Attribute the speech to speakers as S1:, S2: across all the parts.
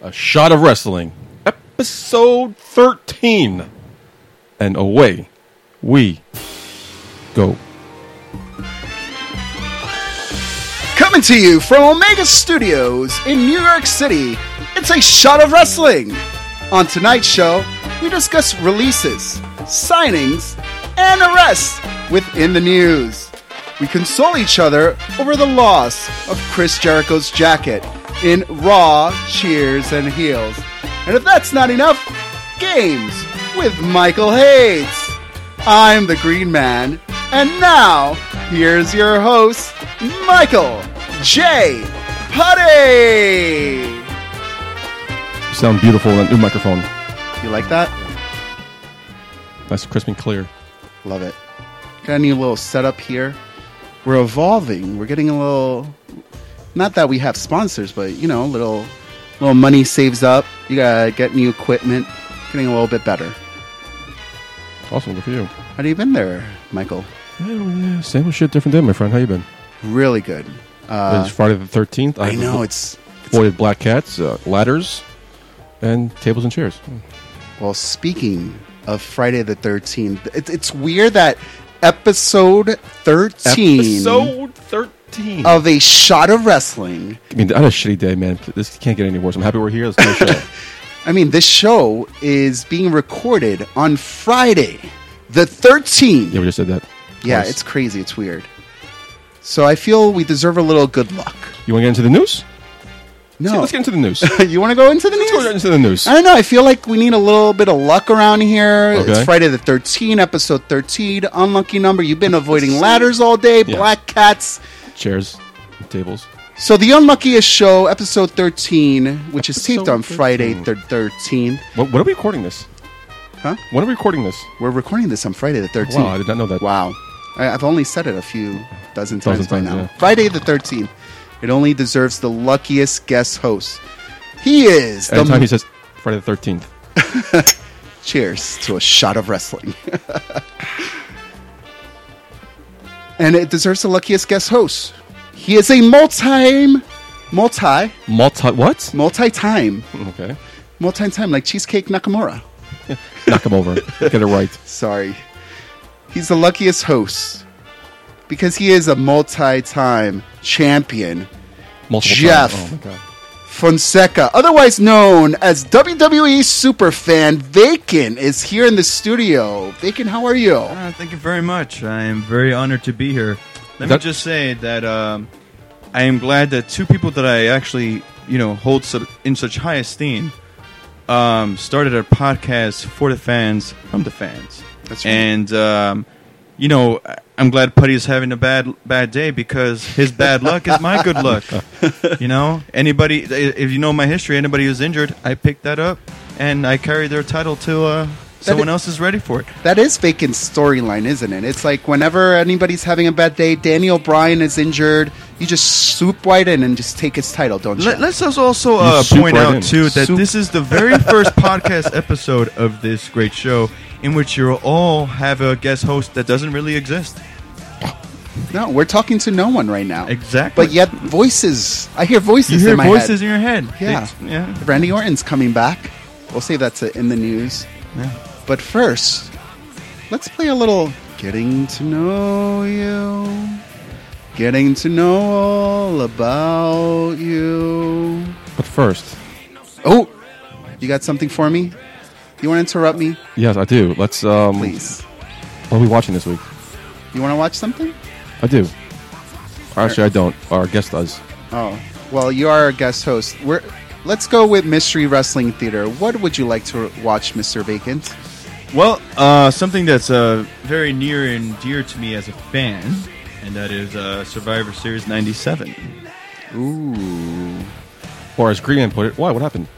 S1: A Shot of Wrestling, episode 13. And away we go.
S2: Coming to you from Omega Studios in New York City, it's a shot of wrestling. On tonight's show, we discuss releases, signings, and arrests within the news. We console each other over the loss of Chris Jericho's jacket in Raw, Cheers, and Heels. And if that's not enough, games with Michael Hayes. I'm the Green Man, and now here's your host, Michael J. Putty.
S1: You sound beautiful on that new microphone.
S2: You like that?
S1: Nice, crisp, and clear.
S2: Love it. Got a new little setup here. We're evolving. We're getting a little. Not that we have sponsors, but you know, little, little money saves up. You gotta get new equipment. Getting a little bit better.
S1: Awesome, good for you.
S2: How do you been there, Michael?
S1: Same old shit, different day, my friend. How you been?
S2: Really good. Uh,
S1: it's Friday the 13th.
S2: I know it's
S1: Voided black cats, uh, ladders, and tables and chairs.
S2: Well, speaking of Friday the 13th, it, it's weird that episode 13
S1: Episode 13.
S2: of A Shot of Wrestling.
S1: I mean, I had a shitty day, man. This can't get any worse. I'm happy we're here. Let's do the show.
S2: I mean, this show is being recorded on Friday the 13th.
S1: yeah, we just said that.
S2: yeah,
S1: Twice.
S2: it's crazy. It's weird. So I feel we deserve a little good luck.
S1: You want to get into the news? See,
S2: No.
S1: let's get into the news.
S2: you want to go into the
S1: Let's
S2: news?
S1: go right into the news.
S2: I don't know. I feel like we need a little bit of luck around here.
S1: Okay.
S2: It's Friday the 13th, episode 13, unlucky number. You've been avoiding ladders all day,
S1: Yeah.
S2: black cats.
S1: Chairs, tables.
S2: So the unluckiest show, episode 13, which is taped
S1: Episode
S2: on Friday the 13th.
S1: What, when are we recording this?
S2: Huh?
S1: When are we recording this?
S2: We're recording this on Friday the 13th.
S1: Wow, I did not know that.
S2: Wow. I, I've only said it a few dozen times
S1: Dozen
S2: by
S1: times,
S2: now.
S1: yeah.
S2: Friday the 13th. It only deserves the luckiest guest host. He is the
S1: Anytime he says Friday the 13th.
S2: Cheers to a shot of wrestling. and it deserves the luckiest guest host. He is a multi, multi,
S1: Multi. What?
S2: multi-time,
S1: Okay.
S2: multi-time like Cheesecake Nakamura.
S1: Knock him over. Get it right.
S2: Sorry. He's the luckiest host because he is a multi-time champion.
S1: Multiple
S2: Jeff.
S1: times. Oh, my God.
S2: Fonseca, otherwise known as WWE superfan Vacant, is here in the studio. Vacant, how are you?
S3: Uh, thank you very much. I am very honored to be here. Let
S1: That-
S3: me just say that um, I am glad that two people that I actually, you know, hold su- in such high esteem um, started a podcast for the fans, from the fans.
S2: That's right.
S3: And, um, you know, I- I'm glad Putty is having a bad bad day because his bad luck is my good luck. You know, anybody, i- if you know my history, anybody who's injured, I picked that up and I carry their title till uh, someone else is ready for it.
S2: That is Bacon's storyline, isn't it? It's like whenever anybody's having a bad day, Danny O'Brien is injured, you just swoop right in and just take his title, don't you?
S3: Let, us also uh,
S1: soup
S3: point
S1: right
S3: out
S1: in.
S3: too that
S2: Soup.
S3: this is the very first podcast episode of this great show in which you all have a guest host that doesn't really exist.
S2: no, we're talking to no one right now.
S3: Exactly.
S2: But yet, voices. I hear voices
S3: you hear
S2: in my
S3: voices
S2: head.
S3: in your head.
S2: Yeah.
S3: It's- yeah.
S2: Randy Orton's coming back. We'll say that's in the news.
S3: Yeah.
S2: But first, let's play a little Getting to Know You. Getting to know all about you.
S1: But first,
S2: Oh, you got something for me? You want to interrupt me?
S1: yes, I do. Let's. Um,
S2: Please.
S1: What are we watching this week?
S2: You want to watch something?
S1: I do. Or actually, I don't. Our guest does.
S2: Oh, well, you are our guest host. We're let's go with Mystery Wrestling Theater. What would you like to watch, Mister Vacant?
S3: Well, uh, something that's uh, very near and dear to me as a fan, and that is uh, Survivor Series '97.
S2: Ooh,
S1: Or as Green Man put it, why? What happened?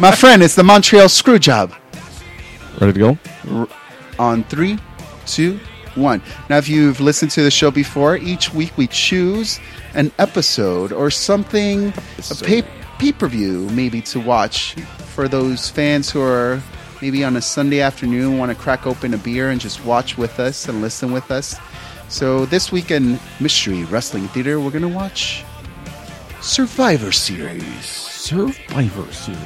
S2: my friend, it's the Montreal Screwjob.
S1: Ready to go?
S2: on three, two, one. Now, if you've listened to the show before, each week we choose an episode or something, a pay pay per view maybe to watch for those fans who are maybe on a Sunday afternoon want to crack open a beer and just watch with us and listen with us. So this week in Mystery Wrestling Theater, we're gonna watch Survivor Series
S1: Survivor Series.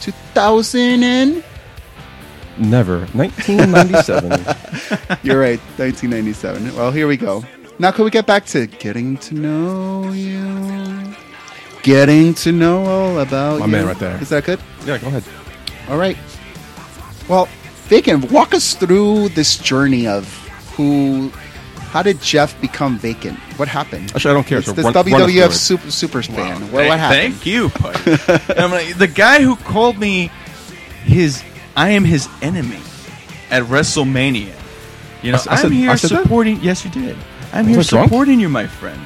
S2: 2000 and
S1: Never. 1997.
S2: You're right, 1997. Well, here we go. Now, can we get back to getting to know you? Getting to know all about
S1: My
S2: you.
S1: man right there.
S2: Is that good?
S1: yeah, go ahead.
S2: All right. Well, Bacon, walk us through this journey of who. How did Jeff become vacant? What happened?
S1: Actually, I don't care.
S2: It's
S1: so
S2: this
S1: run- run us
S2: WWF
S1: through it.
S2: super super span.
S3: Wow.
S2: What, what happened?
S3: Thank- Thank you. Pike. I'm like, the guy who called me his, I am his enemy at WrestleMania. You know,
S1: I s- I
S3: I
S1: said-
S3: am here
S1: I said that?
S3: supporting. Yes, you did. I'm here
S1: I drunk?
S3: supporting you, my friend.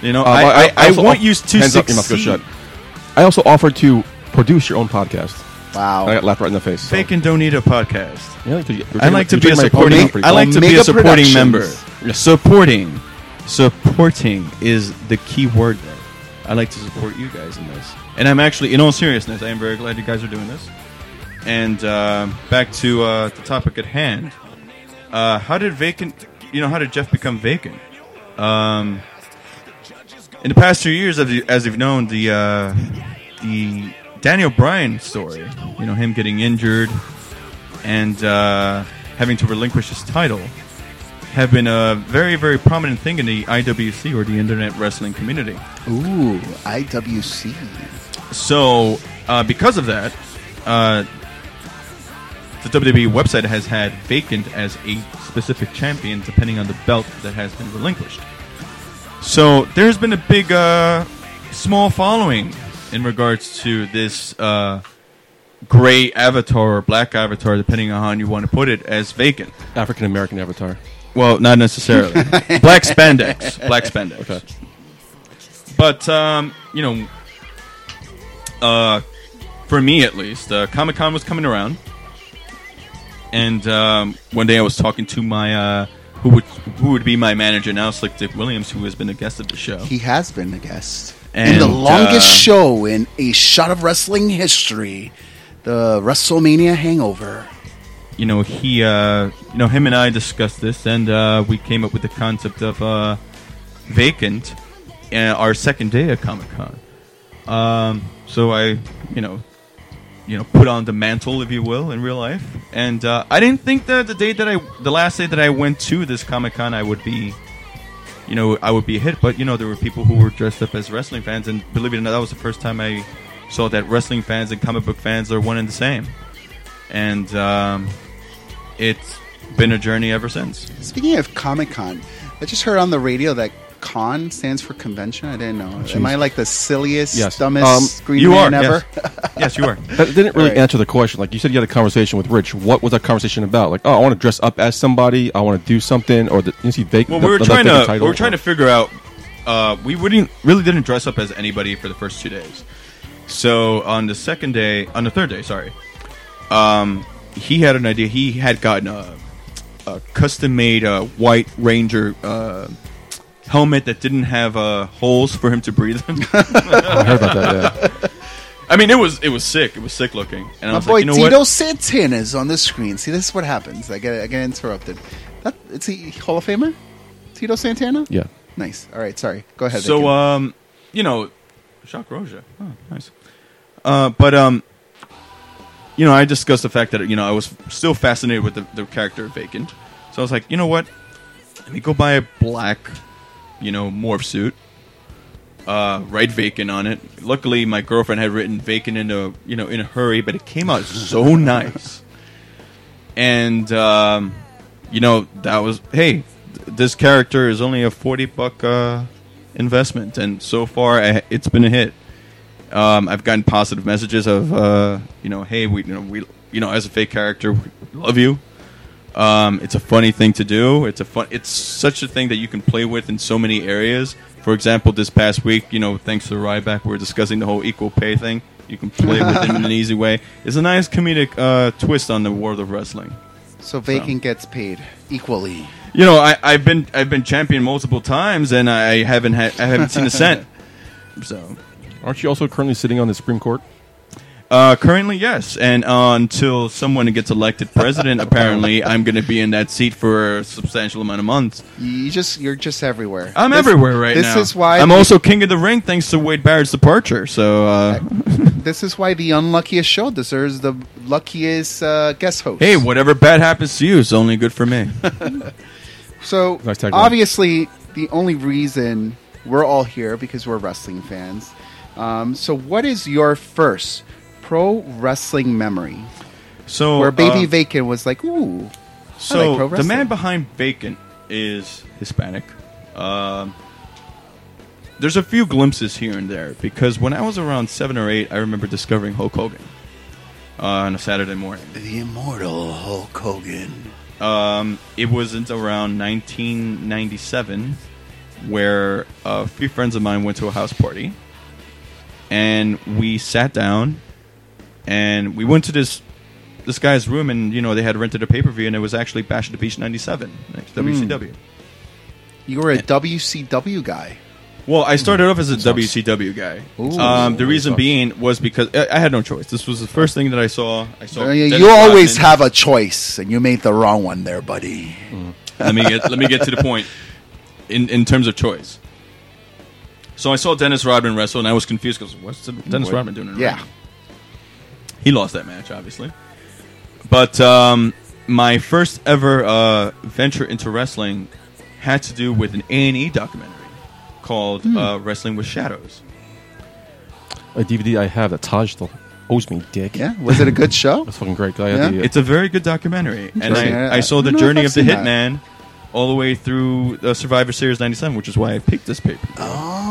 S3: You know,
S1: Uh,
S3: I,
S1: well,
S3: I, I,
S1: also
S3: want
S1: off-
S3: you to
S1: hands
S3: succeed.
S1: up, your mouth goes shut. I also offered to produce your own podcast.
S2: Wow.
S1: I got laughed right in the face. so-
S3: Bacon don't need a podcast.
S1: Yeah, you're taking- you're
S3: I like to
S1: taking- you're taking my
S3: be a supporting.
S1: property.
S3: I like to be
S2: Omega
S3: a supporting
S2: Productions.
S3: member. Supporting, supporting is the key word there. I like to support you guys in this, and I'm actually, in all seriousness, I am very glad you guys are doing this. And uh, back to uh, the topic at hand. Uh, how did vacant? You know, how did Jeff become vacant? Um, in the past two years, as, you, as you've known, the uh, the Daniel Bryan story. You know, him getting injured and uh, having to relinquish his title have been a very, very prominent thing in the IWC or the Internet Wrestling community.
S2: Ooh, IWC.
S3: So, uh, because of that, uh, the WWE website has had vacant as a specific champion, depending on the belt that has been relinquished. So, there's been a big, uh, small following in regards to this uh, gray avatar or black avatar, depending on how you want to put it, as vacant.
S1: African American avatar.
S3: Well, not necessarily. black spandex. Black spandex.
S1: Okay.
S3: But um, you know, uh, for me at least, uh, Comic Con was coming around, and um, one day I was talking to my uh, who would who would be my manager now, Slick Dick Williams, who has been a guest of the show.
S2: He has been a guest. in
S3: And,
S2: the longest
S3: uh,
S2: show in a shot of wrestling history, the WrestleMania Hangover.
S3: You know, he uh, you know him and I discussed this, and uh, we came up with the concept of uh, vacant, uh, our second day at Comic Con. Um, so I, you know, you know, put on the mantle, if you will, in real life. And uh, I didn't think that the day that I, the last day that I went to this Comic Con, I would be, you know, I would be hit. But you know, there were people who were dressed up as wrestling fans, and believe it or not, that was the first time I saw that wrestling fans and comic book fans are one and the same. And um, it's been a journey ever since.
S2: Speaking of Comic Con, I just heard on the radio that con stands for convention. I didn't know. Am I like the silliest,
S1: Yes.
S2: dumbest
S1: Um,
S2: screen
S3: you
S2: man
S3: are
S2: ever?
S3: Yes. yes, you are.
S1: That didn't really
S2: Right.
S1: answer the question. Like you said, you had a conversation with Rich. What was that conversation about? Like, oh, I want to dress up as somebody. I want to do something. Or the, you see, vac-
S3: Well,
S1: the-
S3: we were
S1: the- the
S3: trying
S1: vacant
S3: to
S1: title
S3: we were trying
S1: or-
S3: to figure out. Uh, we wouldn't really didn't dress up as anybody for the first two days. So on the second day, on the third day, sorry, um, he had an idea. He had gotten a, a custom made uh, white ranger uh, helmet that didn't have uh, holes for him to breathe in.
S1: I heard about that. Yeah.
S3: I mean, it was it was sick. It was sick looking. And I
S2: My
S3: was
S2: boy
S3: like, you know
S2: Tito
S3: what?
S2: Santana is on the screen. See, this is what happens. I get I get interrupted. That it's he Hall of Famer, Tito Santana.
S1: yeah.
S2: Nice. All right. Sorry. Go ahead.
S3: So,
S2: Vicky.
S3: um, you know, Jacques Roja. Oh, nice. Uh, but, um, you know, I discussed the fact that, you know, I was still fascinated with the, the character of Vacant. So I was like, you know what? Let me go buy a black, you know, morph suit. Uh, write vacant on it. Luckily, my girlfriend had written vacant in a you know in a hurry, but it came out so nice. And um, you know that was hey, th- this character is only a forty buck uh, investment, and so far I, it's been a hit. Um, I've gotten positive messages of uh, you know hey we you know we you know as a fake character we love you. Um, it's a funny thing to do. It's a fun. It's such a thing that you can play with in so many areas. For example, this past week, you know, thanks to Ryback, we were discussing the whole equal pay thing. You can play with it in an easy way. It's a nice comedic uh, twist on the world of wrestling.
S2: so Vacant gets paid equally.
S3: You know, I, I've been I've been champion multiple times, and I haven't had I haven't seen a cent. So,
S1: Aren't you also currently sitting on the Supreme Court?
S3: Uh, currently, yes, and uh, until someone gets elected president, apparently, I'm going to be in that seat for a substantial amount of months.
S2: You just you're just everywhere.
S3: I'm
S2: This-
S3: everywhere right
S2: this
S3: now.
S2: is why
S3: I'm
S2: the-
S3: also king of the ring thanks to Wade Barrett's departure. So, uh,
S2: This is why the unluckiest show deserves the luckiest uh, guest host.
S3: hey, whatever bad happens to you is only good for me.
S2: So
S1: Nice tagline.
S2: obviously, the only reason we're all here because we're wrestling fans. Um, so, what is your first pro wrestling memory
S3: So,
S2: where Baby
S3: uh,
S2: Vacant was like, "Ooh, I like pro
S3: So the
S2: wrestling.
S3: man behind Bacon is Hispanic. Um, there's a few glimpses here and there because when I was around seven or eight, I remember discovering Hulk Hogan uh, on a Saturday morning.
S2: the immortal Hulk Hogan"?
S3: Um, it was until around 1997 where a few friends of mine went to a house party, and we sat down, and we went to this this guy's room, and you know they had rented a pay per view, and it was actually Bash at the Beach '97, WCW.
S2: You were a WCW guy.
S3: Well, I started off as a
S1: sounds-
S3: WCW guy.
S2: Ooh.
S3: Um, the reason
S1: Sounds-
S3: being was because I, I had no choice. This was the first thing that I saw. I saw.
S2: Uh, you
S3: Dennis
S2: you always
S3: Rodman.
S2: have a choice, and you made the wrong one there, buddy.
S3: let me get let me get to the point in in terms of choice. So I saw Dennis Rodman wrestle, and I was confused because what's the- Dennis
S1: What?
S3: Rodman doing? in the
S2: Yeah.
S3: ring? he lost that match, obviously. But um, my first ever uh, venture into wrestling had to do with an A and E documentary called
S2: Hmm.
S3: uh, "Wrestling with Shadows."
S1: A DVD I have that Taj still owes me, dick.
S2: Yeah. Was it a good show?
S1: That's fucking great. 'cause I had
S2: Yeah.
S1: the, uh,
S3: It's a very good documentary, and
S2: Interesting. I-
S3: I,
S2: I
S3: I saw the
S2: don't know if
S3: journey
S2: I've
S3: of the
S2: seen that.
S3: Hitman all the way through uh, Survivor Series '97, which is why I picked this paper.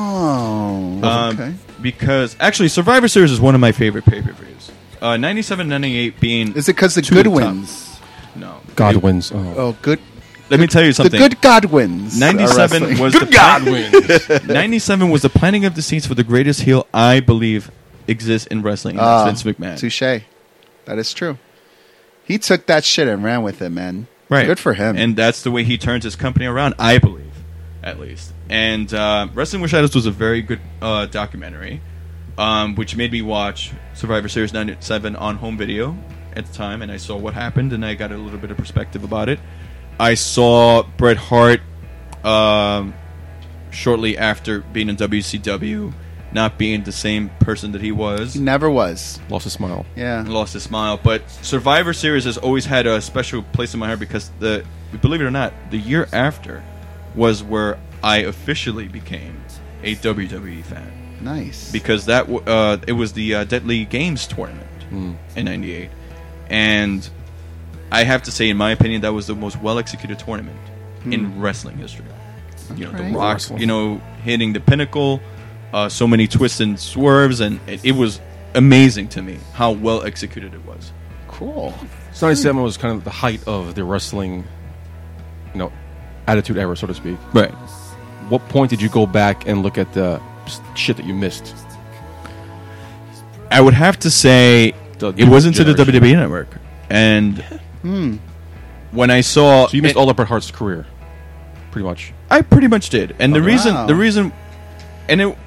S2: Oh.
S3: Um,
S2: okay.
S3: Because actually, Survivor Series is one of my favorite pay per views. Uh, 97, 98 being.
S2: Is it because the
S3: two of
S2: good
S3: the top-
S2: wins?
S3: No.
S1: Godwin's. Oh.
S2: Oh, good.
S3: Let me tell you something.
S2: The good Godwins. are
S3: 97
S2: wrestling.
S3: was the Godwins. 97 was the planning of the scenes for the greatest heel I believe exists in wrestling. and
S2: Ah,
S3: it's Vince McMahon.
S2: Touche. That is true. He took that shit and ran with it, man.
S3: Right.
S2: Good for him.
S3: And that's the way he turns his company around, I believe, at least. And uh, Wrestling with Shadows was a very good uh, documentary, um, which made me watch Survivor Series 97 on home video at the time, and I saw what happened, and I got a little bit of perspective about it. I saw Bret Hart um, shortly after being in WCW not being the same person that he was
S2: he never was.
S1: Lost his smile.
S2: Yeah.
S3: and lost his smile. But Survivor Series has always had a special place in my heart because the believe it or not, the year after was where I officially became a WWE fan
S2: Nice.
S3: because that w- uh, it was the uh, Deadly Games tournament
S1: Hmm.
S3: in '98, and I have to say, in my opinion, that was the most well executed tournament in wrestling history. You know,
S2: Okay.
S3: The Rock,
S1: Wrestling.
S3: you know, hitting the pinnacle, uh, so many twists and swerves, and it, it was amazing to me how well executed it was.
S2: cool.
S1: So 97 was kind of the height of the wrestling, you know, attitude era, so to speak.
S3: Right.
S1: What point did you go back and look at the s- shit that you missed?
S3: I would have to say
S1: The
S3: it wasn't to the
S1: generation.
S3: WWE network, and when I saw,
S1: So you missed
S3: and-
S1: all of Bret Hart's career, pretty much.
S3: I pretty much did, and the
S1: Okay.
S3: reason,
S2: Wow.
S3: the reason, and it,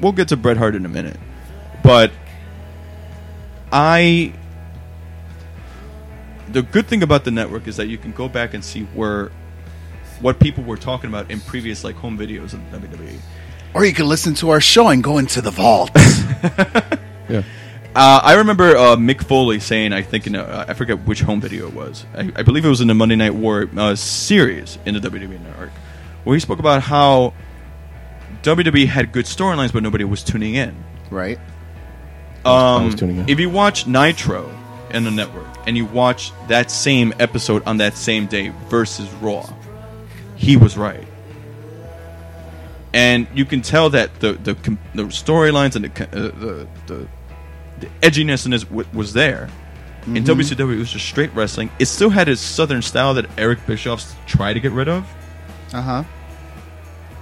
S3: we'll get to Bret Hart in a minute, but I, the good thing about the network is that you can go back and see where, what people were talking about in previous like home videos of E. the WWE.
S2: Or you can listen to our show and go into the vault.
S1: Yeah.
S3: Uh, I remember uh, Mick Foley saying, I think, in a, uh, I forget which home video it was. I, I believe it was in the Monday Night War uh, series in the WWE Network, where he spoke about how WWE had good storylines, but nobody was tuning in.
S2: right.
S3: Um,
S1: was tuning in.
S3: If you watch Nitro in the network and you watch that same episode on that same day versus Raw, he was right. And you can tell that the the, com- the storylines and the, co- uh, the the the edginess in this w- was there. In
S1: Mm-hmm.
S3: WCW, it was just straight wrestling. It still had its southern style that Eric Bischoff tried to get rid of
S2: Uh huh.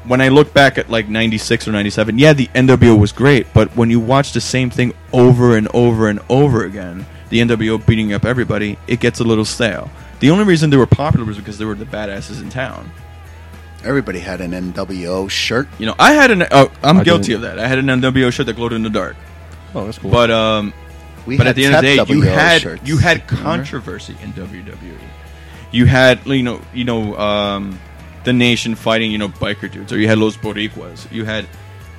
S3: when I look back at like 96 or 97, yeah, the NWO was great, but when you watch the same thing over and over and over again, the NWO beating up everybody, it gets a little stale. The only reason they were popular was because they were the badasses in town.
S2: Everybody had an NWO shirt.
S3: You know, I had an oh, I'm
S1: I
S3: guilty
S1: didn't-
S3: of that. I had an NWO shirt that glowed in the dark.
S1: Oh, that's cool.
S3: But um
S2: We
S3: but
S2: had
S3: at the end of the day,
S2: Tef
S3: you
S2: WO
S3: had
S2: shirts.
S3: you had
S2: Remember?
S3: controversy in WWE. You had you know you know um, the nation fighting you know biker dudes, or you had Los Boricuas. You had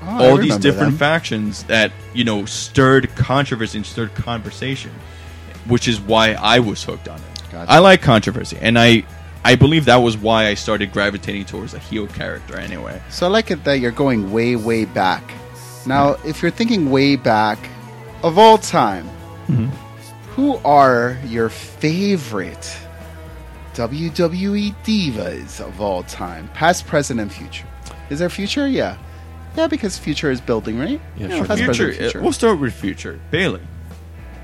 S2: Oh, I
S3: all these
S2: remember
S3: different
S2: them.
S3: factions that you know stirred controversy and stirred conversation, which is why I was hooked on it.
S2: Gotcha.
S3: I like controversy, and I I believe that was why I started gravitating towards a heel character anyway.
S2: So I like it that you're going way, way back. Now, if you're thinking way back, of all time, who are your favorite WWE divas of all time, past, present, and future? Is there future? Yeah, yeah, because future is building, right?
S1: Yeah,
S2: You know,
S1: sure.
S2: past,
S3: future,
S2: present, future.
S3: uh, We'll start with future Bailey.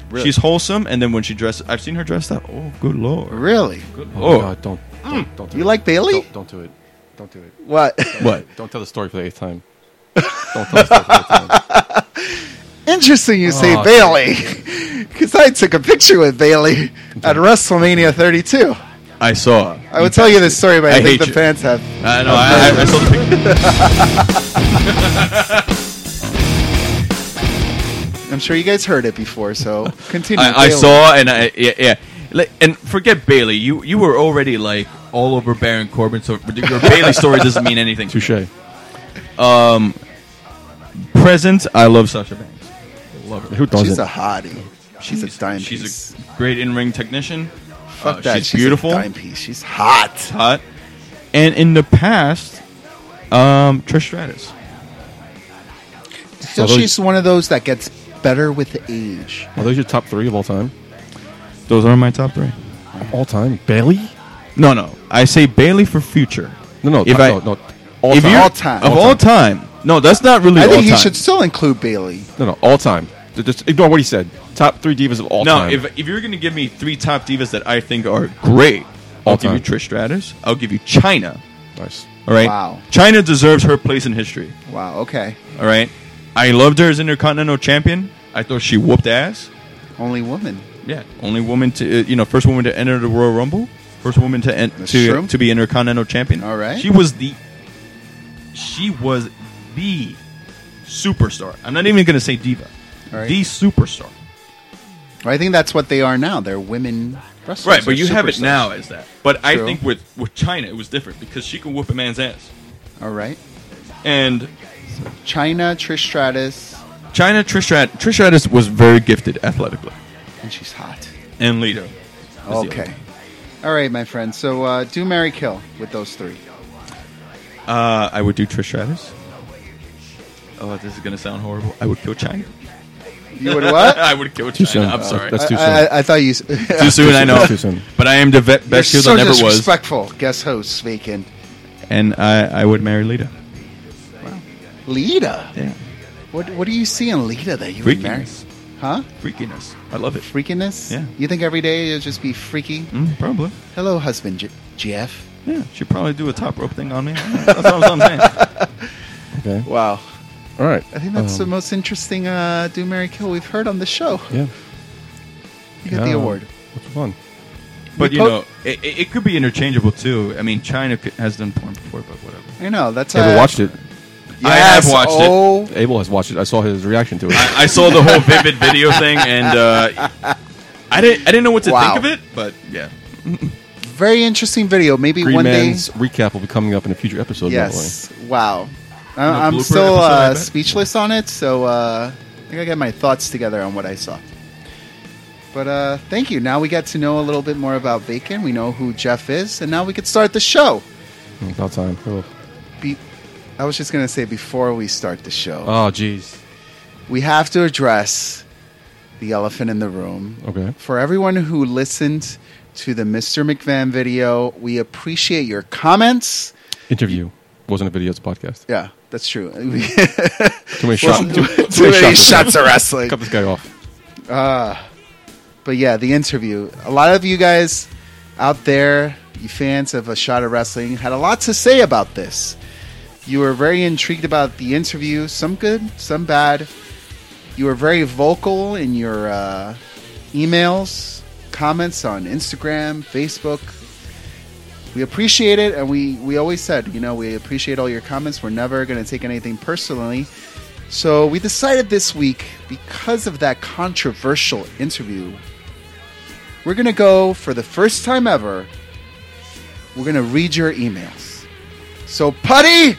S2: Really?
S3: She's wholesome, and then when she dresses, I've seen her dressed up. Oh, good lord!
S2: really?
S3: Good
S1: Oh,
S3: lord!
S1: God, don't, don't, don't do
S2: You
S1: it.
S2: like Bailey?
S1: Don't, don't do it. Don't do it.
S2: What?
S3: What?
S1: Don't tell the story for the eighth time. Don't tell the story for the eighth time.
S2: Interesting you say
S1: Oh,
S2: Bailey, because I took a picture with Bailey at WrestleMania 32.
S3: I saw. her.
S2: I would tell you this story, but I,
S3: I
S2: think
S3: hate
S2: the
S3: you.
S2: fans have.
S3: I know. I, I, I saw the picture.
S2: I'm sure you guys heard it before, so continue.
S3: I, I
S2: Bailey.
S3: saw, and I yeah yeah. Like, and forget Bailey. You you were already like all over Baron Corbin, so your Bailey story doesn't mean anything.
S1: Touche.
S3: Presence. I love Sasha Banks. Love her.
S1: Who
S2: She's
S1: doesn't?
S2: a hottie. She's a dime
S3: She's
S2: piece.
S3: a great in-ring technician.
S2: Fuck
S3: Uh,
S2: that.
S3: She's, beautiful.
S2: A dime piece. She's hot.
S3: hot. And in the past, um, Trish Stratus.
S2: So
S1: Although-
S2: she's one of those that gets better with age.
S1: Are those your top three of all time?
S3: Those are my top three.
S1: All time? Bailey?
S3: No, no. I say Bailey for future.
S1: No, no.
S3: If
S1: top-
S3: I-
S1: no, no. All
S3: If
S1: time.
S3: you-
S2: All time.
S3: Of
S2: All
S3: all time. No, that's not really
S2: I
S3: all
S2: think he
S3: time.
S2: should still include Bailey.
S1: No, no. All time. Th- Just ignore what he said. Top three divas of all
S3: no,
S1: time.
S3: if, if you're going to give me three top divas that I think are great, I'll
S1: All
S3: give you
S1: time.
S3: Trish Stratus. I'll give you China.
S1: nice.
S3: All right.
S2: Wow.
S3: China deserves her place in history.
S2: Wow. Okay.
S3: All right. I loved her as Intercontinental Champion. I thought she whooped ass.
S2: Only woman.
S3: Yeah, only woman to uh, you know, first woman to enter the Royal Rumble, first woman to en-
S2: That's
S3: to uh,
S2: true.
S3: to be Intercontinental Champion.
S2: All right.
S3: she was the she was the superstar. I'm not even going to say diva,
S2: All right.
S3: the superstar.
S2: I think that's what they are now. They're women wrestlers.
S3: Right, but
S2: They're
S3: you have it
S2: superstars.
S3: now as that. But I
S2: True.
S3: think with with China, it was different because she can whoop a man's ass.
S2: All right.
S3: And
S2: China, Trish Stratus,
S3: China Trish Strat- Trish Stratus was very gifted athletically
S2: and she's hot.
S3: and leader.
S2: Okay. All right, my friend. So uh, do Mary Kill with those three.
S3: Uh, I would do Trish Stratus. Oh, this is gonna sound horrible. I would kill China.
S2: You would what?
S3: I would kill China.
S1: soon.
S3: I'm
S1: Uh,
S3: sorry.
S1: that's-
S2: I,
S1: too soon.
S2: I, I thought you. s-
S3: too soon. I know.
S1: Too soon.
S3: But I am the vet, best
S2: You're
S3: heel
S2: so
S3: that never was,
S2: disrespectful. Guest host, Vakin.
S3: and I, I would marry Lita.
S2: Lita.
S3: Yeah,
S2: What What do you see in Lita that you would marry?
S3: freakiness,
S2: Huh?
S3: freakiness. I love it.
S2: Freakiness?
S3: Yeah.
S2: You think every day it'll just be freaky?
S3: Mm, probably.
S2: Hello, husband J- Jeff.
S3: Yeah, she'd probably do a top rope thing on me. That's what I'm saying.
S1: Okay.
S2: Wow.
S1: All right.
S2: I think that's the
S1: Um,
S2: most interesting uh, Do Mary Kill we've heard on the show.
S1: Yeah.
S2: You got
S1: Yeah.
S2: the award.
S1: What's fun?
S3: But you
S2: po-
S3: know, it, it it could be interchangeable too. I mean, China could, has done porn before, but whatever.
S2: I know. That's
S1: Abel
S2: uh,
S1: watched it.
S3: I have
S2: yes,
S3: watched it.
S2: oh,
S1: Abel has watched it. I saw his reaction to it.
S3: I, I saw the whole vivid video thing, and uh, I didn't I didn't know what to
S2: Wow.
S3: think of it. But yeah,
S2: Very interesting video. Maybe
S1: Green
S2: one
S1: Man's
S2: day.
S1: recap will be coming up in a future episode.
S2: Yes. Wow. I,
S3: a
S2: I'm
S3: blooper
S2: still
S3: episode, I
S2: uh,
S3: bet.
S2: speechless on it, so uh, I gotta get my thoughts together on what I saw. But uh, thank you. Now we got to know a little bit more about Bacon. We know who Jeff is, and now we can start the show.
S1: By the way. About time. Oh,
S2: Be- I was just gonna say before we start the show,
S3: Uh.
S1: Oh, jeez.
S2: we have to address the elephant in the room.
S1: Okay.
S2: For everyone who listened to the Mr. McVan video, we appreciate your comments.
S1: Interview. Wasn't a video, it's a podcast.
S2: Yeah, that's true.
S1: Too many shots.
S2: Wasn't-
S1: Too, too
S2: too many
S1: shots.
S2: shots of wrestling.
S1: Cut this guy off.
S2: But yeah, the interview. A lot of you guys out there, you fans of A Shot of Wrestling, had a lot to say about this. You were very intrigued about the interview, some good, some bad. You were very vocal in your uh, emails, comments on Instagram, Facebook. We appreciate it, and we, we always said, you know, we appreciate all your comments. We're never going to take anything personally. So we decided this week, because of that controversial interview, we're going to go for the first time ever. We're going to read your emails. So, Putty,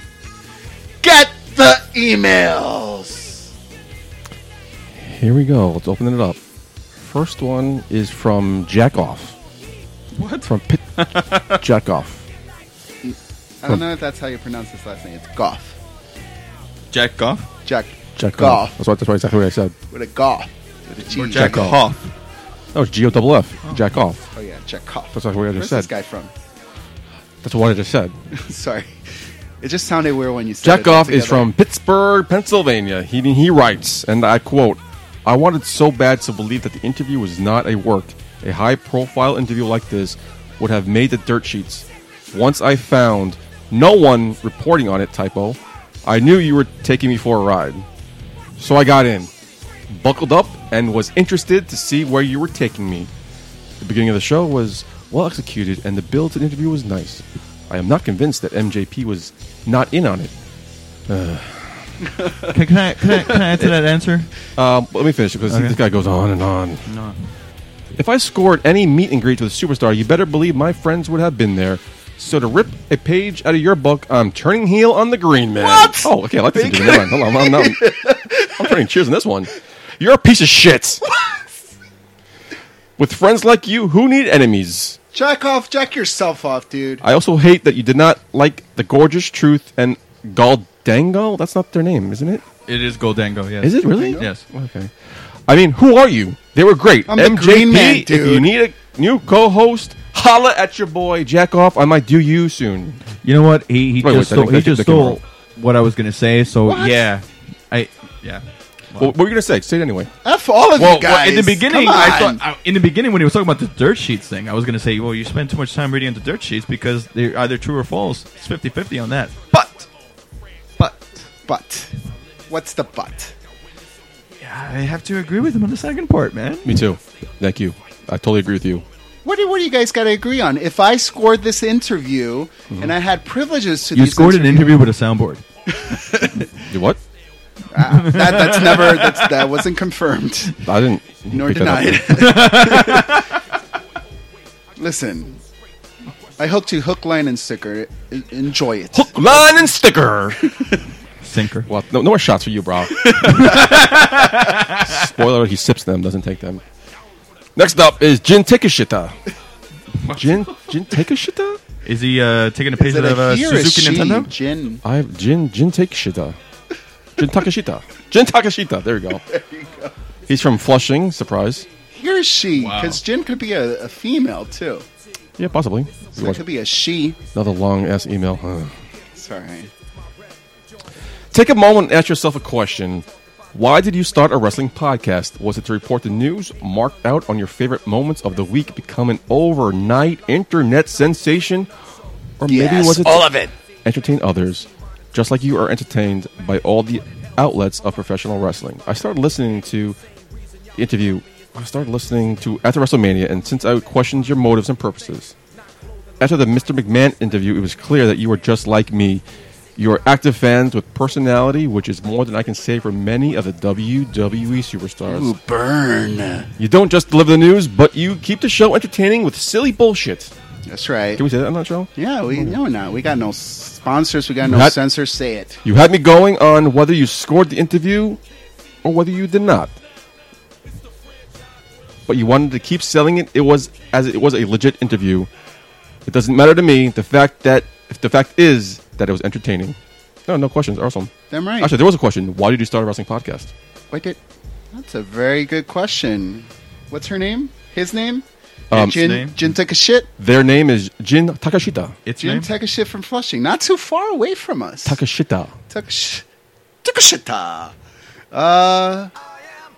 S2: get the emails.
S1: Here we go. Let's open it up. First one is from Jack Off. What? From Pit Jack Off.
S2: I don't know if that's how you pronounce this last name. It's Goff.
S3: Jack Goff?
S2: Jack.
S1: Jack
S2: Goff.
S1: Off. That's, what, that's what- exactly what I said.
S2: With a Goff. With a G.
S3: Or Jack,
S1: Jack Goff.
S3: Hoff?
S1: That was G O double F. Jack Off.
S2: Oh, yeah, Jack Goff.
S1: That's what I
S2: Where's
S1: just
S2: this
S1: said.
S2: guy from?
S1: That's what I just said.
S2: Sorry. It just sounded weird when you said
S1: Jack
S2: it all
S1: Goff is
S2: together.
S1: from Pittsburgh, Pennsylvania. He, he writes, and I quote, I wanted so bad to believe that the interview was not a work. A high profile interview like this would have made the dirt sheets. Once I found no one reporting on it, typo, I knew you were taking me for a ride. So I got in, buckled up, and was interested to see where you were taking me. The beginning of the show was well executed, and the build to the interview was nice. I am not convinced that MJP was not in on it.
S3: Can, can, I, can, I, can I add to that answer?
S1: Um, let me finish because
S3: Okay.
S1: this guy goes on and on.
S3: No.
S1: If I scored any meet and greet with a superstar, you better believe my friends would have been there. So to rip a page out of your book, I'm turning heel on the green man. What? Oh, okay. I like this. interview. Never mind. Hold on. I'm, I'm, I'm turning cheers on this one. You're a piece of shit. With friends like you, who need enemies?
S2: Jack off, jack yourself off, dude.
S1: I also hate that you did not like the gorgeous truth and Galdango. That's not their name, isn't it?
S3: It is Goldango, yes.
S1: Is it really?
S3: Yes.
S1: Okay. I mean, who are you? They were great.
S2: I'm the green man, dude.
S1: If you need a new co-host, holla at your boy Jack off. I might do you soon.
S3: You know what? He, he
S1: Wait, wait,
S3: just
S1: I
S3: stole,
S1: think
S3: he
S1: that-
S3: just
S1: that came
S3: stole
S1: wrong.
S3: what I was going to say, so
S2: What?
S3: yeah. I Yeah.
S1: Well, what were you gonna say? Say it anyway.
S2: F all of
S3: Well,
S2: you guys.
S3: in the beginning,
S2: Come
S3: I
S2: on.
S3: thought I- in the beginning when he was talking about the dirt sheets thing, I was going to say, well, you spend too much time reading the dirt sheets because they're either true or false. It's 50-50 on that. But, but
S2: But. What's the but?
S3: yeah, I have to agree with him on the second part, man.
S1: Me too. Thank you. I totally agree with you.
S2: What do, what do you guys got to agree on? If I scored this interview and I had privileges to
S3: You
S2: these
S3: scored an
S2: interviews-
S3: interview with a soundboard.
S1: You what?
S2: that, that's never that's, that wasn't confirmed
S1: I didn't.
S2: nor
S1: pick that up.
S2: denied. Listen, I hope to hook, line, and sticker. E- Enjoy it.
S1: Hook, line, and sticker.
S3: Sinker.
S1: well, no, no more shots for you, bro. Spoiler: He sips them, doesn't take them. Next up is Jin Tikashita. Jin Jin Tikashita.
S3: Is he uh, taking a page
S2: Is
S3: out
S2: it a
S3: of uh,
S2: he or a
S3: Suzuki
S2: she,
S3: Nintendo?
S2: Jin.
S1: I have Jin Jin Takashita. Jin Takashita. Jin Takashita. There you go. He's from Flushing. Surprise.
S2: He or she?
S3: Wow.
S2: Because Jin could be a, a female too.
S1: Yeah, possibly.
S2: So it could be a she.
S1: Another long ass email. Huh.
S2: Sorry.
S1: Take a moment and ask yourself a question. Why did you start a wrestling podcast? Was it to report the news, mark out on your favorite moments of the week, become an overnight internet sensation, or maybe was it all of it entertain others, just like you are entertained by all the outlets of professional wrestling? I started listening to the interview. I started listening to after WrestleMania, and since I questioned your motives and purposes, after the Mr. McMahon interview, it was clear that you were just like me. You are active fans with personality, which is more than I can say for many of the WWE superstars.
S2: Ooh, burn.
S1: You don't just deliver the news, but you keep the show entertaining with silly bullshit.
S2: That's right.
S1: Can we say that on that show?
S2: yeah, we no, not. We got no sponsors. We got no
S1: Not-
S2: censors. Say it.
S1: You had me going on whether you scored the interview or whether you did not. But you wanted to keep selling it. It was as it was a legit interview. It doesn't matter to me. The fact that if the fact is that it was entertaining. No, no questions. Awesome.
S2: Damn right.
S1: Actually, there was a question. Why did you start a wrestling podcast?
S2: Wait, did, that's a very good question. What's her name? His name?
S1: Um,
S2: Jin,
S3: His name?
S2: Jin took a shit.
S1: Their name is Jin Takashita.
S3: It's
S2: Jin
S3: name?
S2: took a shit from Flushing. Not too far away from us.
S1: Takashita.
S2: took a sh- took a shit. Uh,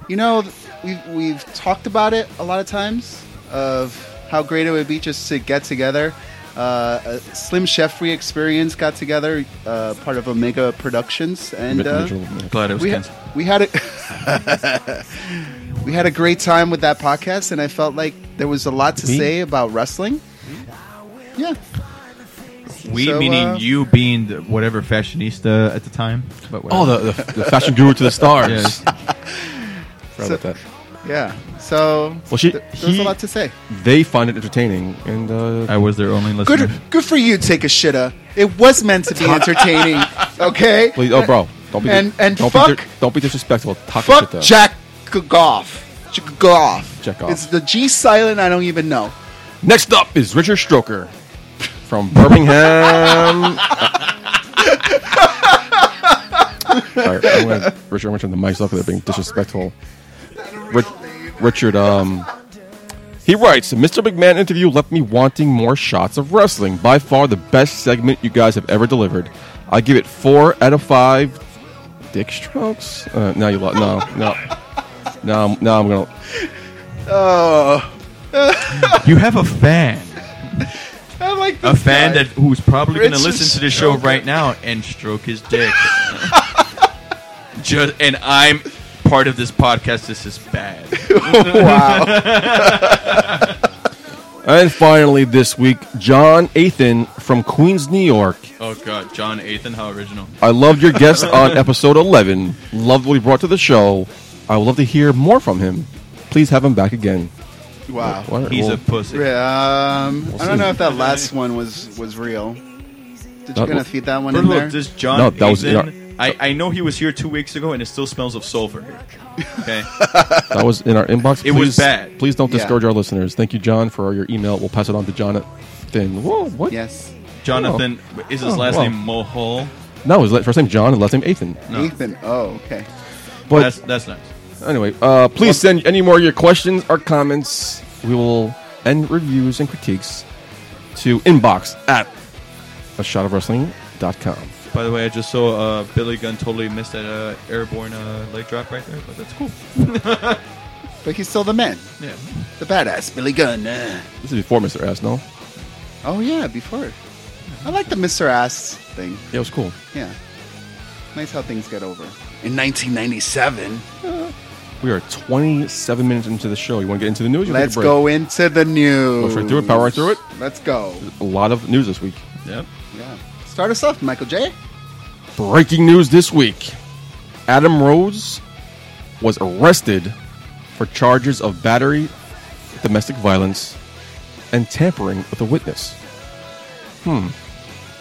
S2: you know, we've, we've talked about it a lot of times of how great it would be just to get together. Uh, a Slim Sheffrey experience got together, uh, part of Omega Productions, and uh,
S3: Glad it was
S2: we,
S3: canceled.
S2: we had a we had a great time with that podcast, and I felt like there was a lot to
S1: Me?
S2: say about wrestling. Yeah,
S3: We
S2: So,
S3: meaning
S2: uh,
S3: you being the, whatever fashionista at the time. But
S1: Oh, the, the, the fashion guru to the stars.
S3: Yes.
S1: Forgot
S2: So-
S1: about that.
S2: Yeah. So
S1: Well, she-
S2: th- there's
S1: he-
S2: a lot to say.
S1: They find it entertaining, and uh,
S3: I was their only listener.
S2: Good, good for you, take a shitta. It was meant to be entertaining, okay?
S1: please, oh, bro, don't be
S2: And- and
S1: don't be,
S2: fuck-
S1: di- don't be disrespectful. Talk shit,
S2: Fuck
S1: though.
S2: Jack Goff. Jack Goff.
S1: Jack off.
S2: It's the G silent. I don't even know.
S1: Next up is Richard Stroker from Birmingham. Sorry, I'm gonna, Richard, I'm going to turn the mics off because they're being disrespectful. Rich, Richard, um, he writes, Mr. McMahon interview left me wanting more shots of wrestling. By far the best segment you guys have ever delivered. I give it four out of five dick strokes. Uh, now you lo- no, no, no, no, I'm going to.
S3: You have a fan,
S2: I like
S3: a
S2: this
S3: fan
S2: guy.
S3: that who's probably going to
S2: Richard
S3: listen to the show
S2: Stroker.
S3: right now and stroke his dick. Just and I'm part of this podcast. This is bad.
S2: wow.
S1: And finally, this week, John Athan from Queens, New York.
S3: Oh God, John Athan, how original.
S1: I loved your guest on episode 11. Loved what he brought to the show. I would love to hear more from him. Please have him back again.
S2: Wow.
S1: What-
S3: He's
S1: well,
S3: a pussy.
S2: Yeah, um, I
S1: see.
S2: don't know if that last one was was real. Did you
S1: That-
S2: gonna feed that one
S3: First
S2: in
S3: of all,
S2: there?
S3: this John
S1: No, that was-
S3: Athan, I, I know he was here two weeks ago, and it still smells of sulfur here. Okay,
S1: that was in our inbox.
S3: It was
S1: Please-
S3: bad.
S1: Please don't
S2: Yeah.
S1: discourage our listeners. Thank you, John, for your email. We'll pass it on to John Athan. Whoa, what?
S2: Yes,
S3: Jonathan is his
S1: Oh,
S3: last
S1: wow.
S3: name Mohol.
S1: No, his la- first name John and last name Athan.
S3: No.
S2: Ethan. Oh, okay.
S1: But
S3: that's that's nice.
S1: Anyway, uh, please send any more of your questions or comments. We will end reviews and critiques to inbox at a shot of wrestling.com.
S3: By the way, I just saw uh, Billy Gunn totally missed that uh, airborne uh, leg drop right there, but that's cool.
S2: But he's still the man,
S3: Yeah.
S2: the badass Billy Gunn. Uh,
S1: This is before Mr. Ass, no?
S2: Oh yeah, before. I like the Mr. Ass thing.
S1: Yeah, it was cool.
S2: Yeah, nice how things get over. In 1997,
S1: We are 27 minutes into the show. You want to get into the news? You wanna
S2: let's
S1: take a break?
S2: go into the news.
S1: Go straight through it, power right through it.
S2: Let's go.
S1: A lot of news this week.
S3: Yep.
S2: Yeah. Start us off, Michael J.
S1: Breaking news this week Adam Rose was arrested for charges of battery, domestic violence, and tampering with a witness. Hmm.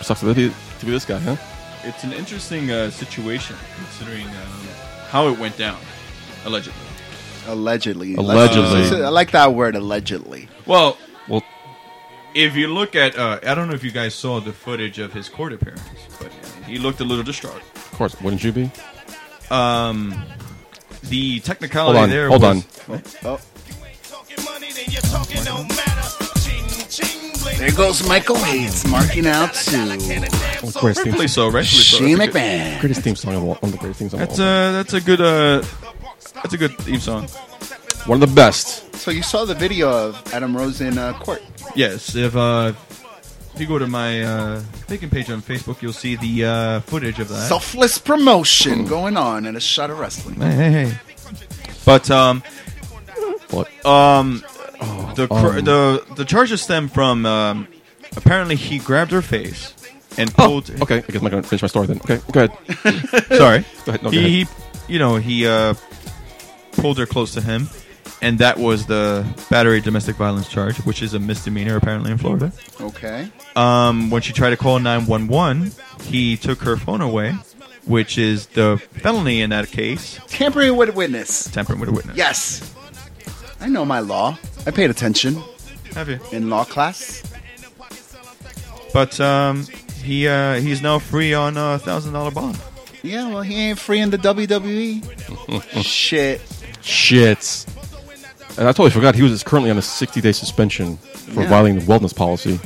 S1: Sucks to be, to be this guy, huh?
S3: It's an interesting uh, situation considering um, how it went down, allegedly.
S2: Allegedly.
S1: Allegedly.
S2: I like that word, allegedly.
S3: Well,
S1: Well,
S3: if you look at, uh, I don't know if you guys saw the footage of his court appearance, but he looked a little distraught.
S1: of course, wouldn't you be?
S3: The technicality
S1: Hold on,
S3: there.
S1: hold on.
S3: was,
S2: Oh, there
S4: There
S2: goes Michael Hayes marking out to
S1: Oh, greatest theme,
S3: Rightfully so, rightfully so.
S2: Shane McMahon.
S1: greatest theme song of all. One of the greatest themes of
S3: That's
S1: all.
S3: a that's a good uh, that's a good theme song.
S1: One of the best.
S2: So you saw the video of Adam Rose in uh, court.
S3: Yes, if uh, if you go to my uh, thinking page on Facebook, you'll see the uh, footage of that.
S2: Selfless promotion going on in a shot of wrestling.
S3: hey, hey, hey. But um,
S1: What?
S3: um, the cr-
S1: um.
S3: the the charges stem from um, apparently he grabbed her face and
S1: Oh,
S3: pulled.
S1: okay. I guess I'm not going to finish my story then. Okay, go ahead.
S3: Sorry,
S1: Go ahead, no, go
S3: he, he, you know, he uh, pulled her close to him, and that was the battery domestic violence charge, which is a misdemeanor apparently in Florida.
S2: Okay.
S3: um, when she tried to call 911, he took her phone away, which is the felony in that case,
S2: Tampering with a witness.
S3: tampering with a witness.
S2: Yes. I know my law. I paid attention
S3: Have you?
S2: in law class.
S3: But um, he uh, he's now free on a thousand dollar bond.
S2: Yeah, well, he ain't free in the WWE. Shit.
S1: Shit. And I totally forgot he was currently on a 60 day suspension for
S2: Yeah.
S1: violating the wellness policy.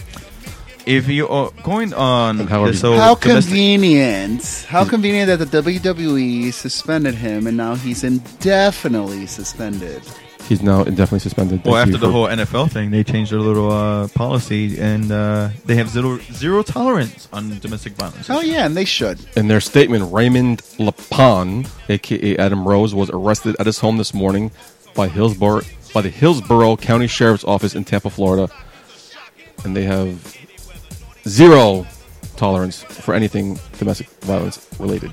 S3: If you are going on
S1: And how
S3: this
S1: are you-
S3: whole
S2: How
S3: domestic-
S2: convenient.
S3: Mm.
S2: How convenient that the WWE suspended him and now he's indefinitely suspended.
S1: He's now indefinitely suspended.
S3: well,
S1: Thank you
S3: after the
S1: for-
S3: whole NFL thing, they changed their little uh, policy, and uh, they have zero zero tolerance on domestic violence.
S2: Oh, yeah, and they should.
S1: In their statement, Raymond Lapon, aka Adam Rose, was arrested at his home this morning by Hillsborough by the Hillsborough County Sheriff's Office in Tampa, Florida, and they have zero tolerance for anything domestic violence related.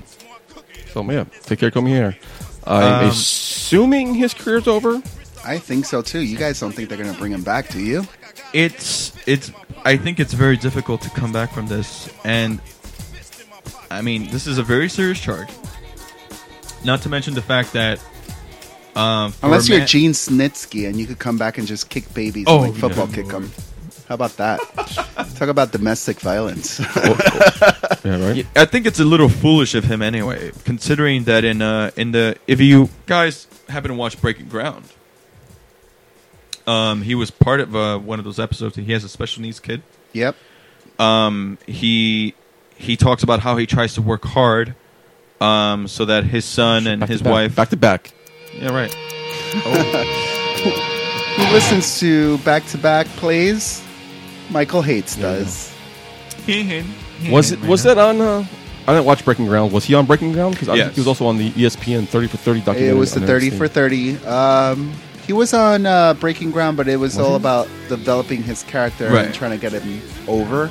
S1: So yeah, take care, come here. I'm
S3: Um,
S1: assuming his career's over.
S2: I think so too. You guys don't think they're going to bring him back, do you?
S3: it's it's I think it's very difficult to come back from this and I mean this is a very serious charge. Not to mention the fact that um for
S2: Unless
S3: a
S2: you're
S3: man-
S2: Gene Snitsky and you could come back and just kick babies
S3: Oh,
S2: and like football
S3: yeah.
S2: kick them. How about that? Talk about domestic violence.
S1: Yeah, right.
S3: Yeah, I think it's a little foolish of him anyway, considering that in uh in the if you guys happen to watch Breaking Ground, um he was part of uh, one of those episodes and he has a special needs kid.
S2: yep.
S3: um, he he talks about how he tries to work hard um, so that his son and
S1: Back to
S3: his
S1: back,
S3: wife.
S1: back to back.
S3: Yeah, right.
S2: Who listens to back to back plays? Michael Hates
S1: Yeah, I
S2: does.
S1: Was it was that on? Uh, I didn't watch Breaking Ground. Was he on Breaking Ground? Because I think
S3: Yes.
S1: he was also on the E ESPN 30 for 30 documentary.
S2: It was the
S1: on
S2: 30
S1: NXT.
S2: for 30. Um, he was on uh, Breaking Ground, but it was, all about developing his character
S3: Right.
S2: and trying to get him over.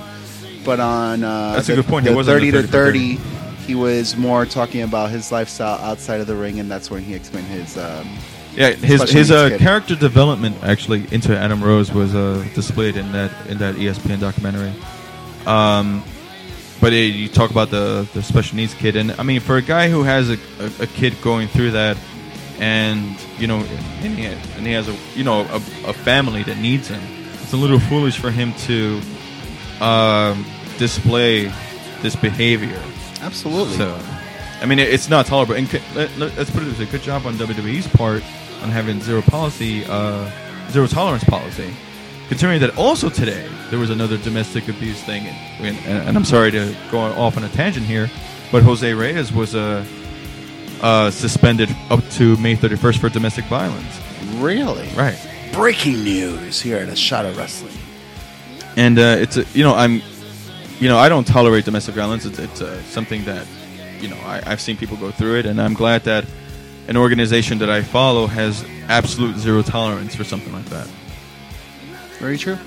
S2: But on uh,
S3: That's a
S2: the,
S3: good point.
S2: the
S3: He was on
S2: 30
S3: the
S2: to 30,
S3: 30.
S2: he was more talking about his lifestyle outside of the ring, and that's when he explained his. Um,
S3: Yeah, his
S2: Special needs
S3: his uh,
S2: kid.
S3: character development actually into Adam Rose was uh, displayed in that in that E ESPN documentary. Um, but it, you talk about the the special needs kid, and I mean for a guy who has a, a, a kid going through that, and you know, and he, and he has a you know a, a family that needs him, it's a little foolish for him to um, display this behavior.
S2: absolutely.
S3: So, I mean, it- it's not tolerable. And c- let, let, us put it this way: good job on WWE's part on having zero policy, uh, zero tolerance policy. Considering that also today there was another domestic abuse thing, and, and, and I'm sorry to go off on a tangent here, but Jose Reyes was uh, uh, suspended up to May 31st for domestic violence.
S2: Really?
S3: Right.
S2: Breaking news here at A Shot of Wrestling.
S3: and uh, it's a, you know I'm you know I don't tolerate domestic violence. It's, it's uh, something that you know I, I've seen people go through it, and I'm glad that an organization that I follow has absolute zero tolerance for something like that.
S2: Very true.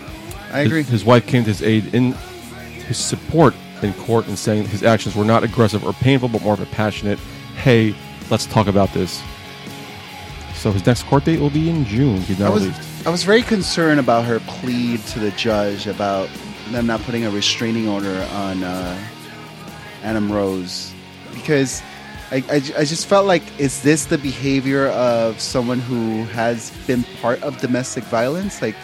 S2: I
S1: His-
S2: agree.
S1: His, wife came to his aid in his support in court and saying his actions were not aggressive or painful, but more of a passionate, hey, let's talk about this. So his next court date will be in June. He's
S2: I
S1: now
S2: was,
S1: released.
S2: I was very concerned about her plead to the judge about them not putting a restraining order on uh, Adam Rose because I, I, ju- I just felt like is this the behavior of someone who has been part of domestic violence like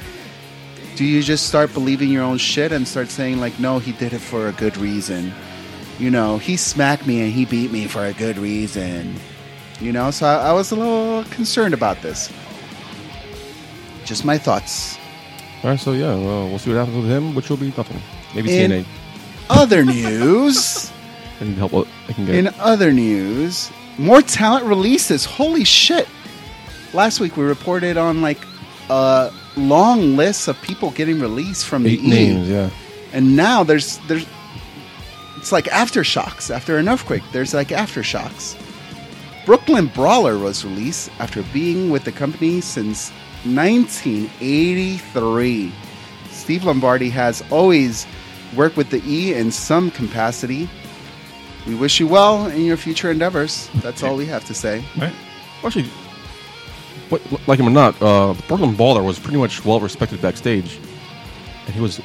S2: do you just start believing your own shit and start saying like no he did it for a good reason you know he smacked me and he beat me for a good reason you know so I, I was a little concerned about this just my thoughts
S1: All right, so yeah, well, we'll see what happens with him, which will be nothing. Maybe
S2: In-
S1: TNA.
S2: other news
S1: I need help. I can get
S2: In other news, more talent releases. Holy shit. Last week we reported on like a long list of people getting released from
S1: eight
S2: the E.
S1: names. Yeah,
S2: And now there's there's it's like aftershocks after an earthquake. There's like aftershocks. Brooklyn Brawler was released after being with the company since 1983. Steve Lombardi has always worked with the E in some capacity. We wish you well in your future endeavors. That's all we have to say.
S3: Right.
S1: actually, what, like him or not, uh, Brooklyn Baller was pretty much well respected backstage, and he was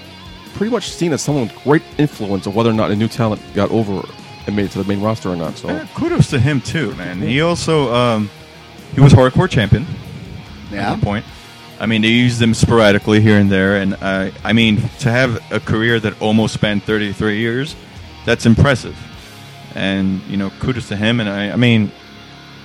S1: pretty much seen as someone with great influence of whether or not a new talent got over and made it to the main roster or not. So
S3: Yeah, Uh, kudos to him too, man. He also um, he was hardcore champion. at
S2: Yeah.
S3: that point. I mean, they used them sporadically here and there, and uh, I mean, to have a career that almost spanned 33 years, that's impressive. And you know, kudos to him. And I, I mean,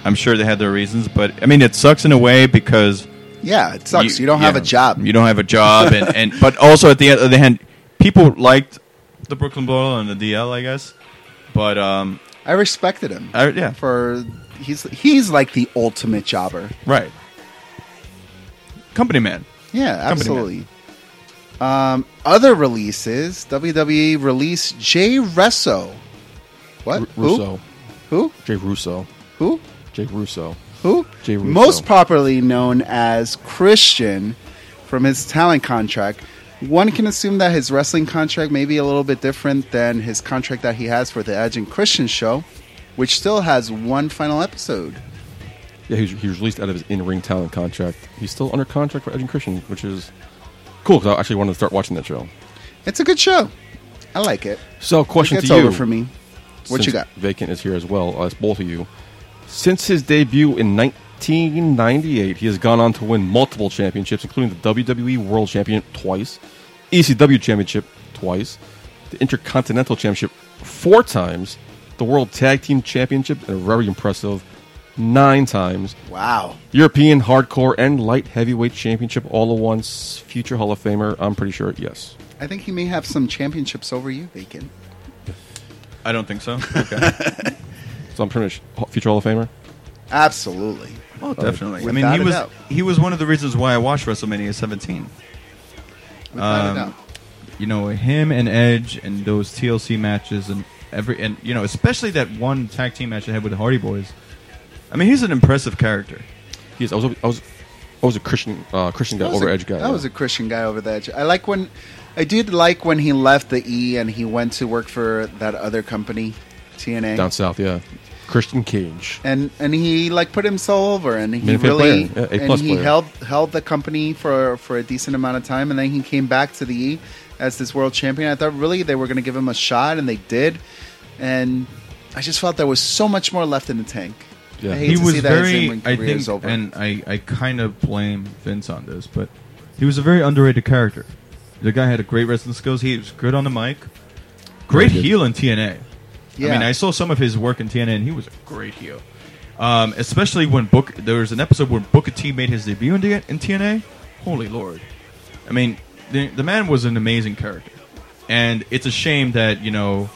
S3: I'm sure they had their reasons, but I mean, it sucks in a way because
S2: Yeah, it sucks. You, don't have a
S3: yeah,
S2: job.
S3: You don't have a job, and, and but also at the other hand, people liked the Brooklyn Bowl and the DL, I guess. But um,
S2: I respected him.
S3: I, Uh, yeah,
S2: for he's he's like the ultimate jobber.
S3: right. Company man.
S2: Yeah,
S3: Company man.
S2: absolutely. Um, other releases: WWE released Jay Russo. What?
S1: Ru- Russo,
S2: Who?
S1: Jay Russo,
S2: Who? Who?
S1: Jake Russo.
S2: Who?
S1: Jay Russo.
S2: Most properly known as Christian from his talent contract, One can assume that his wrestling contract may be a little bit different than his contract that he has for the Edge and Christian show, which still has one final episode.
S1: Yeah, he was, he was released out of his in-ring talent contract. He's still under contract for Edge and Christian, which is cool because I actually wanted to start watching that show.
S2: It's a good show. I like it.
S1: So, question
S2: it gets
S1: to you:
S2: over for me. What
S1: since
S2: you got?
S1: Vacant is here as well. Uh, it's both of you. Since his debut in 1998, he has gone on to win multiple championships, including the WWE World Champion twice, ECW Championship twice, the Intercontinental Championship four times, the World Tag Team Championship, and a very impressive nine times,
S2: Wow.
S1: European Hardcore and Light Heavyweight Championship all at once, future Hall of Famer, I'm pretty sure, yes.
S2: I think he may have some championships over you, Bacon.
S3: I don't think so.
S1: So I'm pretty much future Hall of Famer.
S2: Absolutely.
S3: oh, definitely. I
S2: Without
S3: mean, he
S2: a
S3: was
S2: doubt.
S3: he was one of the reasons why I watched WrestleMania 17.
S2: Without
S3: Um,
S2: a doubt.
S3: You know, him and Edge and those TLC matches and every and you know, especially that one tag team match I had with the Hardy Boys. I mean, he's an impressive character.
S1: Yes, I was. I was. I was a Christian. Uh, Christian guy
S2: That was
S1: over
S2: a-
S1: edge guy.
S2: That
S1: yeah.
S2: was a Christian guy over the edge. I like when I did like when he left the E and he went to work for that other company, TNA.
S1: down south. Yeah, Christian Cage.
S2: and and he like put himself over and he
S1: Minifed
S2: really
S1: player, yeah, A
S2: and
S1: plus
S2: he
S1: player.
S2: held held the company for for a decent amount of time and then he came back to the E as this world champion. I thought really they were going to give him a shot and they did. And I just felt there was so much more left in the tank.
S1: Yeah.
S2: I hate
S3: He
S2: to
S3: was
S2: see that his
S3: very,
S2: in-ring
S3: I
S2: career
S3: think,
S2: is over.
S3: and I, I kind of blame Vince on this, but he was a very underrated character. The guy had a great wrestling skills. He was good on the mic, great
S1: Very good.
S3: heel in TNA.
S2: yeah.
S3: I mean, I saw some of his work in TNA, and he was a great heel. Um, especially when Book there was an episode where Booker T made his debut in, D- in TNA. Holy lord! I mean, the, the man was an amazing character, and it's a shame that you know,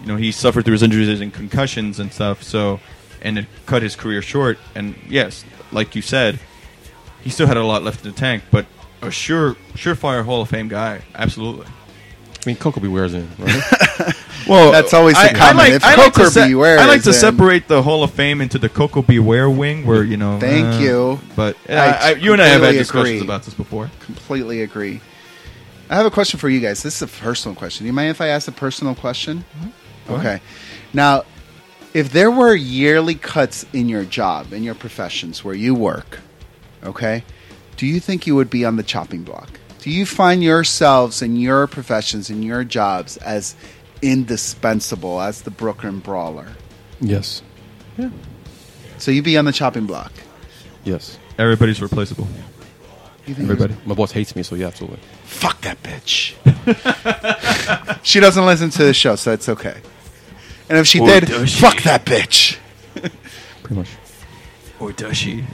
S3: you know, he suffered through his injuries and concussions and stuff. So, and it cut his career short. And yes, like you said, he still had a lot left in the tank, but a sure, surefire Hall of Fame guy, absolutely.
S1: I mean, Coco Beware's in. Right? well,
S2: That's always the comment. if Coker
S3: to se-
S2: beware,
S3: I like to
S2: then-
S3: separate the Hall of Fame into the Coco Beware wing, where you know.
S2: Thank
S3: uh,
S2: you.
S3: But
S2: I
S3: I, I, you and I have had
S2: completely
S3: discussions
S2: agree.
S3: about this before.
S2: completely agree. I have a question for you guys. This is a personal question. Do you mind if I ask a personal question? Okay. Now, if there were yearly cuts in your job, in your professions where you work, okay, do you think you would be on the chopping block? Do you find yourselves in your professions, in your jobs, as indispensable as the Brooklyn Brawler?
S1: yes,
S2: So you'd be on the chopping block.
S1: yes.
S3: Everybody's replaceable.
S2: You think
S1: Everybody. My boss hates me, so yeah, absolutely.
S2: Fuck that bitch. she doesn't listen to the show, so it's okay. And if she
S3: Or
S2: did,
S3: does she?
S2: fuck that bitch.
S1: Pretty much.
S3: Or does she?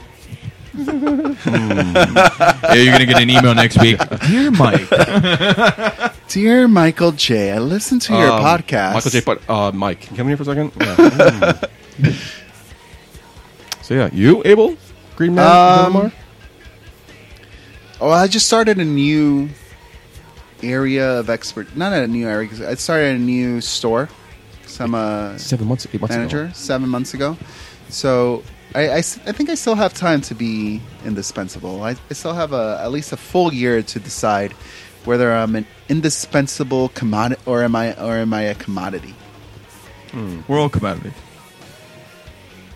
S3: yeah, you're gonna get an email next week. Dear Mike,
S2: Dear Michael J, I listened to your
S1: Um,
S2: podcast.
S1: Michael J. But uh, Mike, can you come in here for a second? Yeah. Mm. so yeah, you Abel Green Man
S2: Um,
S1: Delmar?
S2: oh, I just started a new area of expert. Not a new area. 'cause I started a new store. Some uh,
S1: seven months, eight months
S2: manager
S1: ago.
S2: seven months ago. So I, I s- I think I still have time to be indispensable. I, I still have a, at least a full year to decide whether I'm an indispensable commodity or am I or am I a commodity.
S3: we're all commodities.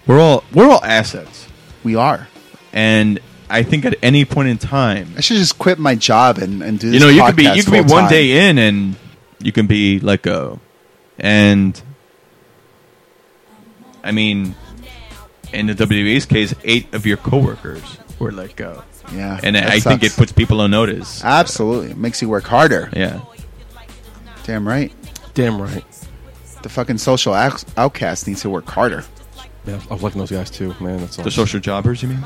S3: We're all we're all assets,
S2: We are.
S3: and I think at any point in time,
S2: I should just quit my job and, and do.
S3: you
S2: This
S3: know you could be
S2: podcast
S3: you could be
S2: full
S3: one
S2: time.
S3: day in and you can be let go and i mean in the wwe's case eight of your coworkers were let go
S2: Yeah,
S3: and
S2: that
S3: i think it
S2: sucks.
S3: puts people on notice
S2: absolutely it makes you work harder.
S3: yeah
S2: Damn right.
S1: Damn right.
S2: The fucking social out- outcast needs to work harder.
S1: Yeah, I was liking those guys too, man. That's
S3: the
S1: awesome.
S3: social jobbers you mean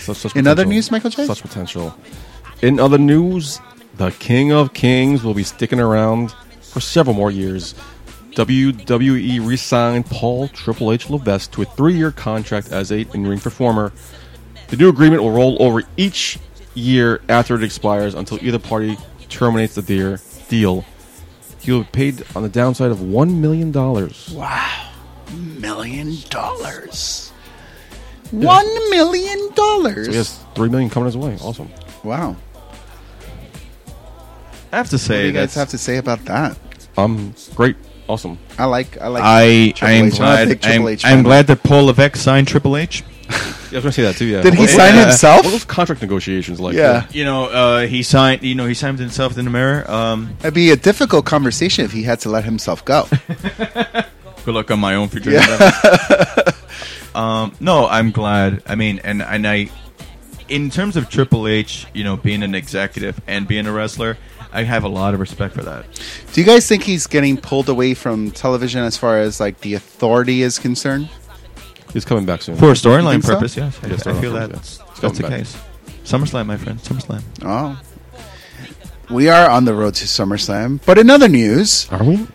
S1: Such- such
S2: In other
S1: potential.
S2: news, Michael J?
S1: Such potential. In other news, the King of Kings will be sticking around for several more years. WWE re signed Paul Triple H Levesque to a three year contract as a in ring performer. The new agreement will roll over each year after it expires until either party terminates the dear deal. He will be paid on the downside of $1 million.
S2: Million dollars. One million dollars.
S1: So he has $3 million coming his way. Awesome.
S2: Wow.
S3: I have to
S2: What
S3: say,
S2: do you guys
S3: that's-
S2: have to say about that?
S1: Um, great, awesome.
S2: I like. I like.
S3: I I
S2: Triple
S3: am
S2: H. I'm a big
S3: glad
S2: Triple
S3: I'm,
S2: H
S3: I'm
S2: fan.
S3: glad that Paul Levesque signed Triple H.
S1: Yeah, I was gonna say that too. Yeah.
S2: Did he
S1: What-
S2: sign
S1: what-
S2: himself?
S1: What was contract negotiations like?
S2: Yeah.
S3: You know, uh, he signed. You know, he signed himself in the mirror. Um,
S2: It'd be a difficult conversation if he had to let himself go.
S3: good luck on my own future. endeavors. um, no, I'm glad. I mean, and and I, in terms of Triple H, you know, being an executive and being a wrestler, I have a lot of respect for that.
S2: Do you guys think he's getting pulled away from television as far as like the authority is concerned?
S1: He's coming back soon.
S3: For a storyline
S2: think so?
S3: purpose, yes, I,
S1: Yes,
S3: I
S1: storyline
S3: feel that
S1: purpose, yes.
S3: that's the
S1: Coming back.
S3: case. SummerSlam, my friend, SummerSlam.
S2: Oh. We are on the road to SummerSlam. But in other news,
S1: Are we?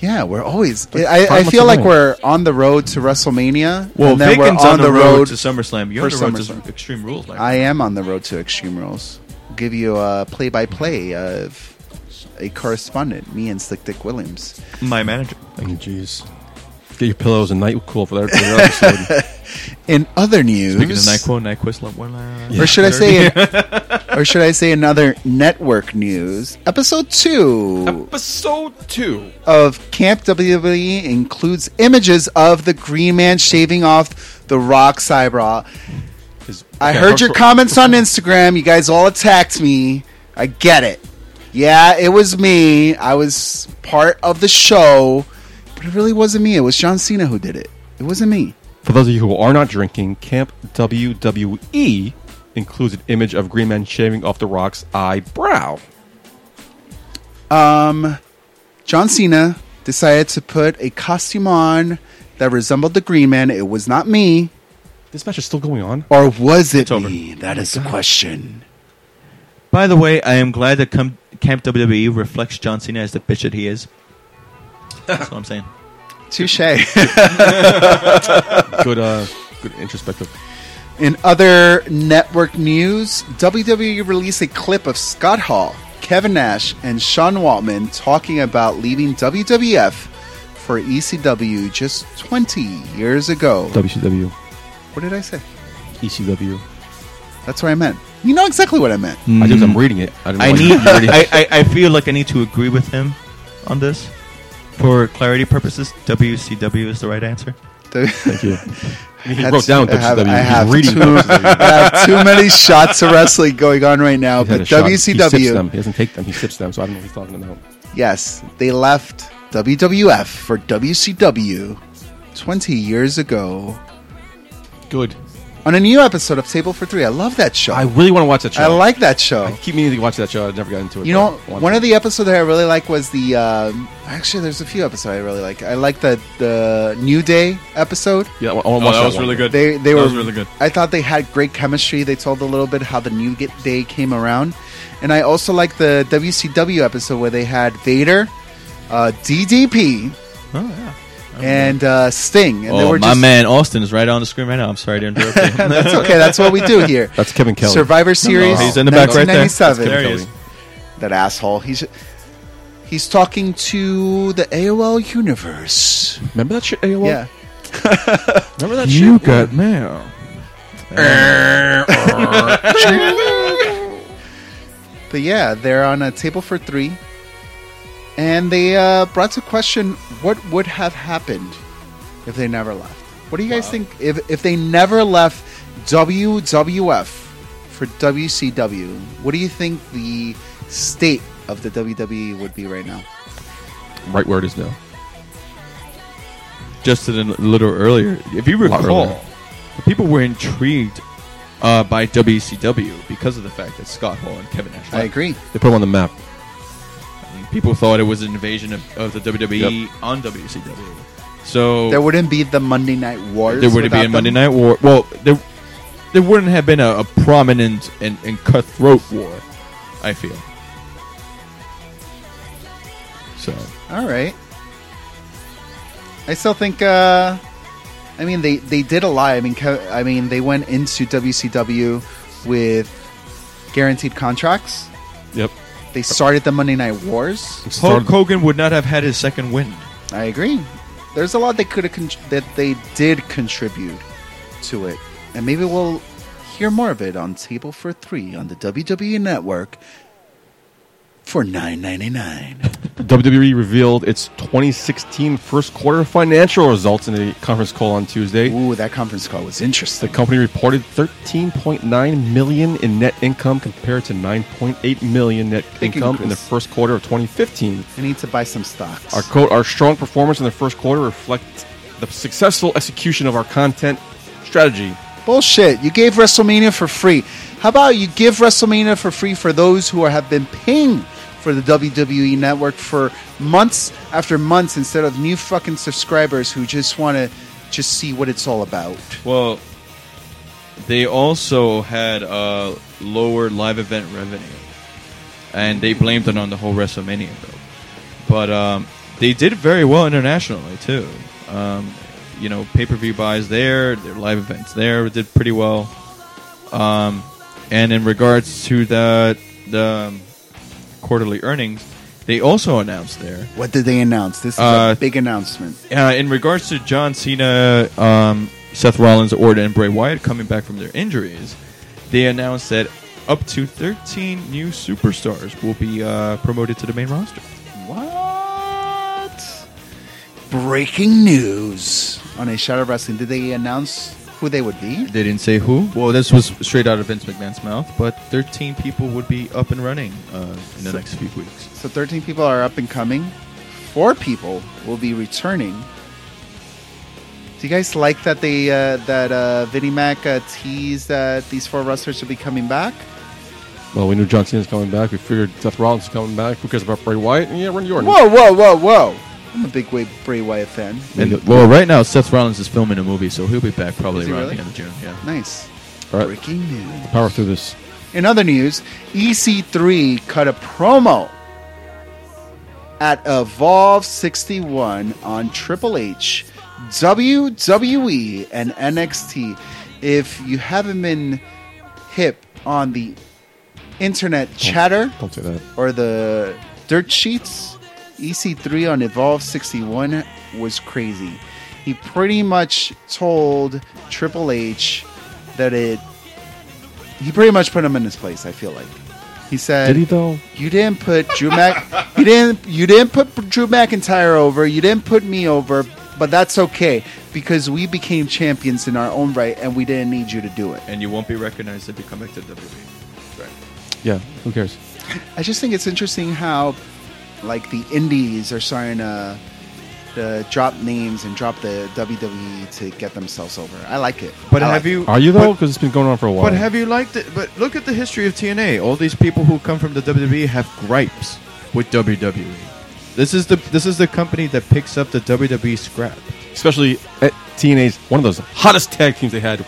S2: yeah, we're always. I,
S1: how
S2: I
S1: much
S2: feel like
S1: away?
S2: we're on the road to WrestleMania.
S3: Well,
S2: and then we're
S3: Bacon's
S2: on the road.
S3: to SummerSlam. You're on
S2: for
S3: the road
S2: SummerSlam.
S3: to Extreme Rules. Like
S2: I am on the road to Extreme Rules. Give you a play by play of a correspondent, me and Slick Dick Williams.
S3: my manager.
S1: Jeez. Get your pillows and night cool for that for that episode.
S2: In other news,
S3: Speaking of NyQuil, uh, NyQuil, Slump, one
S2: or should I say, or should I say another network news? Episode two
S1: episode two.
S2: of Camp WWE includes images of the Green Man shaving off the Rock's eyebrow.
S1: Is-
S2: I
S1: okay,
S2: heard
S1: first
S2: your
S1: of all-
S2: comments on Instagram. You guys all attacked me. I get it. Yeah, it was me. I was part of the show, but it really wasn't me. It was John Cena who did it. It wasn't me.
S1: For those of you who are not drinking, Camp WWE includes an image of Green Man shaving off The Rock's eyebrow.
S2: Um, John Cena decided to put a costume on that resembled the Green Man. It was not me,
S1: This match is still going on.
S2: or was it
S3: It's over.
S2: me? That is the question.
S3: By the way, I am glad that com- Camp WWE reflects John Cena as the bitch that he is. That's what I'm saying.
S2: Touche.
S1: Good, uh, good introspective.
S2: In other network news, WWE released a clip of Scott Hall, Kevin Nash, and Sean Waltman talking about leaving WWF for ECW just 20 years ago.
S1: WCW,
S2: What did I say?
S1: E ECW.
S2: That's what I meant. You know exactly what I meant.
S1: I do. I'm reading it. I, didn't
S3: I
S1: know
S3: need.
S1: you were reading it.
S3: I, I, I feel like I need to agree with him on this. For clarity purposes, WCW is the right answer.
S1: Thank you. He
S2: That's-
S1: wrote down
S2: I have,
S1: WCW.
S2: I
S1: He's
S2: have
S1: reading
S2: too,
S1: WCW.
S2: I have too many shots of wrestling going on right now,
S1: He's had
S2: but
S1: a shot. He sips
S2: WCW,
S1: them. He doesn't take them. He sips them. So I don't know what he's talking about.
S2: yes, they left WWF for WCW 20 years ago.
S1: Good.
S2: on a new episode of Table for Three. I love that show.
S1: I
S2: I,
S1: really want to watch that show.
S2: like that show.
S1: I keep meaning to watch that show. I never got into it.
S2: you know, one of the episodes that I really like was the. Um, actually, there's a few episodes I really like. I like the the New Day episode.
S1: yeah, I want to watch Oh, that one.
S3: good.
S2: They they
S3: That
S2: were
S3: was really good.
S2: I thought they had great chemistry. They told a little bit how the New Get- Day came around, and I also like the WCW episode where they had Vader, uh, DDP,
S3: oh yeah.
S2: and uh, Sting, and they
S3: Oh,
S2: were
S3: my
S2: just.
S3: man Austin is right on the screen right now. I'm sorry to interrupt you.
S2: That's okay. That's what we do here.
S1: That's Kevin Kelly.
S2: Survivor Series.
S3: he's in the back right there.
S2: 1997.
S3: There he is.
S2: that asshole. He's he's talking to the AOL universe.
S1: Remember that shit? AOL?
S2: Yeah,
S1: Remember that shit?
S3: You got mail.
S2: but yeah, they're on a table for three, and they uh, brought to question what would have happened if they never left. What do you guys think if if they never left WWF for WCW? What do you think the state of the WWE would be right now?
S1: Right where it is now.
S3: just a little earlier. If you
S1: lot
S3: recall,
S1: earlier.
S3: people were intrigued uh, by WCW because of the fact that Scott Hall and Kevin Nash.
S2: I
S3: left.
S2: agree.
S1: They put him on the map.
S3: People thought it was an invasion of, of the WWE on WCW. So
S2: There wouldn't be the Monday Night Wars.
S3: there wouldn't be
S2: without
S3: a Monday
S2: them.
S3: Night War. Well, there there wouldn't have been a, a prominent and, and cutthroat war. I feel. So
S2: All right. I still think. Uh, I mean, they they did a lie. I mean, Kev- I mean, they went into WCW with guaranteed contracts.
S1: Yep.
S2: They started the Monday Night Wars.
S3: Hulk Hogan would not have had his second win.
S2: I agree. There's a lot they could have con- that they did contribute to it, and maybe we'll hear more of it on Table for Three on the WWE Network. E for nine ninety nine.
S1: WWE E revealed its 2016 first quarter financial results in a conference call on Tuesday.
S2: Ooh, that conference call was
S1: The
S2: interesting.
S1: company reported 13.9 million in net income compared to 9.8 million net
S2: Big
S1: income in the
S2: increase.
S1: first quarter of 2015.
S2: I need to buy some stocks.
S1: Our quote, our strong performance in the first quarter reflects the successful execution of our content strategy.
S2: Bullshit. You gave WrestleMania for free. How about you give WrestleMania for free for those who are, have been paying for the WWE network for months after months instead of new fucking subscribers who just want to just see what it's all about.
S3: Well, they also had uh, lower live event revenue, and they blamed it on the whole WrestleMania bill. But um, they did very well internationally too. Um, you know, pay per view buys there, their live events there did pretty well. Um, and in regards to the the um, quarterly earnings, they also announced there
S2: What did they announce? This is
S3: Uh,
S2: a big announcement.
S3: uh, in regards to John Cena, um, Seth Rollins, Orton, and Bray Wyatt coming back from their injuries, they announced that up to 13 new superstars will be uh, promoted to the main roster.
S2: What? Breaking news on a Shadow Wrestling. Did they announce who they would be?
S3: They didn't say who. Well, this was straight out of Vince McMahon's mouth, but 13 people would be up and running uh, in the
S2: So-
S3: next few weeks.
S2: So 13 people are up and coming. Four people will be returning. Do you guys like that they uh, that uh, Vinnie Mac uh, teased that these four wrestlers will be coming back?
S1: Well, we knew John Cena's coming back. We figured Seth Rollins is coming back. Who cares about Bray Wyatt? And yeah, Randy Orton.
S2: Whoa, whoa, whoa, whoa! I'm a big way Bray Wyatt fan.
S3: And, well, right now, Seth Rollins is filming a movie, so he'll be back probably
S2: Is he
S3: around
S2: really?
S3: the end of June. Yeah.
S2: Nice.
S1: All right.
S2: Breaking news.
S1: Power through this.
S2: In other news, EC3 cut a promo at Evolve 61 on Triple H, WWE, and NXT. If you haven't been hip on the internet chatter
S1: Don't say that.
S2: or the dirt sheets, EC3 on Evolve 61 was crazy. He pretty much told Triple H that it. He pretty much put him in his place. I feel like he said,
S1: Did he though?
S2: "You didn't put Drew Mac. you didn't. You didn't put Drew McIntyre over. You didn't put me over. But that's okay because we became champions in our own right, and we didn't need you to do it."
S3: And you won't be recognized if you come back to E. WWE. Right.
S1: Yeah. Who cares?
S2: I just think it's interesting how, like, the indies are starting to, to drop names and drop the WWE to get themselves over. I like it.
S3: But
S2: I like
S3: have you?
S1: Are you though?
S3: but-
S1: Because it's been going on for a while.
S3: But have you liked it? But look at the history of TNA. All these people who come from the WWE have gripes with WWE. This is the this is the company that picks up the WWE scrap.
S1: especially at TNA's one of those hottest tag teams they had,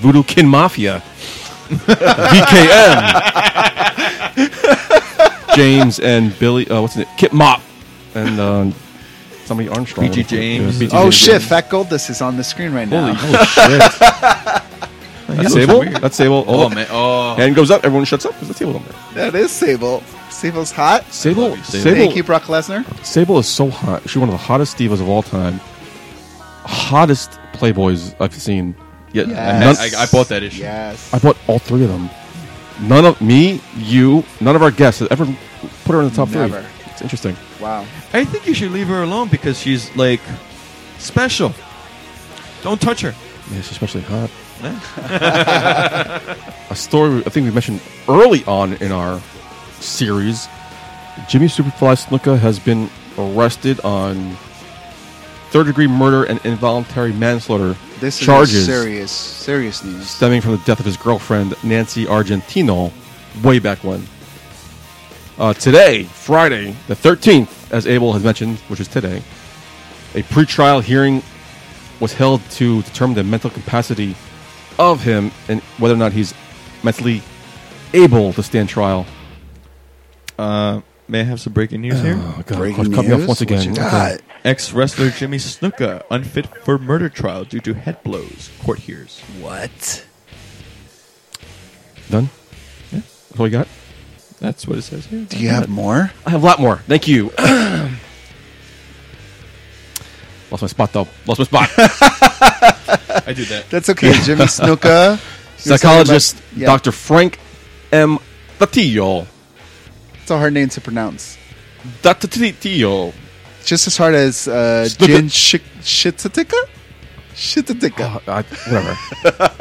S1: Voodoo Kin Mafia, BKM, James and Billy. Uh, what's his name? Kip Mop and uh, somebody Armstrong.
S3: BG James.
S1: Yeah, BG
S2: it. Oh
S1: James.
S2: shit! Fat Goldust is on the screen right now.
S1: Holy holy shit! That's Sable. That's Sable. Oh, man.
S3: Oh,
S1: Hand goes up. Everyone shuts up because the Sable down there.
S2: That is Sable. Sable's hot.
S1: Sable.
S3: you, Sable.
S1: Sable.
S2: Thank you, Brock Lesnar.
S1: Sable is so hot. She's one of the hottest divas of all time. Hottest playboys I've seen. Yet
S2: Yes.
S1: none-
S3: I, I bought that issue.
S2: Yes.
S1: I bought all three of them. None of me, you, none of our guests have ever put her in the top
S2: Never.
S1: three. It's interesting.
S2: Wow.
S3: I think you should leave her alone because she's like special. Don't touch her.
S1: Yeah, she's especially hot. A story I think we mentioned early on in our series. Jimmy Superfly Snuka has been arrested on third degree murder and involuntary manslaughter
S2: This is
S1: charges
S2: serious, serious news.
S1: stemming from the death of his girlfriend Nancy Argentino way back when. Uh, today, Friday, the 13th, as Abel has mentioned, which is today, a pretrial hearing was held to determine the mental capacity of him and whether or not he's mentally able to stand trial.
S3: Uh, may I have some breaking news
S2: Oh,
S3: here?
S1: God, uh, cut me off once
S2: What
S1: again.
S2: you
S1: Okay.
S2: got?
S3: Ex wrestler Jimmy Snuka unfit for murder trial due to head blows. Court hears.
S2: What?
S1: Done?
S3: Yeah.
S1: That's all you got?
S3: That's what it says here.
S2: Do you have more?
S1: I have a lot more. Thank you. Lost my spot, though. Lost my spot.
S3: I do that.
S2: That's okay, Jimmy Snuka.
S1: Psychologist
S2: Yeah.
S1: Dr. Frank M. Fatillo
S2: It's a hard name to pronounce.
S1: Dr. Tio.
S2: It's just as hard as uh,
S1: Snuka-
S2: Jin Shi- Shitatika? Shitatika.
S1: Oh, I- whatever.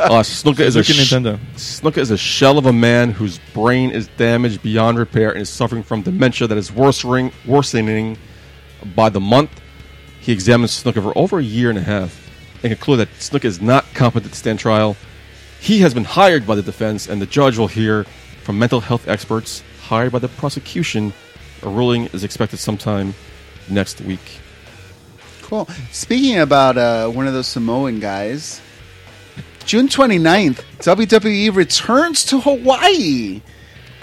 S1: Uh, Snuka is a
S5: Look at
S1: sh-
S5: Nintendo.
S1: Snuka is a shell of a man whose brain is damaged beyond repair and is suffering from dementia that is worsening, worsening by the month. He examines Snuka for over a year and a half and concludes that Snuka is not competent to stand trial. He has been hired by the defense, and the judge will hear from mental health experts hired by the prosecution. A ruling is expected sometime next week.
S2: Cool. Speaking about uh, one of those Samoan guys, June 29th, WWE E returns to Hawaii.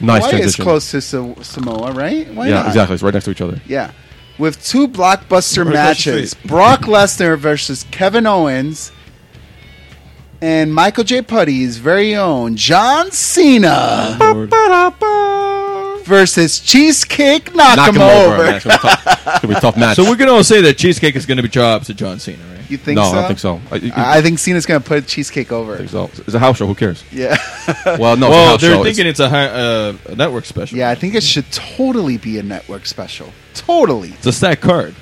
S1: Nice
S2: Hawaii is
S1: transition.
S2: close to Sa- Samoa, right? Why
S1: yeah,
S2: not?
S1: exactly. It's right next to each other.
S2: Yeah. With two blockbuster
S5: Right across the
S2: matches
S5: street.
S2: Brock Lesnar versus Kevin Owens and Michael J. Putty's very own John Cena versus Cheesecake Knock,
S1: Knock
S2: 'em
S1: him over.
S2: over.
S1: man. It's gonna be tough- it's gonna be a tough match.
S3: So we're gonna all say that cheesecake is gonna be jobs to John Cena, right?
S2: You think
S1: no,
S2: so?
S1: I don't think so. I, you-
S2: I I think Cena's going to put Cheesecake over.
S1: think so. It's a house show. Who cares?
S2: Yeah.
S1: Well, no. it's a
S3: well,
S1: house
S3: they're
S1: show.
S3: thinking it's, a hi- uh, a network special.
S2: yeah, I think it should totally be a network special. Totally.
S3: it's a stack card.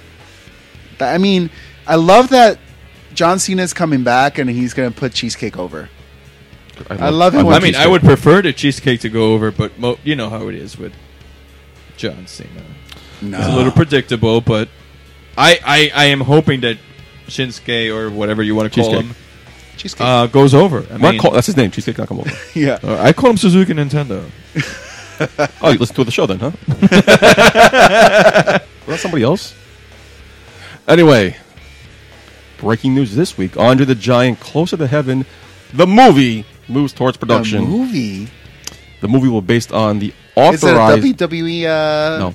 S2: Th- I mean, I love that John Cena's coming back and he's going to put Cheesecake over.
S1: It's,
S2: I love it when-
S3: I mean, I would prefer the cheesecake to go over, but mo- you know how it is with John Cena.
S2: No.
S3: It's a little predictable, but I, I, I am hoping that Shinsuke or whatever you want to call
S1: Cheesecake.
S3: him
S2: Cheesecake.
S3: uh, goes over. I
S1: Mark
S3: mean,
S1: Col- that's his name. Cheesecake Nakamura.
S2: yeah.
S3: uh, I call him Suzuki Nintendo.
S1: oh, you listen to the show then, huh? well, that's somebody else. Anyway, breaking news this week: Andre the Giant, Closer to Heaven, the movie moves towards production.
S2: The movie.
S1: The movie will be based on the
S2: Is it a
S1: authorized.
S2: WWE uh,
S1: no, Oh,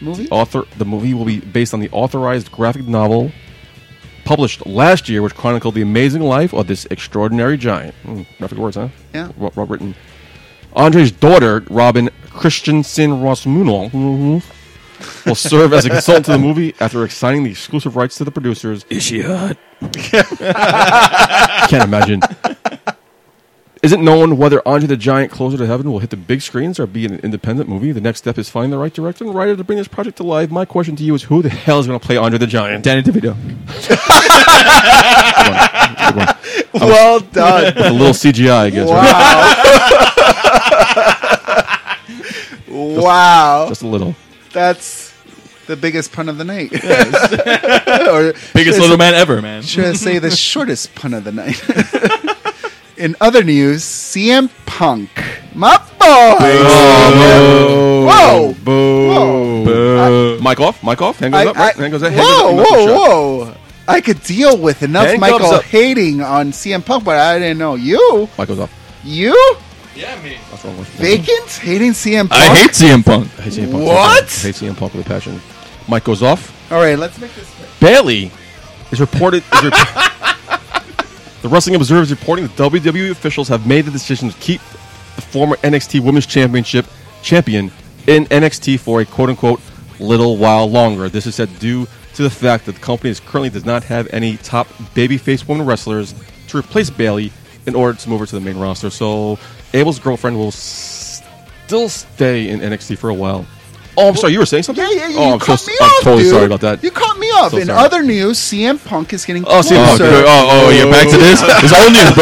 S2: movie?
S1: author the movie will be based on the authorized graphic novel published last year which chronicled the amazing life of this extraordinary giant Mm, graphic words huh
S2: Yeah.
S1: well, well written andre's daughter robin christensen rosmuno will serve as a consultant to the movie after assigning the exclusive rights to the producers
S3: Is she hot?
S1: can't imagine isn't known whether Andre the Giant Closer to Heaven will hit the big screens or be an independent movie. The next step is finding the right director and writer to bring this project to life. My question to you is who the hell is going to play Andre the Giant?
S3: Danny DeVito.
S2: Well done.
S1: With a little CGI, I guess. Right?
S2: wow. wow.
S1: Just a little.
S2: That's the biggest pun of the night. or
S3: Biggest
S2: should I
S3: little man ever, man.
S2: say- should I say the shortest pun of the night? In other news, CM Punk, my
S1: Oh,
S2: boy. Whoa. Whoa. Uh,
S1: Boo. Mic off. Mic off. Hand goes
S2: I-
S1: up. Right?
S2: I-
S1: Hand goes up. Hand goes
S2: whoa,
S1: up. Knuckle shot.
S2: whoa, whoa. I could deal with enough
S1: Handcuffs
S2: Michael
S1: up.
S2: hating on CM Punk, but I didn't know you.
S1: Mic goes up.
S2: You?
S3: Yeah, me.
S1: What's wrong with
S2: Vacant? Hating CM Punk?
S3: I hate CM Punk.
S1: I hate CM Punk.
S2: What?
S1: I hate CM Punk with a passion. Mic goes off.
S2: All right, let's make this quick.
S1: Bailey is reported. Is rep- the Wrestling Observer is reporting that WWE officials have made the decision to keep the former NXT Women's Championship champion in NXT for a quote unquote little while longer. This is said due to the fact that the company is currently does not have any top babyface women wrestlers to replace Bailey in order to move her to the main roster. So Abel's girlfriend will s- still stay in NXT for a while. Oh, I'm sorry. You were saying something?
S2: Yeah, yeah, yeah.
S1: Oh,
S2: you
S1: I'm, so,
S2: caught
S1: s-
S2: me
S1: I'm
S2: off,
S1: totally
S2: dude.
S1: sorry about that.
S2: You caught me off.
S1: So
S2: In
S1: sorry.
S2: other news, CM Punk is getting
S1: Oh,
S2: closer.
S1: CM Punk.
S3: Oh, oh, you're back to this? It's old news,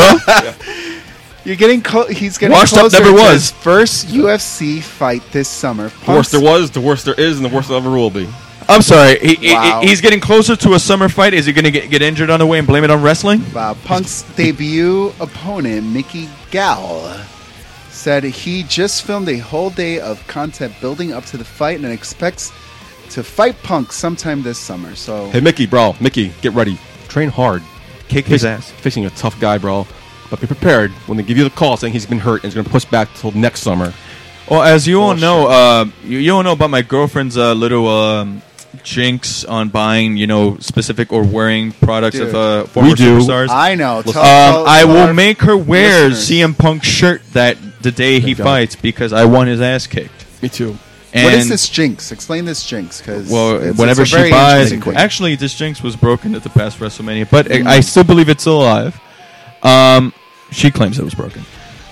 S3: bro.
S2: You're getting clo- he's getting
S3: Washed up
S2: closer
S3: never
S2: to
S3: was.
S2: his first UFC fight this summer.
S1: The worst
S2: Punk's-
S1: there was, the worst there is, and the worst there ever will be.
S3: I'm sorry. He, he-
S2: Wow.
S3: he- he's getting closer to a summer fight. Is he going to get, get injured on the way and blame it on wrestling?
S2: Wow, uh, Punk's debut opponent, Mickey Gal, said he just filmed a whole day of content building up to the fight and expects to fight Punk sometime this summer. So
S1: Hey, Mickey, bro, Mickey, get ready. Train hard.
S3: Kick
S1: Face- Facing a tough guy, bro. But be prepared when they give you the call saying he's been hurt and is going to push back till next summer.
S3: Well, as you all know, uh, you, you all know about my girlfriend's uh, little um, jinx on buying, you know, specific or wearing products
S2: Dude.
S3: of uh, former
S1: We do.
S3: superstars.
S2: I know. Tell-
S3: Um,
S2: tell-
S3: I
S2: tell
S3: will
S2: our
S3: make her wear
S2: listeners.
S3: CM Punk shirt that the day he
S1: Thank God.
S3: fights because I want his ass kicked.
S1: Me too.
S3: And
S2: what is this jinx? Explain this jinx, because
S3: Well, whenever she buys, actually, this jinx was broken at the past
S2: Mm-hmm.
S3: WrestleMania, but I I still believe it's alive. Um, she claims it was broken.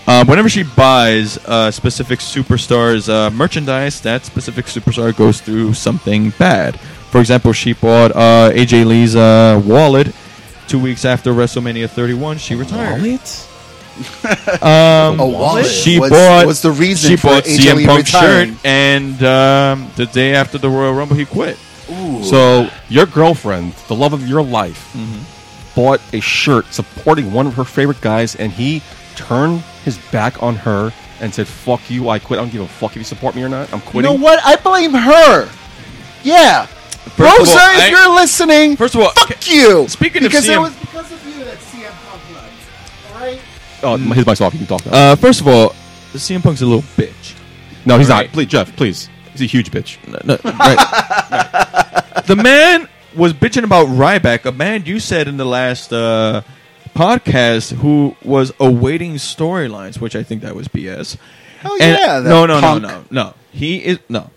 S3: Uh, whenever she buys uh, specific superstars uh, merchandise, that specific superstar goes through something bad. For example, she bought uh, AJ Lee's uh, wallet two weeks after WrestleMania 31. She retired.
S1: Wallet?
S3: Um,
S2: A wallet.
S3: She
S2: was,
S3: bought.
S2: was the reason
S3: she
S2: for
S3: bought
S2: AJ Lee
S3: CM Punk's
S2: retiring.
S3: shirt, and um, the day after the Royal Rumble, he quit.
S1: So your girlfriend, the love of your life, bought a shirt supporting one of her favorite guys, and he turned his back on her and said, "Fuck you, I quit. I don't give a fuck if you support me or not. I'm
S2: You
S1: quitting."
S2: know what? I blame her. Yeah.
S3: of all,
S2: Rosa, if
S3: I-
S2: you're listening,
S3: First of all,
S2: fuck you.
S3: speaking of
S2: because it
S3: CM
S2: was because of you that CM Punk left. All right.
S1: Oh, his mic's off. You can talk now.
S3: uh, first of all, CM Punk's a little bitch.
S1: no, he's
S3: right.
S1: not. Please, Jeff, please. He's a huge bitch.
S3: No, no, right. the man was bitching about Ryback, a man you said in the last uh, podcast who was awaiting storylines, which I think that was BS.
S2: Oh,
S3: And-
S2: yeah, that
S3: no, no,
S2: punk.
S3: no, no, no. He is no.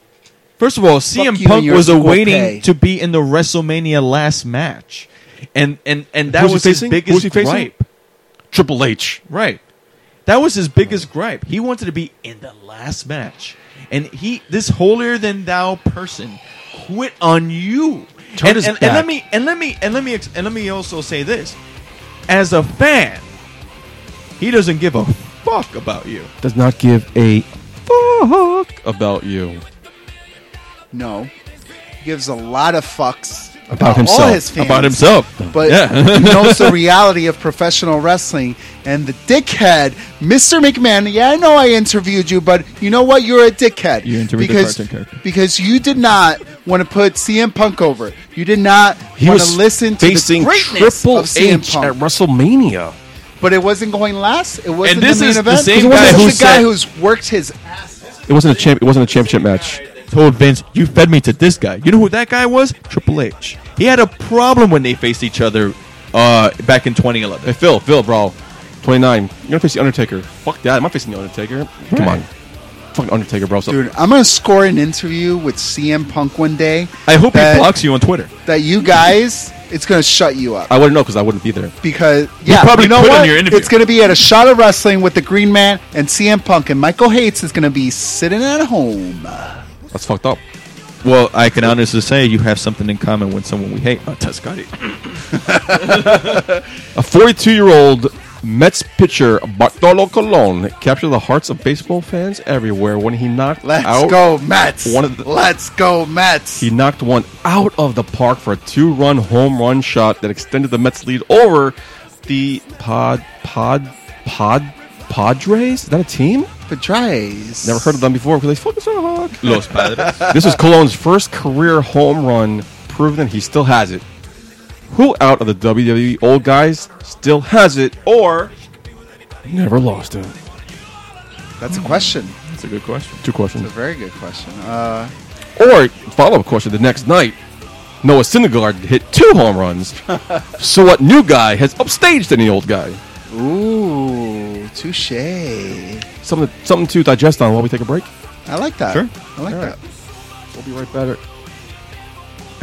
S3: First of all, CM
S2: you and
S3: Punk
S2: your
S3: was
S2: equal
S3: awaiting
S2: pay.
S3: to be in the WrestleMania last match, and and and that
S1: Who's he
S3: was his
S1: facing?
S3: biggest
S1: Who's he facing?
S3: gripe.
S1: Triple H.
S3: Right. That was his biggest gripe. He wanted to be in the last match. And he this holier than thou person quit on you.
S1: Turn
S3: and,
S1: his
S3: and, and
S1: back.
S3: let me and let me and let me ex- and let me also say this. As a fan, he doesn't give a fuck about you.
S1: Does not give a fuck about you.
S2: No. Gives a lot of fucks
S1: About
S2: all
S1: himself.
S2: his fans.
S3: About himself.
S2: But
S3: Yeah.
S2: he knows the reality of professional wrestling. And the dickhead, Mr. McMahon, yeah, I know I interviewed you, but you know what? You're a dickhead.
S3: You interviewed the
S2: because,
S3: cartoon character.
S2: Because you did not want to put CM Punk over. You did not want to listen to the
S1: facing
S2: greatness
S1: Triple
S2: of CM
S1: H
S2: Punk.
S1: at WrestleMania.
S2: but it wasn't going last. It wasn't
S3: this
S2: the main
S3: is the
S2: event.
S3: same
S2: it wasn't
S1: guy who
S2: the guy
S1: said-
S2: who's worked his ass off.
S1: It wasn't a champ. It wasn't a championship match.
S3: told Vince, "You fed me to this guy." You know who that guy was? Triple H. He had a problem when they faced each other uh, back in 2011.
S1: Hey, Phil, Phil, bro, twenty nine. You're gonna face the Undertaker. Fuck that. Am I facing the Undertaker? Come on, fucking Undertaker, bro. So,
S2: Dude, I'm gonna score an interview with CM Punk one day.
S3: I hope
S2: that,
S3: he blocks you on Twitter.
S2: that you guys. It's gonna shut you up
S1: I wouldn't know because I wouldn't be there.
S2: because yeah,
S3: probably
S2: you know
S3: quit on
S2: what?
S3: your interview.
S2: It's gonna be at a shot of wrestling with the Green Man and CM Punk, and Michael Hates is gonna be sitting at home.
S1: That's fucked up.
S3: Well, I can honestly say you have something in common with someone we hate. Uh, Tuscany.
S1: A forty two year old Mets pitcher Bartolo Colon captured the hearts of baseball fans everywhere when he knocked
S2: Let's
S1: out
S2: go Mets!
S1: one of the-
S2: Let's go Mets!
S1: He knocked one out of the park for a two run home run shot that extended the Mets' lead over the Pod Pod Pod Padres. Is that a team?
S2: Padres.
S1: Never heard of them before because they fucking suck.
S3: Los Padres.
S1: this was Colon's first career home run, proving that he still has it. Who out of the WWE old guys still has it or never lost it?
S2: That's a question.
S3: That's a good question.
S1: Two
S2: It's a
S1: questions.
S2: very good question. Uh,
S1: Or follow up question the next night. Noah Syndergaard hit two home runs. so what new guy has upstaged any old guy?
S2: ooh, touche.
S1: something something to digest on while we take a break.
S2: I like that.
S3: Sure.
S2: I like
S1: All
S2: that.
S1: right. We'll be right back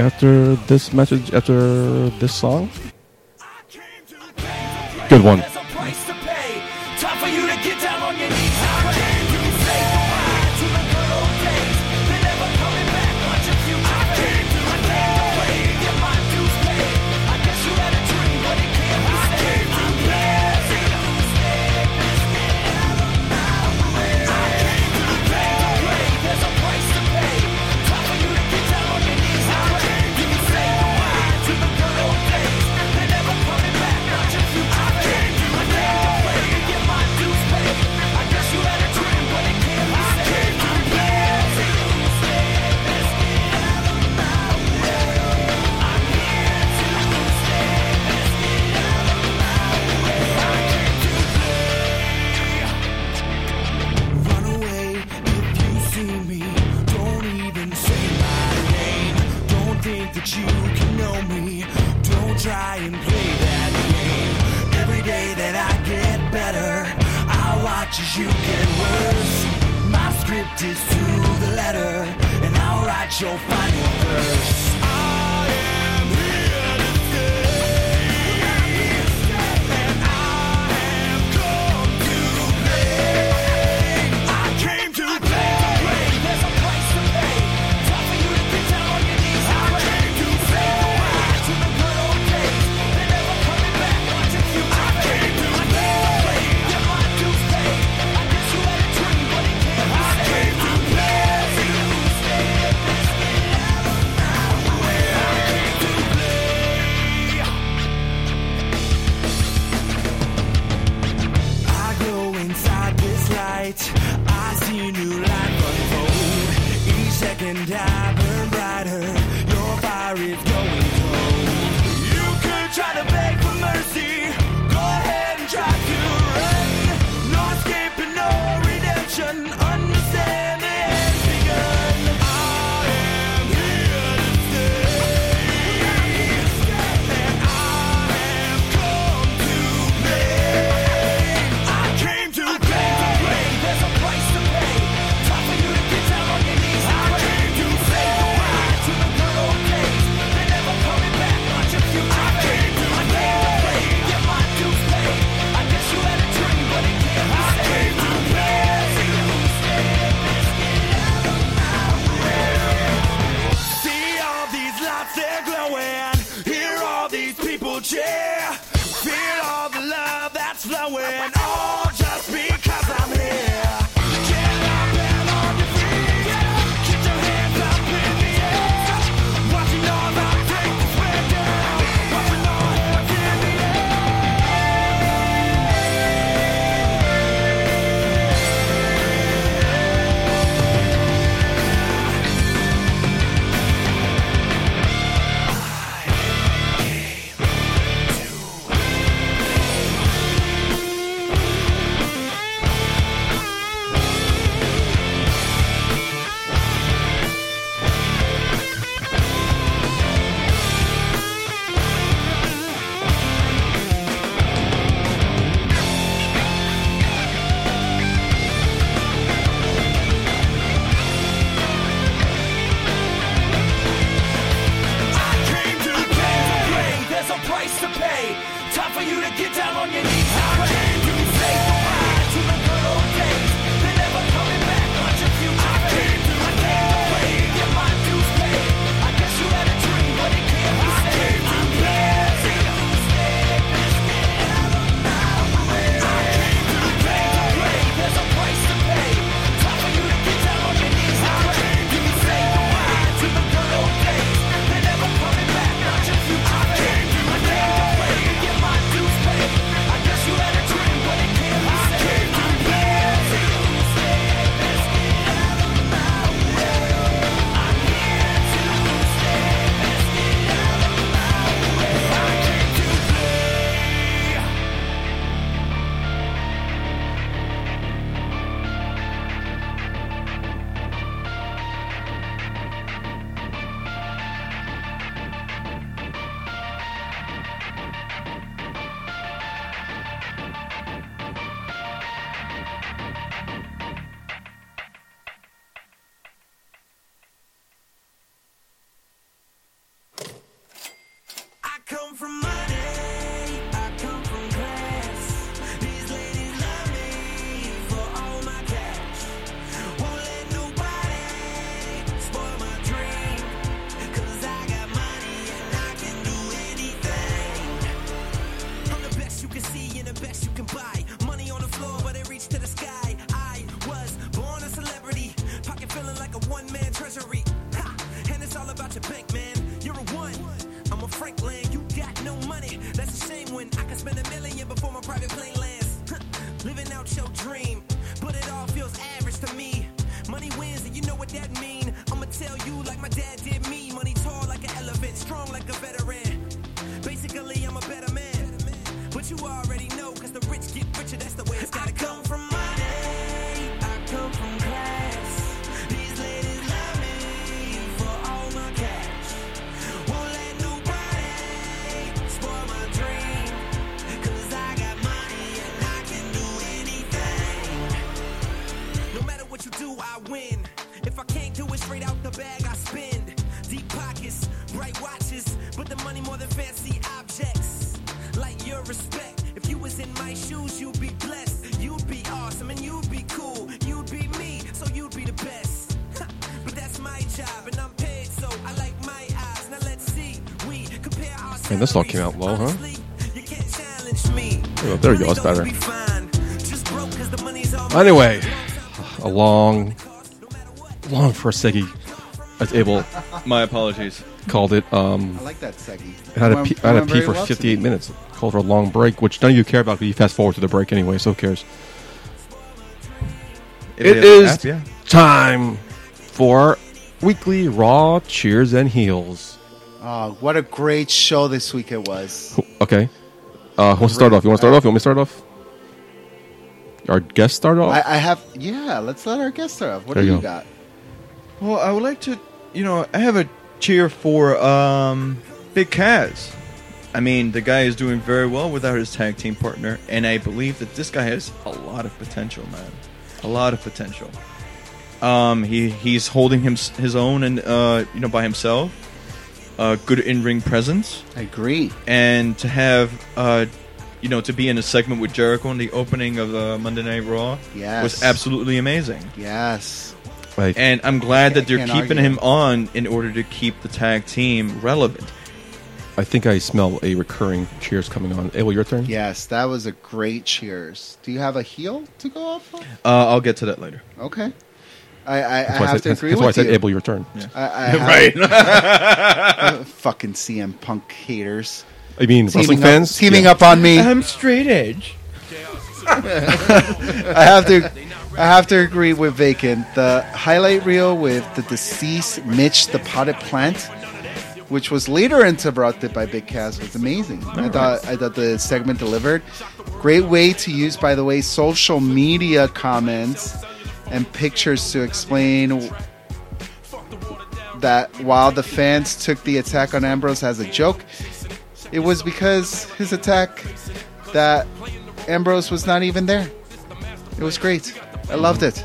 S1: after this message, after this song. Good one.
S6: There's a price to pay. Time for you to get down on your knees. I came to say goodbye to the good old days. They're never coming back. Watch your future I came to I came to play. Get my dues paid. I guess you had a dream, but it can't be saved. I came to play. There's a price to pay. Time for you to get down on your knees. I came to say goodbye to the good old days. They're never coming back. Watch your future I came to I came to play. Get my dues paid. I guess you had a dream, but it can't be saved. I came to Run away if you see me. Don't even say my name. Don't think that you can know me. Don't try and play that game. Every day that I get better, I watch as you get worse. My script is to the letter, and I'll write your final verse. I am here to stay, and I am come to play. and I burn brighter. Your fire is going cold. You could try to beg for mercy. Go ahead and try to run. No escape and no redemption. Understand the end's begun. I am here to stay. And I have come to play. I came to play. There's a price to pay. Time for you to get down on your knees. I came to save the world. To the good old days. They're never coming back. Not your future. I came to I pay. Play. Get my dues paid. I guess you had a dream, but it can't be I came to play. See all these lights, they're glowing. Hear all these people cheer. Feel all the love that's flowing. All just because I'm here. Get up and on your feet. Get your hands up in the air. Watching all the things we're doing. Watching all hands in the air. I came to play. There's a price to pay. Time for you to get down on your knees. I came to save the world. To the good old days. They're never coming back. Not your future. I came to play. Get my dues paid. I guess you had a dream, but it can't be saved. I came to play. I came to play. There's a price to pay. Time for you to get down on your knees. I came to save the world. To the good old days. They're never coming back. Not your future. I came to play. Get my dues paid. I guess you had a dream, but it can't be saved. I came to play. I come from money, I come from class. These ladies love me for all my cash. Won't let nobody spoil my dream. 'Cause I got money and I can do anything. I'm the best you can see and the best you can buy. Money on the floor, but it reached to the sky. I was born a celebrity, pocket feeling like a one man treasury. Ha! And it's all about your bank, man. You're a one. I'm a Franklin, you got no money. That's a shame when I can spend a million before my private plane lands. Huh. Living out your dream, but it all feels average to me. Money wins, and you know what that mean. I'ma tell you like my dad did me. Money tall like an elephant, strong like a veteran. Basically, I'm a better man. But you already know, cause the rich get richer, that's the way it's gotta go. come from money, I come from class. These ladies love me for all my cash. Won't let nobody spoil my dream. Cause I got money and I can do anything. No matter what you do, I win. If I can't do it straight out the bag, I spend. Deep pockets, bright watches, but the money more than fancy objects. Like your respect. If you was in my shoes, you'd be blessed. You'd be awesome and you'd be cool. You'd be me, so you'd be the best. but that's my job and I'm paid, so I like my eyes. Now let's see. We compare our
S1: Man, this all came out low, huh?
S6: Honestly, You can't challenge me.
S1: Yeah, there you go, it's better.
S6: Money don't be fine. Just broke 'cause the money's all mine.
S1: Anyway, a long, long first Segi, as Abel
S4: My apologies.
S1: called it. Um,
S2: I like that Seggy.
S1: I had a
S2: Went-
S1: pee, I had a
S2: went
S1: pee
S2: very
S1: for
S2: well
S1: 58
S2: today.
S1: minutes. Called for a long break, which none of you care about. But you fast forward to the break anyway, so who cares? It
S3: If they have an
S1: is
S3: app, yeah.
S1: time for Weekly Raw Cheers and Heels.
S2: Oh, what a great show this week it was.
S1: Who- Okay. Uh, who wants to start off? You want to start off? You want me to start off? Our guest start off?
S2: I, I have, yeah, let's let our guests start off. What
S1: Oh. There
S2: do
S1: you go.
S2: you, got?
S3: Well, I would like to, you know, I have a cheer for um, Big Kaz. I mean, the guy is doing very well without his tag team partner, and I believe that this guy has a lot of potential, man. A lot of potential. Um, he he's holding him his own and uh, you know by himself. Uh, good in ring presence,
S2: I agree.
S3: and to have uh, you know to be in a segment with Jericho in the opening of uh, Monday Night Raw
S2: Yes.
S3: was absolutely amazing.
S2: Yes.
S1: Like,
S3: And I'm glad that they're
S2: Can't
S3: keeping
S2: argue.
S3: him on in order to keep the tag team relevant.
S1: I think I smell a recurring Cheers coming on. Abel, your turn?
S2: Yes, that was a great cheers. Do you have a heel to go off of?
S3: Uh, I'll get to that later.
S2: Okay. I, I, I
S1: That's why I
S2: have
S1: said,
S2: to agree
S1: that's why I
S2: with
S1: said
S2: you.
S1: Abel, your turn.
S2: I, I have, right. fucking CM Punk haters.
S1: I mean, wrestling
S2: Teaming up-
S1: fans?
S2: teaming
S1: Yeah.
S2: up on me.
S4: I'm straight edge.
S2: I have to I have to agree with Vacant. The highlight reel with the deceased Mitch the potted plant, which was later interrupted by Big Cass, was amazing. I thought I thought the segment delivered. Great way to use, by the way, social media comments and pictures to explain that while the fans took the attack on Ambrose as a joke, it was because his attack that Ambrose was not even there. It was great. I loved it.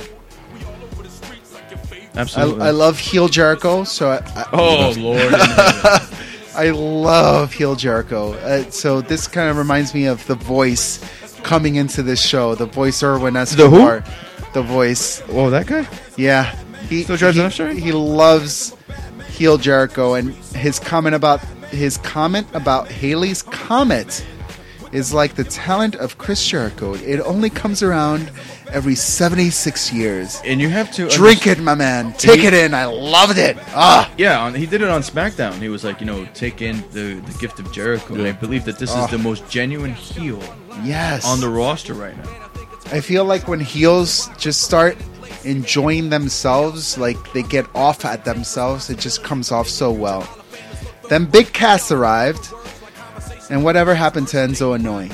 S2: I,
S3: Absolutely.
S2: I love heel Jericho, so I, I,
S4: Oh lord.
S2: I love heel Jericho. Uh, so this kind of reminds me of the voice coming into this show. The voice Irwin Escobar. The who? The voice.
S3: Whoa, that guy?
S2: Yeah. He,
S3: Still drives
S2: he,
S3: an F-Train?
S2: He loves heel Jericho, and his comment about his comment about Haley's comet is like the talent of Chris Jericho. It only comes around every seventy six years.
S3: And you have to
S2: Drink it, my man. Take it in. I loved it. Ah,
S3: Yeah, on, he did it on SmackDown. He was like, you know, take in the, the gift of Jericho. And I believe that this
S2: Oh.
S3: is the most genuine heel
S2: yes.
S3: on the roster right now.
S2: I feel like when heels just start enjoying themselves, like they get off at themselves, it just comes off so well. Then Big Cass arrived, and whatever happened to Enzo Annoying?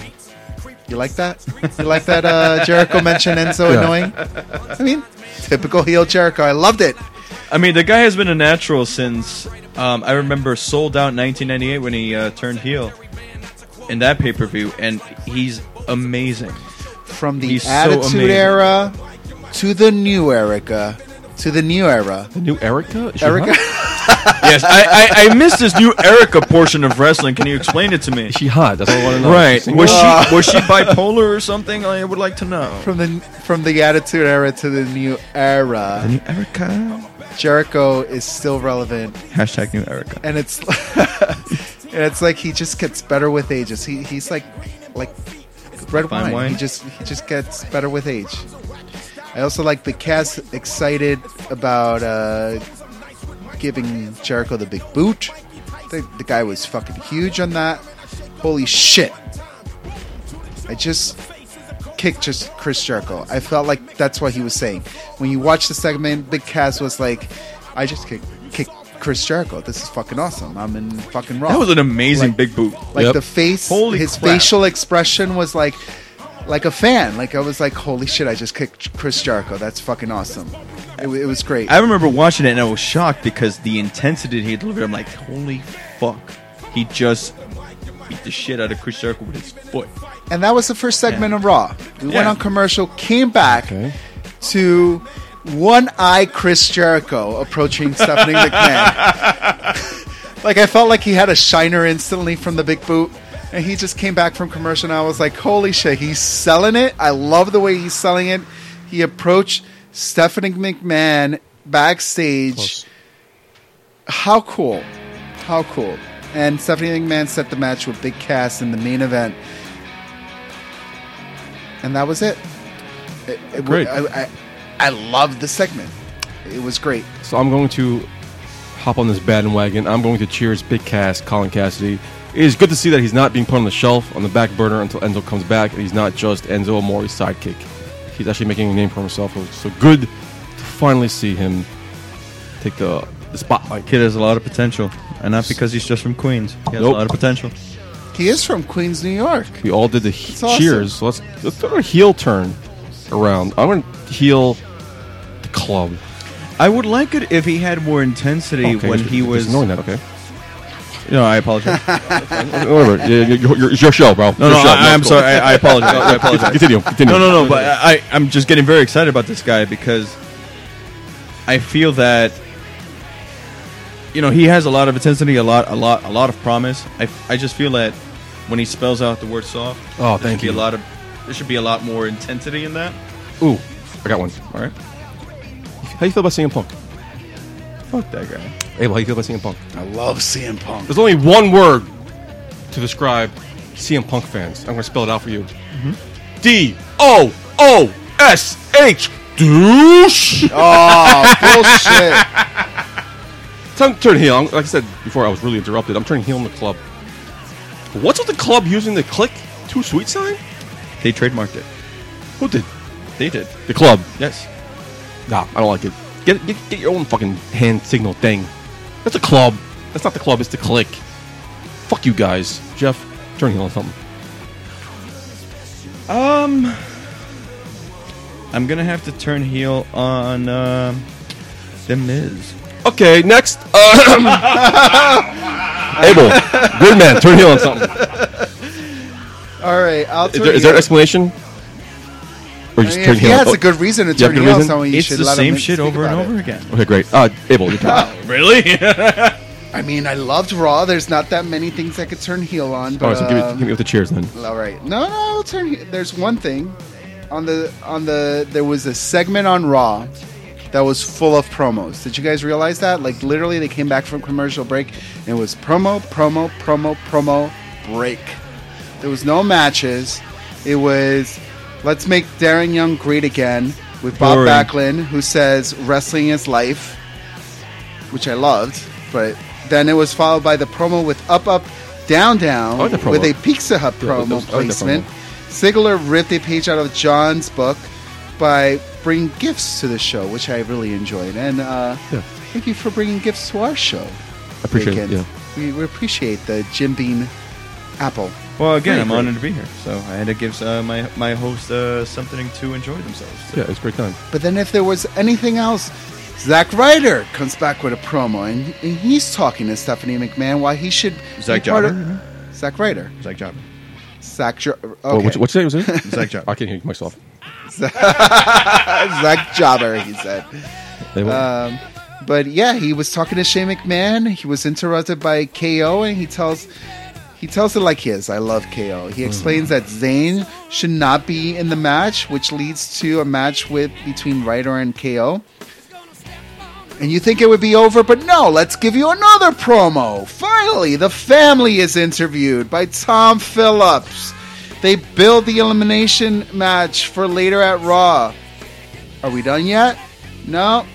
S2: You like that? You like that uh, Jericho mentioned Enzo
S1: Yeah.
S2: Annoying? I mean, typical heel Jericho. I loved it.
S3: I mean, the guy has been a natural since um, I remember Sold Out 1998 when he uh, turned heel in that pay per view. And he's amazing.
S2: From the
S3: He's so
S2: Attitude
S3: amazing.
S2: Era to the New Erica to the New Era.
S1: The new Erica? Is she
S2: Erica.
S1: hot?
S3: yes, I, I, I missed this new Erica portion of wrestling. Can you explain it to me?
S1: Is she hot? That's all I want to know.
S3: Right.
S1: Single?
S3: Was she was she bipolar or something? I would like to know.
S2: from the from the Attitude Era to the New Era,
S3: New Erica.
S2: Jericho is still relevant,
S3: Hashtag New Erica.
S2: and it's and it's like he just gets better with age. It's- He, he's like like red wine.
S3: Fine wine?
S2: He just he just gets better with age. I also like the cast excited about uh, giving Jericho the big boot. The, the guy was fucking huge on that. Holy shit! I just kicked just Chris Jericho. I felt like that's what he was saying. When you watch the segment, Big Cass was like, "I just kicked, kicked Chris Jericho. This is fucking awesome. I'm in fucking raw."
S3: That was an amazing
S2: Like-
S3: big boot.
S2: like
S1: Yep.
S2: the face,
S3: Holy
S2: his
S3: crap.
S2: facial expression was like, like a fan. Like I was like, "Holy shit! I just kicked Chris Jericho. That's fucking awesome." It, wa- it was great.
S3: I remember watching it and I was shocked because the intensity he delivered. I'm like, holy fuck! He just beat the shit out of Chris Jericho with his foot.
S2: And that was the first segment of Raw. We went
S3: Yeah.
S2: on commercial, came back
S1: Okay.
S2: to one eye Chris Jericho approaching Stephanie McMahon. like I felt like he had a shiner instantly from the big boot. And he just came back from commercial and I was like, holy shit, he's selling it. I love the way he's selling it. He approached Stephanie McMahon backstage
S1: Close.
S2: how cool. How cool. And Stephanie McMahon set the match with Big Cass in the main event. And that was it. It- it-
S1: Great.
S2: I, I, I loved the segment. It was great.
S1: So I'm going to hop on this bandwagon. I'm going to cheers Big Cass, Colin Cassidy. It is good to see that he's not being put on the shelf, on the back burner until Enzo comes back, and he's not just Enzo Amori's sidekick. He's actually making a name for himself. So good to finally see him take the, the spotlight.
S3: Kid has a lot of potential, and not because he's just from Queens. He has
S1: Nope.
S3: a lot of potential.
S2: He is from Queens, New York.
S1: We all did the he-
S2: That's awesome.
S1: cheers. So let's let's throw a heel turn around. I'm going to heel the club.
S3: I would like it if he had more intensity
S1: Okay,
S3: when
S1: just-
S3: he
S1: just
S3: was.
S1: ignoring that. Okay,
S3: No, I apologize.
S1: whatever. Yeah, yeah, your- your- it's your show, bro.
S3: No,
S1: Your
S3: no,
S1: show.
S3: I, I'm
S1: it's
S3: sorry. I, I apologize.
S1: cool.
S3: I apologize.
S1: Uh, Continue. Continue.
S3: No, no, no. But I, I- I'm just getting very excited about this guy because I feel that you know he has a lot of intensity, a lot, a lot, a lot of promise. I, I just feel that when he spells out the word soft,
S1: Oh,
S3: there should
S1: thank
S3: be
S1: you.
S3: A lot of there should be a lot more intensity in that.
S1: Ooh, I got one.
S3: All right,
S1: How you feel about CM Punk?
S3: fuck that guy.
S1: Abel, how you feel about CM Punk?
S2: I love CM Punk.
S1: There's only one word to describe CM Punk fans. I'm going to spell it out for you.
S3: Mm-hmm.
S1: D O O S H. Douche.
S2: Oh, bullshit.
S1: So I'm turning heel. I'm- Like I said before, I was really interrupted. I'm turning heel in the club. What's with the club using the click too sweet sign?
S3: They trademarked it.
S1: Who did?
S3: They did.
S1: The club.
S3: Yes.
S1: Nah, I don't like it. Get, get, get your own fucking hand signal thing. That's a club. That's not the club. It's the click. Fuck you guys. Jeff, turn heel on something.
S3: Um, I'm gonna have to turn heel on uh, the Miz.
S1: Okay, next. Uh, Abel, good man. Turn heel on something.
S2: All right, I'll
S1: Is
S2: turn
S1: there, is there
S2: you-
S1: an explanation? Or
S2: I
S1: just
S2: mean,
S1: turn
S2: if he
S1: heel?
S2: has
S1: Oh,
S2: a good reason to
S1: you have
S2: turn
S1: good
S2: heel,
S1: reason?
S2: someone you
S3: It's
S2: should
S3: the
S2: let
S3: same
S2: him
S3: shit
S2: speak
S3: over and
S2: about
S3: over
S2: it.
S3: again.
S1: Okay, great. Uh, Abel, your turn.
S3: Really?
S2: I mean, I loved Raw. There's not that many things I could turn heel on,
S1: All right,
S2: but
S1: so give me,
S2: um,
S1: give me with the cheers then.
S2: All right. No, no, I'll turn. he- There's one thing on the on the there was a segment on Raw that was full of promos. Did you guys realize that? Like literally, they came back from commercial break and it was promo, promo, promo, promo, break. There was no matches. It was let's make Darren Young great again with Bob
S3: Boring.
S2: Backlund, who says wrestling is life, which I loved. But then it was followed by the promo with up, up, down, down
S1: I like the promo.
S2: with a Pizza Hut
S1: Yeah, oh,
S2: promo
S1: those- I like that
S2: placement. Sigler ripped a page out of John's book by bringing gifts to the show, which I really enjoyed. And uh,
S1: Yeah.
S2: thank you for bringing gifts to our show.
S1: Appreciate it, yeah.
S2: We, we appreciate the Jim Beam apple.
S3: well, again,
S2: Pretty
S3: I'm
S2: great.
S3: honored to be here. So I had to give uh, my my host uh, something to enjoy themselves.
S1: Yeah, it's a great time.
S2: But then if there was anything else, Zack Ryder comes back with a promo, and, and he's talking to Stephanie McMahon why he should
S3: Zack
S2: be part of-
S3: Ryder?
S2: Zack Ryder.
S3: Zach Job.
S2: Zack. Jo- okay.
S1: Oh, what's, what's your name? Was it?
S3: Zach Job.
S1: I can't hear myself.
S2: Zack Jobber, he said.
S1: Abel.
S2: Um, but yeah, he was talking to Shane McMahon. He was interrupted by KO, and he tells he tells it like his. I love KO. He explains that Zayn should not be in the match, which leads to a match with between Ryder and KO. And you think it would be over, but no, let's give you another promo. Finally, the family is interviewed by Tom Phillips. They build the elimination match for later at Raw. Are we done yet? No,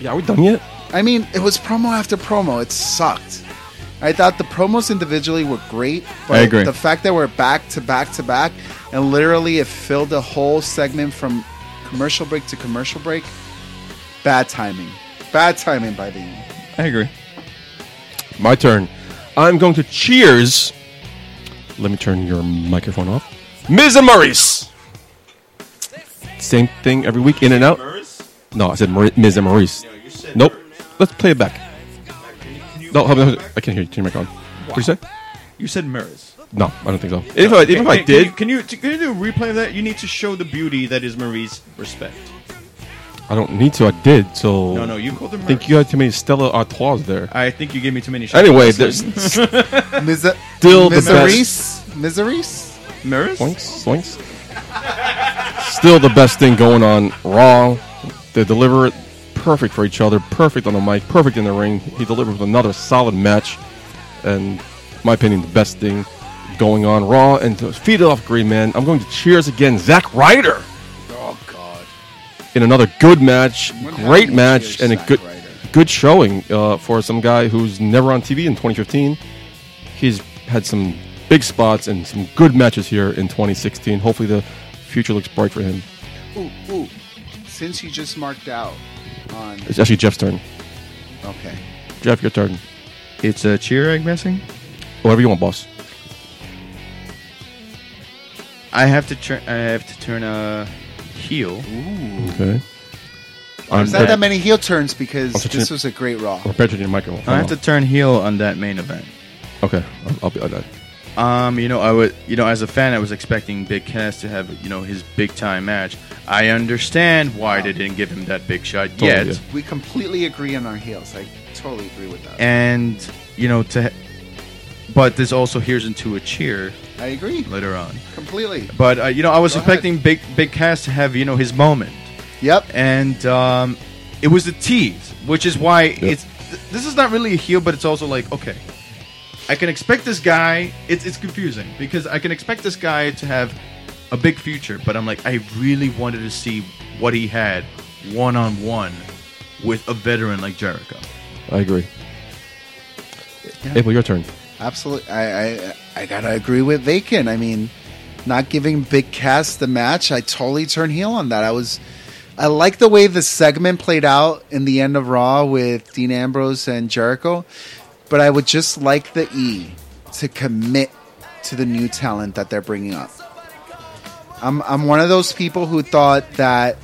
S1: yeah, are we done yet?
S2: I mean, it was promo after promo. It sucked. I thought the promos individually were great, but
S4: I agree.
S2: the fact that we're back to back to back and literally it filled the whole segment from commercial break to commercial break. Bad timing. Bad timing by the
S3: I agree.
S1: My turn. I'm going to cheers. Let me turn your microphone off. Ms. and Maurice. Same thing every week, in and out. No, I said Mar- Ms. and Maurice. Nope. Let's play it back. No, hold on, hold on. I can't hear you. Turn your mic on. What did you say?
S3: You said mirrors.
S1: No, I don't think so. If I, even if I
S3: Can-
S1: did,
S3: can you, can you can you do a replay of that? You need to show the beauty that is Marie's respect.
S1: I don't need to. I did. So
S3: No, no, you called her.
S1: I
S3: Mirrors.
S1: think you had too many Stella Artois there.
S3: I think you gave me too many. shots.
S1: Anyway, there's s-
S2: end. Miser-
S1: Still the
S2: miseries? Miseries?
S3: mirrors.
S1: Boinks, boinks. Still the best thing going on. Raw. They deliver it perfect for each other. Perfect on the mic. Perfect in the ring. He delivered with another solid match, and in my opinion, the best thing going on Raw. And to feed it off Green Man, I'm going to cheers again, Zack Ryder,
S2: Oh God.
S1: in another good match,
S2: What happened
S1: great
S2: to
S1: match,
S2: your
S1: and a
S2: Zack
S1: good
S2: Ryder?
S1: good showing uh, for some guy who's never on TV in 2015. He's had some big spots and some good matches here in 2016. Hopefully, the future looks bright for him.
S2: Ooh, ooh. Since you just marked out on
S1: It's actually Jeff's turn.
S2: Okay.
S1: Jeff, your turn.
S4: It's a cheer, I'm guessing.
S1: Whatever you want, boss.
S4: I have to turn. I have to turn
S3: uh,
S4: a heel.
S1: Okay. I'm,
S2: There's not that many heel turns because
S1: Also,
S2: this
S1: Jim-
S2: was a great Raw.
S1: I'm prepared to your microphone.
S4: I have to turn heel on that main event.
S1: Okay, I'll, I'll be. I'll, die.
S4: Um, you know, I would, you know, as a fan, I was expecting Big Cass to have, you know, his big time match. I understand why they didn't give him that big shot
S1: Totally,
S4: yet,
S1: yeah.
S2: We completely agree on our heels. I totally agree with that.
S4: and you know, to, but this also hears into a cheer
S2: I agree
S4: later on.
S2: completely.
S4: But uh, you know, I was
S2: Go ahead.
S4: expecting Big Big Cass to have, you know, his moment,
S2: Yep.
S4: and um, it was a tease, which is why it's. th- This is not really a heel, but it's also like okay. I can expect this guy. It's it's confusing because I can expect this guy to have a big future, but I'm like I really wanted to see what he had one on one with a veteran like Jericho.
S1: I agree.
S2: Yeah.
S1: April, your turn.
S2: Absolutely, I, I I gotta agree with Vacan. I mean, not giving Big Cass the match, I totally turn heel on that. I was, I like the way the segment played out in the end of Raw with Dean Ambrose and Jericho, but I would just like the E to commit to the new talent that they're bringing up. I'm I'm one of those people who thought that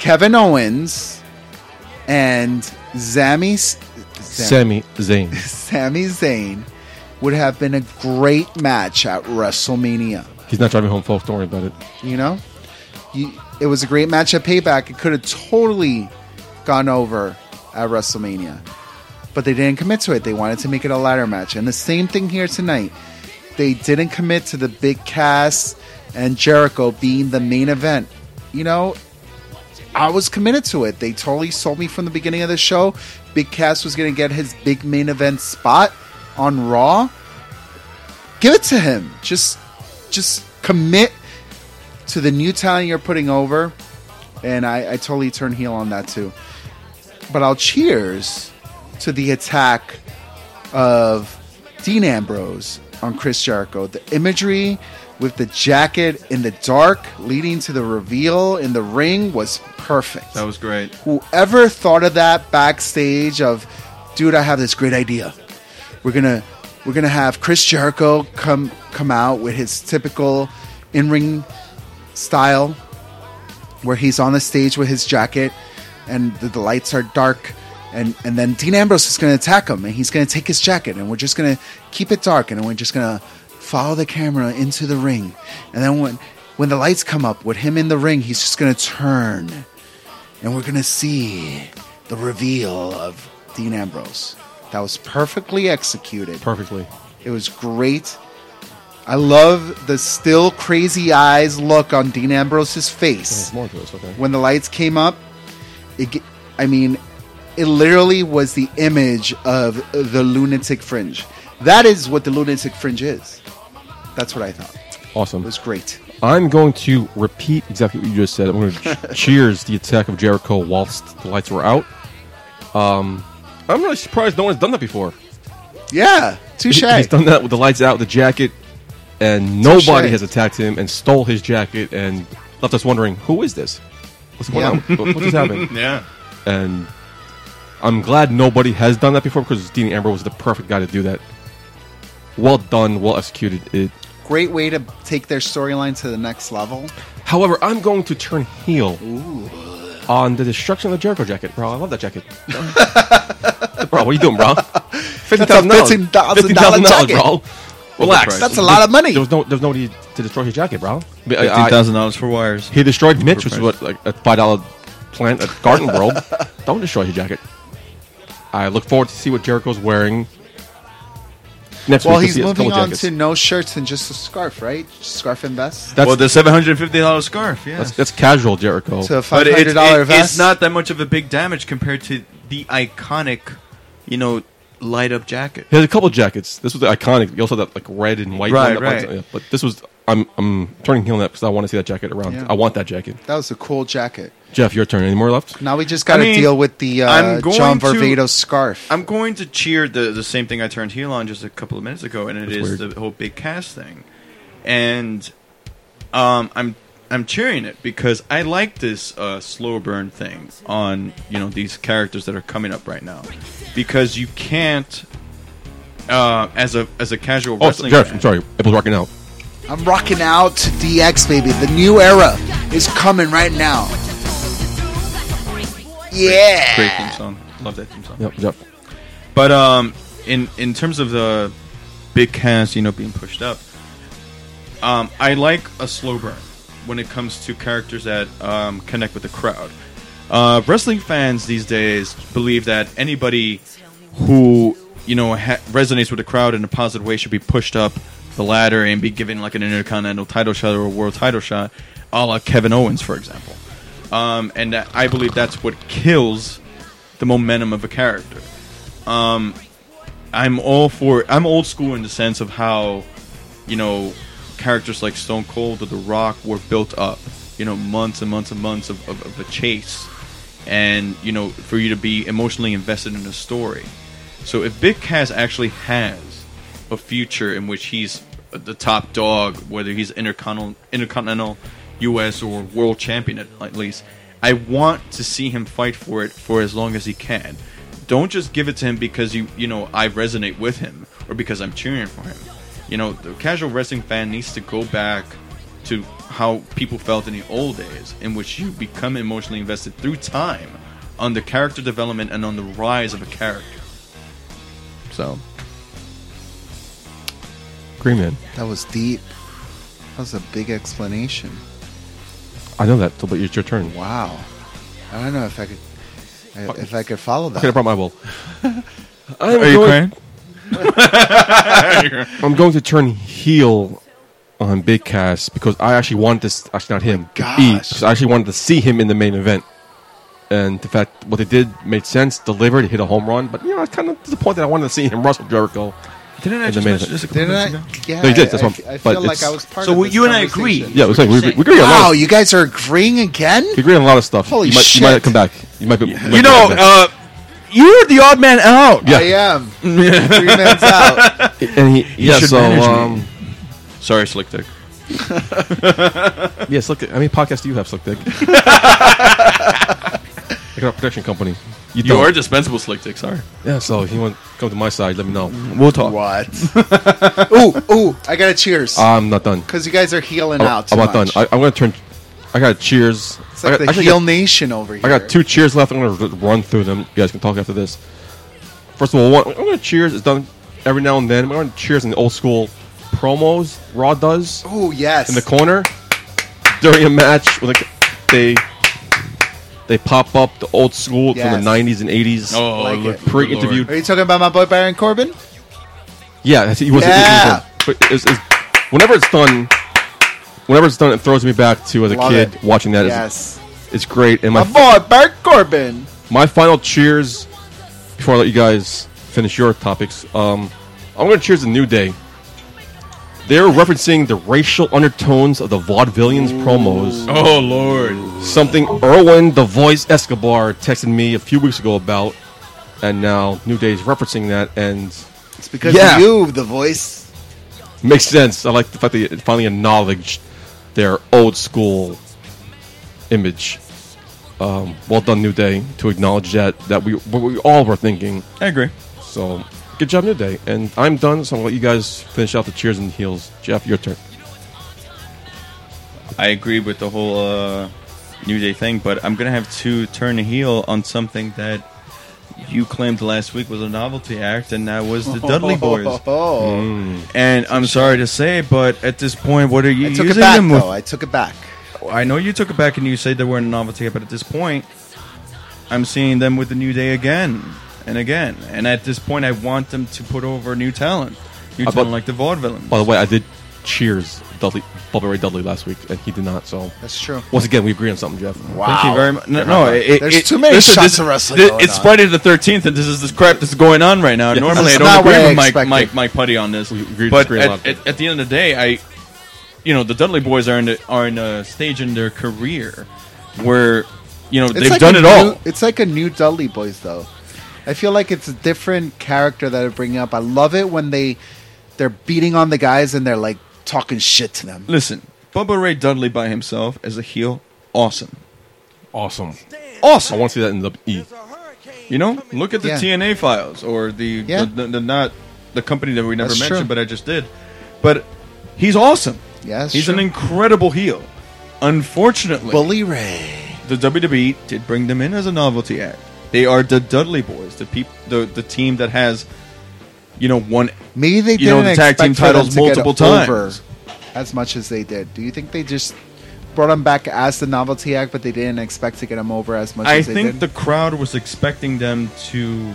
S2: Kevin Owens and Zami
S1: Sammy Zayn.
S2: Sami Zayn would have been a great match at WrestleMania.
S1: He's not driving home, folks. Don't worry about it.
S2: You know, you, it was a great match at Payback. It could have totally gone over at WrestleMania, but they didn't commit to it. They wanted to make it a ladder match, and the same thing here tonight. They didn't commit to the big cast and Jericho being the main event. You know, I was committed to it. They totally sold me from the beginning of the show. Big Cass was going to get his big main event spot on Raw. Give it to him. Just, just commit to the new talent you're putting over, and I, I totally turn heel on that too. But I'll cheers to the attack of Dean Ambrose on Chris Jericho. The imagery with the jacket in the dark leading to the reveal in the ring was perfect.
S3: That was great.
S2: Whoever thought of that backstage of, dude, I have this great idea. We're gonna we're gonna have Chris Jericho come come out with his typical in ring style, where he's on the stage with his jacket, and the, the lights are dark, and and then Dean Ambrose is gonna attack him, and he's gonna take his jacket, and we're just gonna keep it dark, and we're just gonna follow the camera into the ring, and then when when the lights come up with him in the ring, he's just gonna turn and we're gonna see the reveal of Dean Ambrose. That was perfectly executed.
S1: Perfectly.
S2: It was great. I love the still crazy eyes look on Dean Ambrose's face
S1: There's more to this. Okay.
S2: when the lights came up. It, ge- I mean, it literally was the image of the lunatic fringe. That is what the lunatic fringe is. That's what I thought. It
S1: Awesome.
S2: was great.
S1: I'm going to repeat exactly what you just said. I'm going to cheers the attack of Jericho whilst the lights were out. Um, I'm really surprised no one's done that before.
S2: Yeah, touche.
S1: He- He's done that with the lights out, the jacket, and nobody
S2: Touche.
S1: has attacked him and stole his jacket and left us wondering who is this? What's going
S2: Yeah.
S1: on? What- What's happening?
S3: Yeah.
S1: And I'm glad nobody has done that before because Dean Amber was the perfect guy to do that. Well done, well executed. It.
S2: Great way to take their storyline to the next level.
S1: However, I'm going to turn heel on the destruction of the Jericho jacket, bro. I love that jacket, bro. What are you doing, bro? Fifty thousand dollars,
S2: $15,000
S1: fifty thousand dollars,
S2: jacket.
S1: bro. Relax.
S2: That's a lot of money.
S1: There was no, there was no need to destroy his jacket, bro. I- uh, I-
S3: Fifteen thousand dollars for wires.
S1: he destroyed Mitch, which is what like a five dollar plant at Garden World. Don't destroy his jacket. I look forward to see what Jericho's wearing next
S2: Well,
S1: week. to
S2: he's
S1: see a
S2: moving
S1: couple
S2: on
S1: jackets.
S2: to no shirts and just a scarf, right? Scarf and vest
S1: that's,
S3: well, the seven hundred and fifty dollars scarf. Yeah.
S1: that's that's casual Jericho.
S2: to a five
S3: But it,
S2: hundred
S3: it,
S2: dollar vest.
S3: it's not that much of a big damage compared to the iconic, you know, light up jacket.
S1: He has a couple jackets. This was the iconic. You also had that like red and white.
S3: Right,
S1: one that-
S3: right.
S1: yeah, But this was I'm I'm turning heel on that because I want to see that jacket around.
S2: Yeah.
S1: I want that jacket.
S2: That was a cool jacket.
S1: Jeff, your turn. Any more left?
S2: Now we just got to
S3: I mean,
S2: deal with the uh,
S3: I'm going
S2: John
S3: to-
S2: Varvatos scarf.
S3: I'm going to cheer the the same thing I turned heel on just a couple of minutes ago, and it is
S1: weird.
S3: the whole big cast thing. And um, I'm I'm cheering it because I like this uh, slow burn thing on you know these characters that are coming up right now, because you can't uh, as a as a casual
S1: Oh,
S3: wrestling.
S1: Jeff,
S3: fan-
S1: I'm sorry. Apple's rocking out.
S2: I'm rocking out to DX, baby. The new era is coming right now. Yeah.
S3: Great theme song. Love that theme song.
S1: Yep, Jeff.
S3: But um, in in terms of the big cast, you know, being pushed up, um, I like a slow burn when it comes to characters that um, connect with the crowd. Uh, wrestling fans these days believe that anybody who you know ha- resonates with the crowd in a positive way should be pushed up the ladder and be given like an intercontinental title shot or a world title shot, a la Kevin Owens, for example. Um, and that, I believe that's what kills the momentum of a character. I'm all for. I'm old school in the sense of how, you know, characters like Stone Cold or The Rock were built up. You know, months and months and months of, of, of a chase, and you know, for you to be emotionally invested in a story. So if Big Cass actually has a future in which he's the top dog, whether he's intercontinental, intercontinental, U.S. or world champion at, at least, I want to see him fight for it for as long as he can. Don't just give it to him because you you know I resonate with him or because I'm cheering for him. You know, the casual wrestling fan needs to go back to how people felt in the old days, in which you become emotionally invested through time on the character development and on the rise of a character. So
S1: Green man.
S2: That was deep. That was a big explanation.
S1: I know that, so, but it's your turn.
S2: Wow. I don't know if I could I- if I could follow that.
S1: Okay, I brought my ball. I'm
S4: Are you
S1: going-
S4: crying?
S1: I'm going to turn heel on Big Cass because I actually wanted this. Actually, not him.
S2: gosh.
S1: E, 'cause I actually wanted to see him in the main event. And the fact what they did made sense, delivered, hit a home run. But you know, I was kind of disappointed. I wanted to see him wrestle Jericho.
S4: Didn't
S1: In
S4: I
S1: the
S4: just
S1: main
S4: mention
S1: event.
S4: this a couple
S2: Didn't I?
S4: minutes ago?
S2: Yeah.
S1: No, you did,
S2: I-
S1: that's
S2: I,
S1: what I'm-
S2: I
S1: but
S2: feel like
S1: it's-
S2: I was part
S3: So
S2: of
S3: we-
S2: this
S3: you and I agree.
S2: conversation.
S1: Yeah, it was like, we, we agree on a
S2: Wow,
S1: lot. Of,
S2: you guys are agreeing again?
S1: we agree on a lot of stuff.
S2: Holy
S1: you might,
S2: shit.
S1: You might come back. You might be. might
S4: You
S1: be
S4: know,
S1: back.
S4: uh, you're the odd man out.
S1: yeah.
S2: I am. Three minutes out.
S1: and he, yeah.
S4: should
S1: So
S4: manage me.
S1: um,
S3: sorry, Slick Dick.
S1: yeah, Slick Dick. I mean, podcast do you have, Slick Dick? I got a production company. You,
S3: You
S1: don't.
S3: are dispensable, Slick Dick. Sorry.
S1: Yeah, so if you want to come to my side, let me know.
S4: We'll talk.
S2: What? ooh, ooh, I got to cheers.
S1: I'm not done.
S2: Because you guys are healing
S1: I'm,
S2: out.
S1: Uh, oh, I'm
S2: too
S1: not done.
S2: much.
S1: I, I'm going to turn. I got cheers.
S2: it's like
S1: I got,
S2: the
S1: actually
S2: heel
S1: got-
S2: nation over here.
S1: I got two cheers left. I'm going to run through them. You guys can talk after this. First of all, one, I'm going to cheers. It's done every now and then. I'm going to cheers in the old school promos. Raw does
S2: Ooh, yes.
S1: in the corner during a match when they- they they pop up the old school from
S2: Yes.
S1: the 90s and 80s.
S3: Oh,
S2: Like
S3: look,
S2: it.
S3: good lord.
S1: Pre-interview.
S2: are you talking about my boy Baron Corbin?
S1: Yeah, that's- he was. he was
S2: Yeah.
S1: in. But it's- it's- whenever it's done, whenever it's done, it throws me back to as a
S2: Love
S1: kid
S2: it.
S1: watching that. It's-
S2: yes.
S1: It's, great. And
S2: My
S1: my
S2: boy Baron Corbin.
S1: my final cheers before I let you guys finish your topics. Um, I'm going to cheers the New Day. They're referencing the racial undertones of the vaudevillians promos.
S3: Oh lord.
S1: Something Erwin the Voice Escobar texted me a few weeks ago about, and now New Day is referencing that and
S2: It's because
S1: Yeah.
S2: of you, the voice.
S1: makes sense. I like the fact that it finally acknowledged their old school image. Um, well done, New Day, to acknowledge that that we what we all were thinking.
S4: I agree.
S1: So good job, New Day. And I'm done, so I'll let you guys finish out the cheers and heels. Jeff, your turn.
S3: I agree with the whole uh, New Day thing, but I'm gonna have to turn a heel on something that you claimed last week was a novelty act, and that was the Dudley Boys.
S1: Mm.
S2: Oh.
S3: And I'm sorry to say, but at this point, what are you
S2: I took it
S3: using
S2: back,
S3: them with?
S2: though. I took it back.
S3: I know you took it back and you said they were a novelty, but at this point, I'm seeing them with the New Day again and again. And at this point, I want them to put over new talent, new
S1: I
S3: talent
S1: bought-
S3: like the Vaudevillains.
S1: By the way, I did cheers Dudley, Bubba Ray Dudley last week, and he did not. So
S2: That's true.
S1: once again, we agree on something, Jeff.
S2: Wow.
S3: Thank you very much. No, no it, it-
S2: There's
S3: it-
S2: too many
S3: listen,
S2: shots
S3: this-
S2: of wrestling
S3: thi-
S2: going
S3: it's
S2: on.
S3: Friday the 13th, and this is this crap that's going on right now. Normally,
S2: That's
S3: I don't
S2: not what I
S3: agree with Mike,
S2: expected.
S3: Mike, Mike Putty on this,
S1: agree to
S3: but
S1: disagree a lot.
S3: at, at, at the end of the day, I, you know, the Dudley Boys are in the, are in a stage in their career where, you know, they've
S2: like
S3: done
S2: a
S3: it
S2: new-
S3: all.
S2: It's like a new Dudley Boys, though. I feel like it's a different character that they're bringing up. I love it when they they're beating on the guys and they're like talking shit to them.
S3: Listen, Bubba Ray Dudley by himself as a heel, awesome.
S1: Awesome. I
S3: Awesome.
S1: want to see that in the E.
S3: You know, look at the
S2: Yeah.
S3: TNA files or the,
S2: Yeah.
S3: the, the, the not the company that we never
S2: That's
S3: mentioned,
S2: true.
S3: but I just did. But he's awesome.
S2: Yeah, that's
S3: he's
S2: true.
S3: an incredible heel. Unfortunately,
S2: Bully Ray.
S3: the WWE did bring them in as a novelty act. They are the Dudley Boys, the peop- the the team that has, you know, one.
S2: Maybe they
S3: You know,
S2: didn't
S3: the tag team
S2: expect for them
S3: titles
S2: to get
S3: multiple
S2: over
S3: times.
S2: as much as they did. Do you think they just brought him back as the novelty act, but they didn't expect to get him over as much
S3: I
S2: as they
S3: think
S2: did?
S3: the crowd was expecting them to,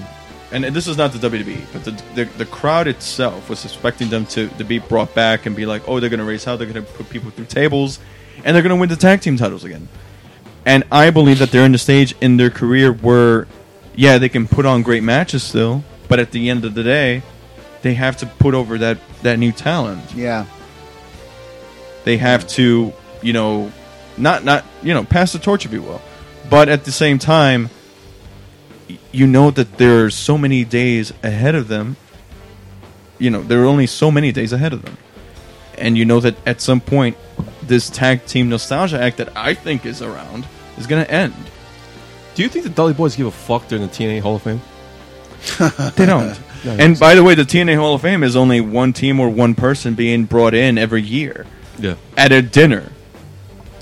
S3: and this is not the WWE, but the, the the crowd itself was expecting them to to be brought back and be like, oh, they're going to raise hell, they're going to put people through tables, and they're going to win the tag team titles again. And I believe that they're in the stage in their career where, yeah, they can put on great matches still, but at the end of the day, they have to put over that that new talent
S2: yeah,
S3: they have to you know not not you know pass the torch if you will but at the same time y- you know that there are so many days ahead of them you know there are only so many days ahead of them and you know that at some point this tag team nostalgia act that i think is around is going to end
S1: Do you think the Dudley Boys give a fuck during the TNA Hall of Fame?
S3: they don't and by the way the tna hall of fame is only one team or one person being brought in every year
S1: Yeah.
S3: at a dinner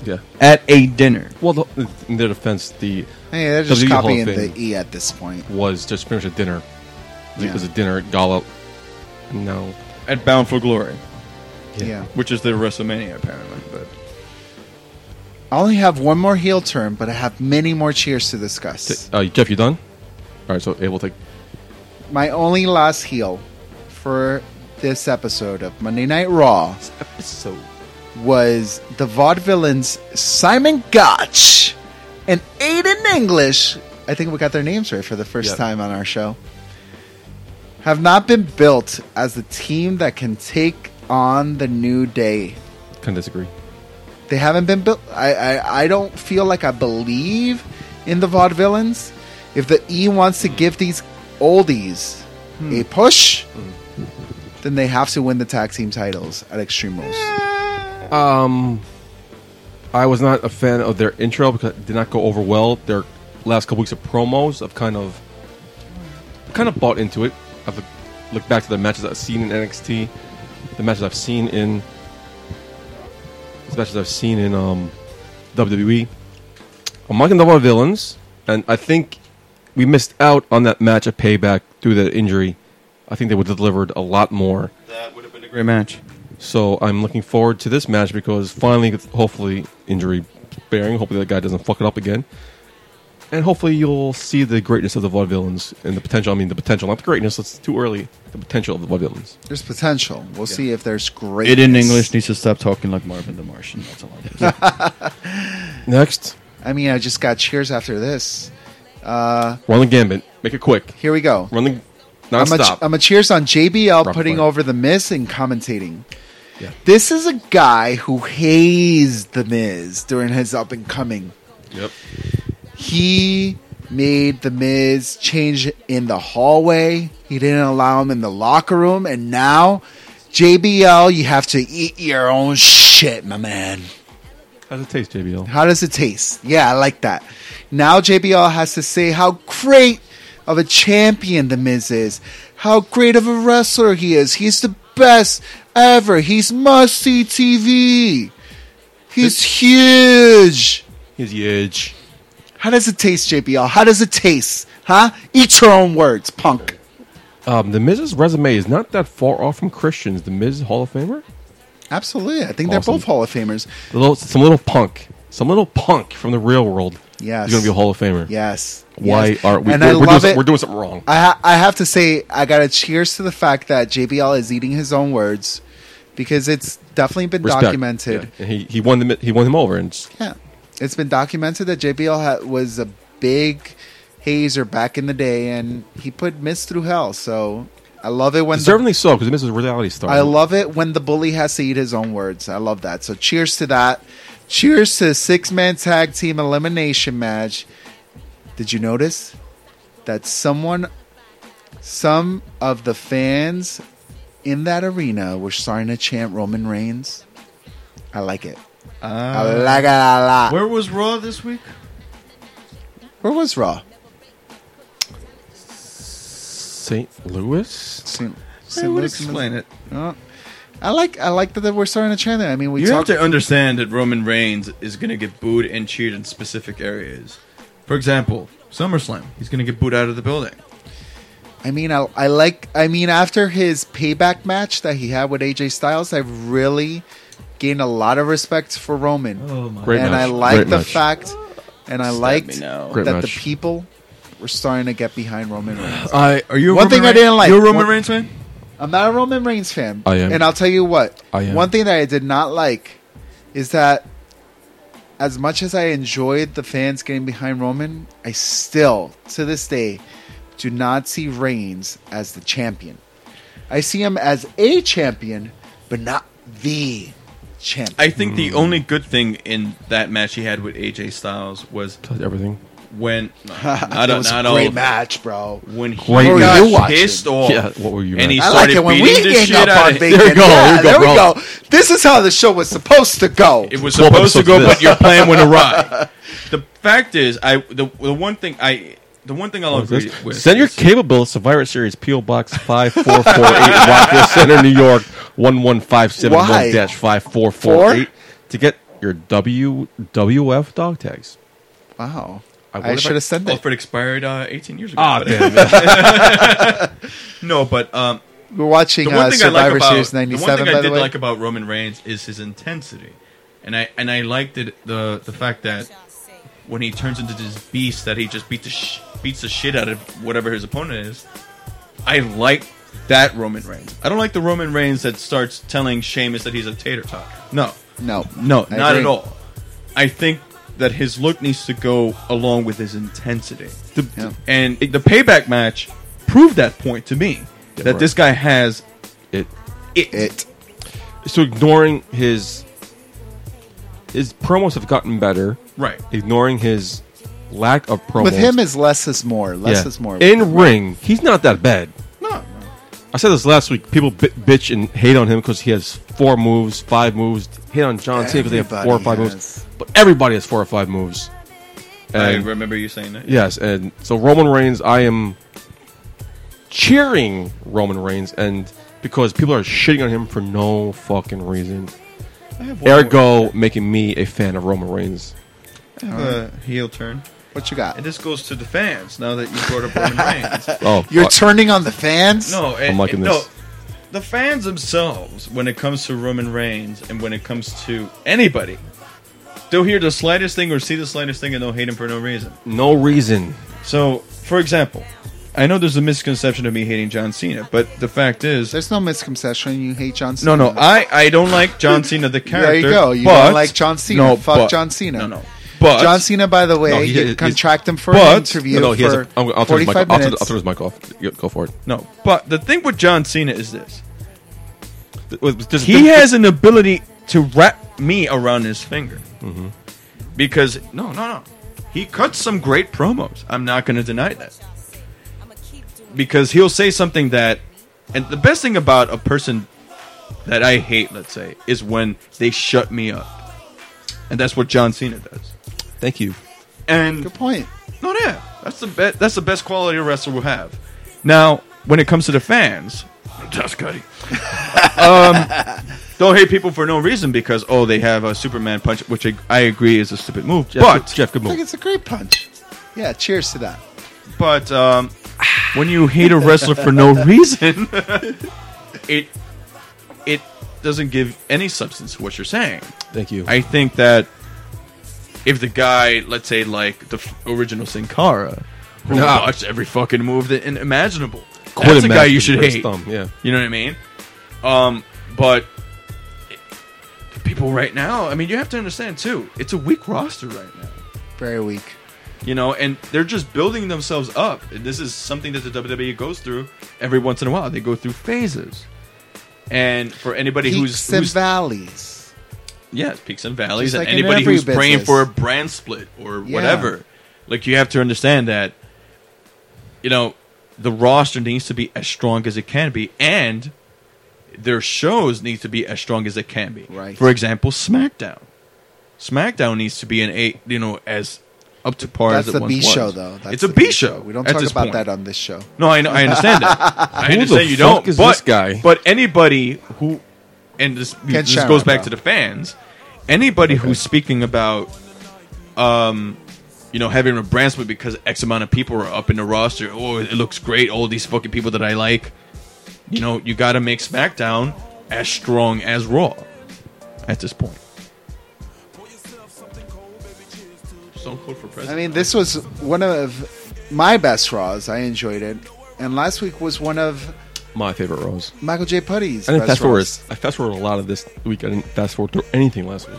S1: Yeah.
S3: at a dinner
S1: Well, the, in their defense, the
S2: hey, they're just
S1: WWE Hall
S2: copying
S1: of Fame.
S2: the E at this point.
S1: was just pretty much a dinner.
S2: Yeah.
S1: It was a dinner at Gala. No.
S3: at bound for glory
S2: Yeah.
S3: which is their WrestleMania apparently. But
S2: I only have one more heel turn, but I have many more cheers to discuss.
S1: Uh, Jeff, you done? All right, so able to take.
S2: My only last heel for this episode of Monday Night Raw
S1: So
S2: was the vaudevillains Simon Gotch and Aiden English. I think we got their names right for the first
S1: Yeah.
S2: time on our show. Have not been built as a team that can take on the new day.
S1: can disagree.
S2: They haven't been built. I, I, I don't feel like I believe in the vaudevillains. If the E wants to give these oldies a push, then they have to win the tag team titles at Extreme Rules.
S1: Um, I was not a fan of their intro because it did not go over well. Their last couple weeks of promos, I've kind of, kind of bought into it. I've looked back to the matches I've seen in NXT, the matches I've seen in, the matches I've seen in um, WWE. I'm liking the Wild villains, and I think we missed out on that match of payback through the injury. I think they would have delivered a lot more.
S3: that would have been a great match.
S1: So I'm looking forward to this match because finally, hopefully, injury bearing. Hopefully, that guy doesn't fuck it up again. And hopefully, you'll see the greatness of the Vaudevillains and the potential. I mean, the potential, not the greatness. It's too early. The potential of the Vaudevillains.
S2: There's potential. We'll see if there's great.
S3: Aiden English needs to stop talking like Marvin the Martian. That's all. I'm
S1: Next,
S2: I mean, I just got cheers after this.
S1: run the gambit. Make it quick.
S2: Here we go.
S1: Run the
S2: I'm a,
S1: nonstop.
S2: I'm a cheers on JBL
S1: Rough
S2: putting
S1: player.
S2: over the Miz and commentating.
S1: Yeah.
S2: This is a guy who hazed the Miz during his up and coming.
S1: yep.
S2: He made the Miz change in the hallway. He didn't allow him in the locker room, and now JBL, you have to eat your own shit, my man.
S1: How's it taste, JBL?
S2: How does it taste? Yeah, I like that. Now JBL has to say how great of a champion The Miz is, how great of a wrestler he is. He's the best ever. He's must see TV. He's huge.
S1: He's huge.
S2: How does it taste, JBL? How does it taste? Huh? Eat your own words, punk.
S1: Um, the Miz's resume is not that far off from Christian's. The Miz Hall of Famer.
S2: Absolutely. I think they're
S1: Awesome.
S2: both Hall of Famers.
S1: The little, some little punk. Some little punk from the real world.
S2: Yes.
S1: He's gonna be a Hall of Famer.
S2: Yes.
S1: Why
S2: Yes.
S1: are we?
S2: And
S1: we're,
S2: I
S1: we're
S2: love
S1: doing,
S2: it.
S1: We're doing something wrong.
S2: I ha- I have to say I got to cheers to the fact that JBL is eating his own words because it's definitely been
S1: Respect.
S2: documented.
S1: Yeah. And He he won the he won him over, and it's-
S2: Yeah. it's been documented that JBL ha- was a big hazer back in the day, and he put Miz through hell. So I love it when the,
S1: deservingly so because Miz is a reality star.
S2: I love it when the bully has to eat his own words. I love that. So cheers to that. Cheers to six man tag team elimination match. Did you notice that someone, some of the fans in that arena were starting to chant Roman Reigns? I like it. I like it a lot.
S3: Uh, Ah. Where was Raw this week?
S2: Where was Raw?
S1: St. Louis?
S2: St.
S3: I would explain it.
S2: No. Oh. I like I like that we're starting to trend there. I mean, we
S3: You have
S2: talked.
S3: to understand that Roman Reigns is going to get booed and cheered in specific areas. For example, SummerSlam. He's going to get booed out of the building.
S2: I mean, I, I like. I mean, after his payback match that he had with AJ Styles, I've really gained a lot of respect for Roman.
S3: Oh my
S1: Great
S2: and
S1: match.
S2: I like
S1: Great
S2: the
S1: match.
S2: fact, and I liked
S3: me now.
S2: that
S1: Great
S2: the
S1: match.
S2: people were starting to get behind Roman Reigns.
S3: I are you a
S2: One
S3: Roman
S2: thing I
S3: Reigns-
S2: didn't like-
S3: You a Roman
S2: one-
S3: Reigns fan?
S2: I'm not a Roman Reigns fan.
S1: I am.
S2: And I'll tell you what.
S1: I am.
S2: One thing that I did not like is that as much as I enjoyed the fans getting behind Roman, I still, to this day, do not see Reigns as the champion. I see him as a champion, but not the champion.
S3: I think the only good thing in that match he had with AJ Styles was
S1: Does everything.
S3: when no, not,
S2: it
S3: a-
S2: was
S3: not
S2: a
S3: all
S2: great match, bro.
S3: when he
S1: Great
S2: match. What were you
S3: got
S2: watching?
S3: pissed off.
S1: Yeah, what were you
S3: And he
S1: watching?
S2: I like
S3: started
S2: it when we
S3: beating the
S2: gang
S3: shit
S2: up
S3: out
S2: on
S3: of
S2: Bacon.
S1: There we go, there we go,
S2: Yeah, there we
S1: bro.
S2: go. This is how the show was supposed to go.
S3: It was
S1: Twelve
S3: supposed to
S1: episodes
S3: go,
S1: of
S3: but
S1: this.
S3: your plan went awry. the fact is, I the, the one thing I the one thing I'll agree with.
S1: Send your
S3: is-
S1: cable bill to Survivor Series P.O. Box 5448 Rockville Center, New York 11571 5448 to get your WWF dog tags.
S2: wow.
S1: I
S2: I,
S1: wonder if
S2: should
S1: I-
S2: have sent that.
S3: Alfred expired uh, 18 years ago.
S1: Ah,
S3: But-
S1: damn. it.
S3: no, but um,
S2: We're watching
S3: the
S2: uh,
S3: one thing I like
S2: Survivor
S3: about
S2: Series
S3: the one
S2: '97.
S3: thing
S2: by
S3: I
S2: the
S3: did
S2: way,
S3: like about Roman Reigns is his intensity, and I and I liked it the the fact that when he turns into this beast that he just beat the sh- beats the shit out of whatever his opponent is. I like that Roman Reigns. I don't like the Roman Reigns that starts telling Sheamus that he's a tater tot. No,
S2: no,
S3: No,
S2: I
S3: not
S2: agree.
S3: at all. I think that his look needs to go along with his intensity. The-
S2: Yeah.
S3: And the payback match proved that point to me that
S1: right.
S3: this guy has
S1: It-
S3: it.
S2: It.
S1: so ignoring his his promos have gotten better.
S3: Right.
S1: Ignoring his lack of promos.
S2: With him, is less is more. Less
S1: Yeah.
S2: is more.
S1: In ring, he's not that bad.
S3: No.
S1: I said this last week. People bi- bitch and hate on him because he has four moves, five moves. Hate on John Cena because they have four or
S2: Everybody
S1: five
S2: has.
S1: moves. But everybody has four or five moves.
S3: I
S1: And
S3: remember you saying that.
S1: yes, and so Roman Reigns, I am cheering Roman Reigns, and because people are shitting on him for no fucking reason.
S3: I have one
S1: Ergo, making me a fan of Roman Reigns.
S3: more- I have a heel turn.
S2: what you
S3: And
S2: got?
S3: this goes to the fans now that you brought up Roman Reigns.
S1: Oh,
S2: You're
S1: uh,
S2: turning on the fans.
S3: No, and,
S1: liking
S3: and-
S1: this.
S3: no, the fans themselves, when it comes to Roman Reigns and when it comes to anybody, they'll hear the slightest thing or see the slightest thing and they'll hate him for no reason.
S1: no reason.
S3: So, for example, I know there's a misconception of me hating John Cena, but the fact is,
S2: there's no misconception. You hate John
S3: no,
S2: Cena.
S3: no, I, I don't like John Cena the character.
S2: There you go. You
S3: but-
S2: don't like John Cena.
S3: No,
S2: Fuck
S3: but-
S2: John Cena.
S3: No, no, but
S2: John Cena, by the way,
S1: No, he-
S2: you
S1: he's-
S2: contract him for
S3: but-
S2: an interview
S1: no, he has
S2: for
S1: a, I'll, I'll turn his mic off.
S2: 45
S1: I'll turn,
S2: minutes.
S1: I'll turn his mic off. Yeah, Go for it.
S3: no, but the thing with John Cena is this:
S1: Th- with- just-
S3: he has an ability to wrap me around his finger. Because no, no, no, he cuts some great promos. I'm not going to deny that. because he'll say something that and the best thing about a person that I hate, let's say, is when they shut me up. And that's what John Cena does.
S1: Thank you.
S3: And
S2: Good point.
S3: no, yeah, that's the best. That's the best quality a wrestler will have. Now, when it comes to the fans, that's Cuddy. um, don't hate people for no reason because oh, they have a Superman punch, which I, I agree is a stupid move.
S1: Jeff,
S3: but
S1: Jeff, good
S2: I think
S1: move.
S2: it's a great punch. Yeah. Cheers to that.
S3: But um, when you hate a wrestler for no reason, it it doesn't give any substance to what you're saying.
S1: Thank you.
S3: I think that if the guy, let's say, like the f- original Sin Cara, who
S1: Nah.
S3: watched every fucking move that and imaginable,
S1: Quit
S3: that's
S1: a
S3: a
S1: match
S3: guy you
S1: with
S3: should
S1: Prince
S3: hate.
S1: Thumb, yeah.
S3: you know what I mean. Um, but it- the people right now, I mean, you have to understand too. It's a weak roster right now
S2: Very weak.
S3: you know, and they're just building themselves up. And this is something that the WWE goes through every once in a while. They go through phases, and for anybody who's,
S2: Peaks and
S3: who's
S2: valleys.
S3: yes, peaks and valleys,
S2: Just like
S3: and
S2: in
S3: anybody
S2: every
S3: who's praying
S2: business.
S3: for a brand split or
S2: Yeah.
S3: whatever, like you have to understand that, you know, the roster needs to be as strong as it can be, and their shows need to be as strong as it can be.
S2: Right.
S3: For example, SmackDown. SmackDown needs to be an eight, you know, as up to par
S2: That's
S3: as it
S2: the
S3: once
S2: B show,
S3: was.
S2: though. That's
S3: it's a
S2: the
S3: B show.
S2: We don't
S3: at
S2: talk
S3: this
S2: about
S3: point.
S2: that on this show.
S3: No, I know, I understand that. I
S1: Who the
S3: understand you
S1: fuck
S3: don't.
S1: is
S3: but,
S1: this guy?
S3: But anybody who, and this,
S2: Ken
S3: this
S2: Shamrock,
S3: goes back
S2: though.
S3: to the fans. Anybody who's speaking about, um, you know, having a brand split because X amount of people are up in the roster. Oh, it looks great. All these fucking people that I like. You know, you got to make SmackDown as strong as Raw. At this point. Stone Cold for
S2: I
S3: president.
S2: mean, this was one of my best Raws. I enjoyed it. And last week was one of
S1: My favorite rows.
S2: Michael J. Putty's
S1: I didn't
S2: best
S1: fast forward.
S2: Raws.
S1: I fast forward a lot of this week. I didn't fast forward through anything last week.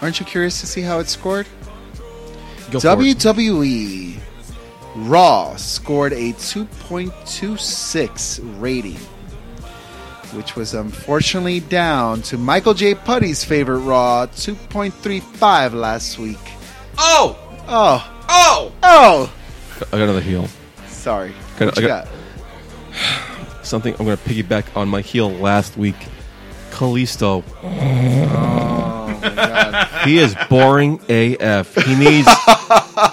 S2: Aren't you curious to see how it scored?
S1: Go for it.
S2: WWE Raw scored a 2.26 rating, which was unfortunately down to Michael J. Putty's favorite Raw 2.35 last week.
S3: oh,
S2: Oh,
S3: oh.
S2: oh,
S1: I got another heel.
S2: sorry.
S1: Got-
S2: What
S1: I
S2: you
S1: got-
S2: got?
S1: Something I'm going to piggyback on my heel last week. Kalisto.
S2: Oh my god.
S1: He is boring AF. He needs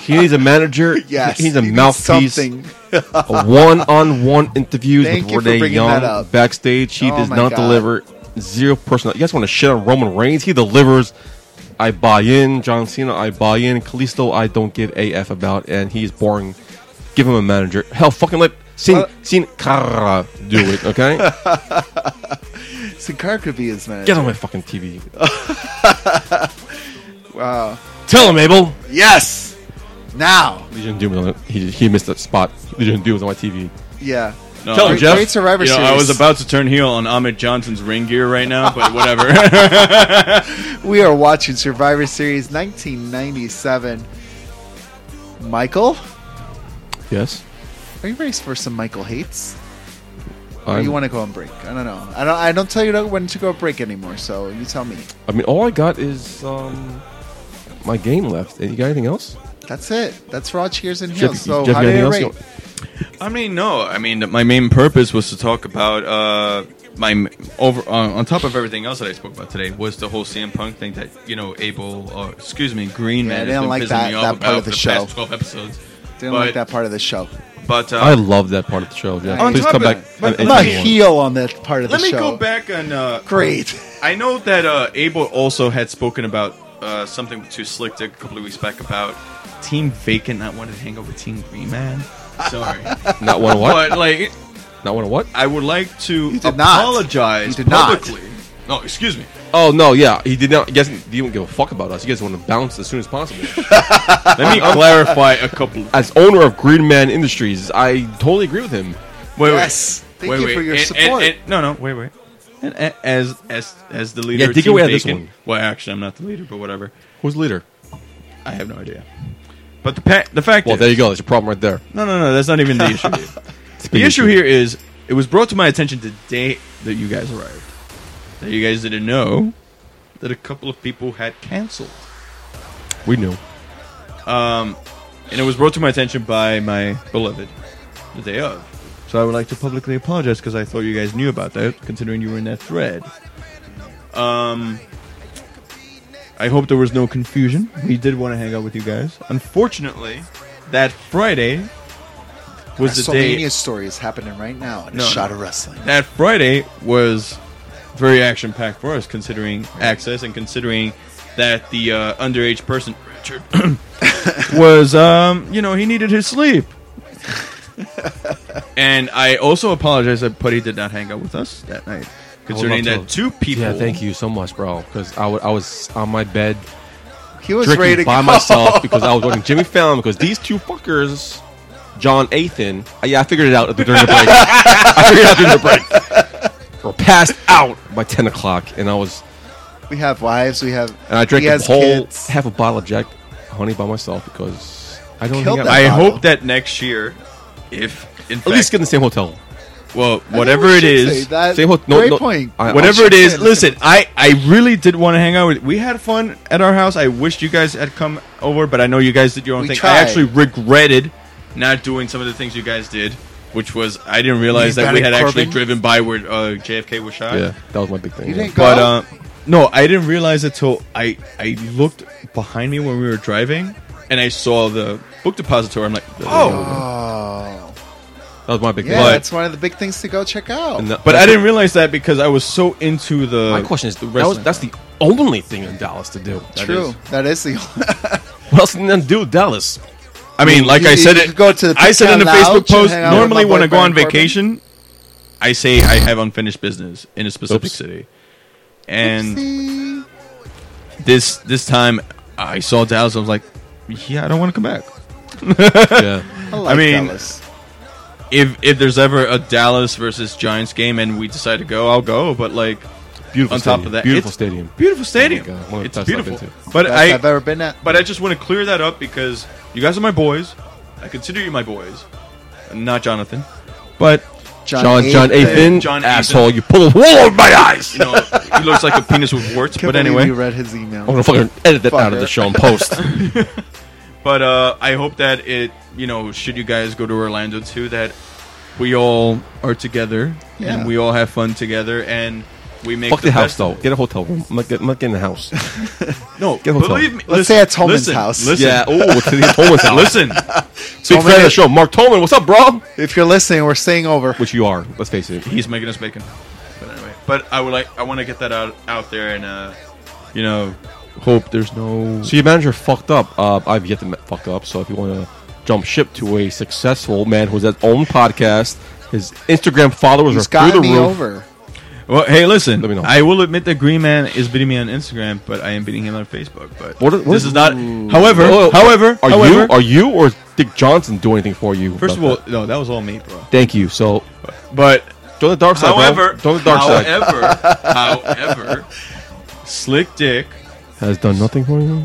S1: he needs a manager.
S2: Yes.
S1: he needs a
S2: you did
S1: mouthpiece.
S2: Something.
S1: a one-on-one interviews
S2: Thank you for
S1: with Renee
S2: bringing
S1: Young
S2: that up.
S1: backstage. He
S2: Oh
S1: does
S2: my
S1: not
S2: God.
S1: deliver. Zero personal. You guys want to shit on Roman Reigns? He delivers. I buy in. John Cena, I buy in. Kalisto, I don't give AF about, and he's boring. Give him a manager. Hell, fucking let Sin
S2: Well-
S1: Sin Cara do it. Okay,
S2: Sin Cara could be his man.
S1: get on my fucking TV.
S2: Wow.
S1: Tell him, Abel.
S2: Yes. Now.
S1: Legion of Doom. was on it. He he missed that spot. Legion of Doom was on my TV.
S2: Yeah.
S3: No,
S1: Tell him,
S3: I-
S1: Jeff.
S2: Great Survivor
S3: You know,
S2: Series.
S3: I was about to turn heel on Ahmed Johnson's ring gear right now, but whatever.
S2: We are watching Survivor Series 1997. Michael,
S1: Yes.
S2: are you ready for some Michael hates? Or
S1: I'm-
S2: you want to go on break? I don't know. I don't. I don't tell you when to go on break anymore. So you tell me.
S1: I mean, all I got is um, my game left. You got anything else?
S2: That's it. That's raw cheers and heels.
S1: Jeff,
S2: So
S1: Jeff,
S2: how
S1: you
S2: did it
S1: got anything
S2: rate?
S1: else?
S3: I mean, no. I mean, my main purpose was to talk about uh, my m- over uh, on on top of everything else that I spoke about today was the whole CM Punk thing that you know, Abel, or, excuse me, Green
S2: Yeah, I
S3: Man.
S2: didn't
S3: has been
S2: like
S3: pissing
S2: that-
S3: me off
S2: that part
S3: about
S2: of the
S3: for
S2: show.
S3: Past Twelve episodes.
S2: Didn't
S3: but,
S2: like that part of the show.
S3: But uh,
S1: I love that part of the show. Yeah.
S2: On
S1: Oh, Please
S3: top
S1: come
S3: of
S1: back.
S3: it,
S1: and-
S2: I'm
S3: but
S1: and
S2: not
S1: do one.
S2: heel on that part of
S3: let
S2: the
S3: me
S2: show.
S3: go back and uh,
S2: Great.
S3: I know that uh, Abel also had spoken about uh, something to Slick Dick a couple of weeks back about Team Vacant not wanting to hang out with Team Green Man. Sorry,
S1: Not one of what?
S3: but like.
S1: Not one of what?
S3: I would like to
S2: did not.
S3: apologize
S2: You did not.
S3: publicly. No, excuse me.
S1: Oh no, yeah, he did not. He doesn't. He didn't give a fuck about us. You guys want to bounce as soon as possible.
S3: Let me clarify a couple. Wait,
S1: as owner of Green Man Industries, I totally agree with him.
S3: wait.
S2: Yes. Thank
S3: wait,
S2: you
S3: wait.
S2: for your
S3: And- and-
S2: support.
S3: and- no, no, wait, wait. And a- as as as the leader,
S1: Yeah,
S3: of
S1: take
S3: Team
S1: away this
S3: Bacon-
S1: one.
S3: Well, actually, I'm not the leader, but whatever.
S1: Who's leader?
S3: I have no idea. But the pa- the fact
S1: Well,
S3: is,
S1: there you go. There's a problem right there.
S3: no, no, no. That's not even the issue. here. the issue here is it was brought to my attention the day that you guys arrived that you guys didn't know that a couple of people had canceled.
S1: we knew.
S3: and it was brought to my attention by my beloved the day of. So I would like to publicly apologize because I thought you guys knew about that, considering you were in that thread. Um, I hope there was no confusion. We did want to hang out with you guys. Unfortunately, that Friday was the day.
S2: WrestleMania story is happening right now in a
S3: No, no.
S2: shot of wrestling.
S3: That Friday was very action packed for us, considering access and considering that the uh, underage person Richard was, um, you know, he needed his sleep. and I also apologize that Putty did not hang out with us that night, considering
S1: love
S3: that
S1: to.
S3: two people.
S1: Yeah, thank you so much, bro. Because I wa- I was on my bed
S2: He was ready to
S1: drinking by
S2: go.
S1: myself because I was watching Jimmy Fallon because these two fuckers, John Athan, I- yeah, I figured it out during the break. I figured it out during the break. Were passed out by ten o'clock, and I was
S2: We have wives. We have.
S1: and I drank
S2: he
S1: a
S2: has
S1: whole
S2: kids.
S1: half a bottle of Jack Honey by myself because I don't.
S2: Killed
S1: Think
S2: that
S1: I,
S3: I
S2: bottle.
S3: hope that next year, if in
S1: at least
S3: fact,
S1: get in the same hotel.
S3: well,
S2: I think
S3: whatever
S2: we
S3: it
S2: should
S3: is,
S2: say that.
S1: Same hotel. No,
S2: Great
S1: no,
S2: point.
S1: I-
S3: whatever
S2: I'll
S3: it is
S2: check in.
S3: listen i i really did want to hang out with we had fun at our house i wished you guys had come over but i know you guys did your own
S2: We
S3: thing
S2: tried.
S3: i actually regretted not doing some of the things you guys did which was i didn't realize
S2: You
S3: that we
S2: got
S3: had
S2: it,
S3: actually
S2: Corbin?
S3: driven by where uh, jfk was shot
S1: Yeah, that was my big thing.
S2: You
S1: yeah.
S2: didn't go.
S3: but uh, No, I didn't realize it till I I looked behind me when we were driving, and I saw the book depository. I'm like, oh.
S2: Oh,
S1: That was my big
S2: yeah,
S1: one.
S2: that's one of the big things to go check out.
S1: And that-
S3: But I didn't realize that because I was so into the.
S1: My question is, that was,
S3: wrestling.
S1: that's the only thing in Dallas to do. That
S2: True,
S1: is-
S2: that is the.
S1: What else can they do, Dallas?
S3: I mean, like
S2: You-
S3: I said,
S2: you
S3: it.
S2: could go to the
S3: I said in the
S2: Pitcairn
S3: Facebook
S2: Lounge and
S3: post.
S2: hang out with
S3: Normally,
S2: my
S3: when I go on
S2: boyfriend Corbin.
S3: vacation, I say I have unfinished business in a specific
S1: Oops.
S3: city, and this this time I saw Dallas. I was like, yeah, I don't want to come back.
S1: yeah.
S2: I, like
S3: mean-
S2: Dallas.
S3: If if there's ever a Dallas versus Giants game and we decide to go, I'll go. But like,
S1: Beautiful
S3: on
S1: stadium.
S3: top of that,
S1: Beautiful
S3: it's-
S1: stadium.
S3: beautiful stadium.
S2: Oh
S1: God, one of the
S3: it's
S1: best I've
S3: beautiful.
S1: been to.
S3: But
S2: Best
S3: I
S2: I've ever been at.
S3: But I just want to clear that up because you guys are my boys. I consider you my boys. Not Jonathan. But,
S1: John, John A.
S2: Ethan.
S1: Finn,
S3: John A.
S1: asshole, you pull the wool over my eyes.
S3: you know, he looks like a penis with warts.
S2: Can't
S3: But
S2: believe
S3: anyway.
S2: you read his
S1: I'm
S2: email.
S1: gonna fucking edit that out of
S2: Fucker.
S1: the show and post.
S3: But uh, I hope that it, you know, should you guys go to Orlando too, that we all are together
S2: Yeah.
S3: and we all have fun together and we make
S1: Fuck
S3: the,
S1: the house
S3: best
S1: though.
S3: of it.
S1: Get a hotel room. I'm not, get, I'm not getting the house.
S3: No,
S1: a hotel.
S3: believe me.
S2: Let's
S3: listen-
S2: say it's Holman's
S3: listen,
S2: house.
S3: Listen,
S1: Yeah. Oh, to the Tolman's house.
S3: listen.
S1: Big fan of the show, Mark Tolman. What's up, bro?
S2: If you're listening, we're staying over.
S1: Which you are. Let's face it.
S3: He's making us bacon. But anyway, but I would like I want to get that out out there and uh, you know, hope there's no
S1: So your manager fucked up. Uh, I've yet to met fuck up. So if you want to jump ship to a successful man who has his own podcast, his Instagram followers
S2: He's
S1: are through
S2: gotten
S1: the
S2: me
S1: roof.
S2: over.
S3: Well, hey, listen.
S1: Let me know.
S3: I will admit that Green Man is beating me on Instagram, but I am beating him on Facebook. But
S1: What are- what
S3: this
S1: are-
S3: is not.
S1: Ooh.
S3: However,
S1: Whoa, whoa,
S3: however,
S1: are
S3: however,
S1: you are you or Dick Johnson do anything for you?
S3: first of
S1: about
S3: all,
S1: that?
S3: no, that was all me, bro.
S1: thank you. So
S3: But
S1: join the dark side. bro.
S3: however,
S1: join the dark side
S3: however, however, Slick Dick,
S1: has done nothing for you.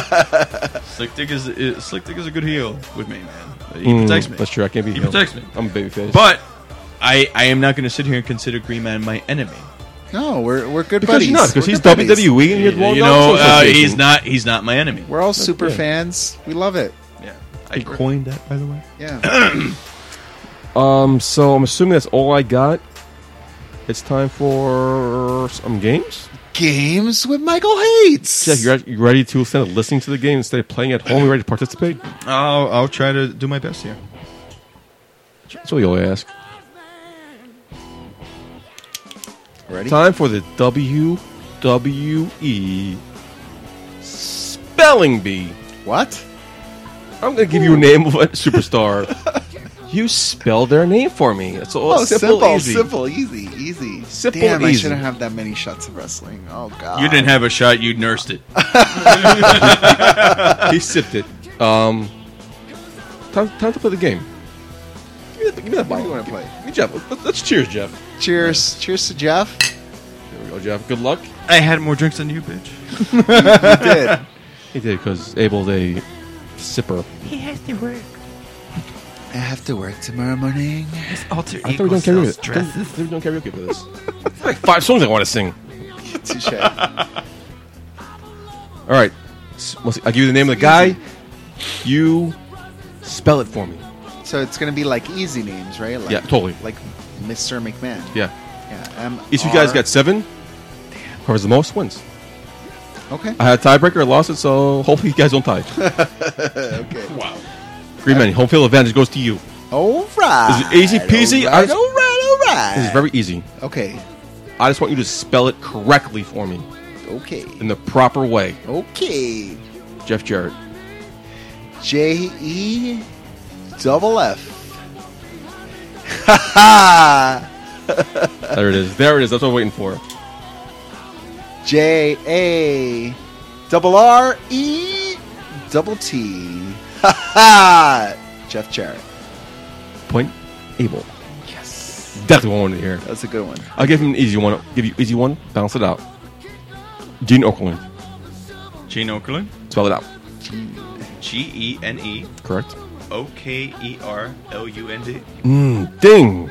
S3: Slick Dick is, is Slick Dick is a good heel with me, man. He
S1: Mm,
S3: protects me.
S1: That's true. I can't be.
S3: He
S1: him.
S3: protects me.
S1: I'm a baby face.
S3: But I, I am not going to sit here and consider Green Man my enemy.
S2: No, we're we're good
S1: because
S2: buddies.
S1: you're not, because
S2: We're
S1: he's
S2: good buddies.
S1: WWE and
S3: You,
S1: you're the World
S3: know,
S1: Dogs
S3: uh,
S1: Association.
S3: he's not. He's not my enemy.
S2: We're all super
S1: yeah.
S2: fans. We love it.
S3: Yeah,
S1: He coined that, by the way.
S2: Yeah.
S1: Um, so I'm assuming that's all I got. It's time for some games.
S2: Games with Michael Hates.
S1: Yeah, you re- you ready to instead of listening to the game instead of playing at home? You ready to participate?
S3: I'll, I'll try to do my best here.
S1: That's all you'll ask.
S2: Ready?
S1: Time for the WWE spelling bee.
S2: What?
S1: I'm gonna give you a name of a superstar. you spell their name for me. It's all
S2: Oh,
S1: simple,
S2: simple,
S1: easy.
S2: simple, easy, easy.
S1: Simple,
S2: Damn, I
S1: easy.
S2: shouldn't have that many shots of wrestling. Oh god.
S3: You didn't have a shot. You nursed it.
S1: He sipped it. Um, time, time to play the game. Give me that, give me that
S2: What do you
S1: bottle.
S2: want to play?
S1: Hey, Jeff, let- let's cheers, Jeff.
S2: Cheers. Cheers to Jeff.
S1: There we go, Jeff. Good luck.
S3: I had more drinks than you, bitch.
S2: You did.
S1: He did because Abel's a sipper.
S2: I have to work tomorrow morning.
S1: I thought we were doing karaoke. I thought- I thought we were doing karaoke for this. like five songs I want to sing.
S2: Touche.
S1: All right, S- let's see. I'll give you the name of the guy. You spell it for me.
S2: So it's gonna be like easy names, right? Like,
S1: Yeah, totally.
S2: Like Mr. McMahon.
S1: Yeah,
S2: Yeah. M-
S1: each of you guys
S2: R-
S1: got seven. Whoever's the most wins.
S2: Okay.
S1: I had a tiebreaker, I lost it, so hopefully you guys don't tie.
S2: Okay.
S1: Uh, Green man, home field advantage goes to you.
S2: All right.
S1: Is it easy peasy?
S2: All
S1: I
S2: right.
S1: was-
S2: All right. All right.
S1: This is very easy.
S2: okay.
S1: I just want you to spell it correctly for me
S2: Okay.
S1: in the proper way.
S2: Okay.
S1: Jeff Jarrett.
S2: J E double F. Ha ha!
S1: There it is. There it is. That's what I'm waiting for.
S2: J A double R E double T. Ha ha! Jeff Jarrett.
S1: Point Abel.
S2: Yes.
S1: Definitely one wanted to hear.
S2: That's a good one.
S1: I'll give him an easy one. I'll give you easy one. Balance it out. Gene Okerlund.
S3: Gene Okerlund.
S1: Spell it out.
S3: G E N E
S1: Correct.
S3: O K E R L U N D.
S1: Mm, ding.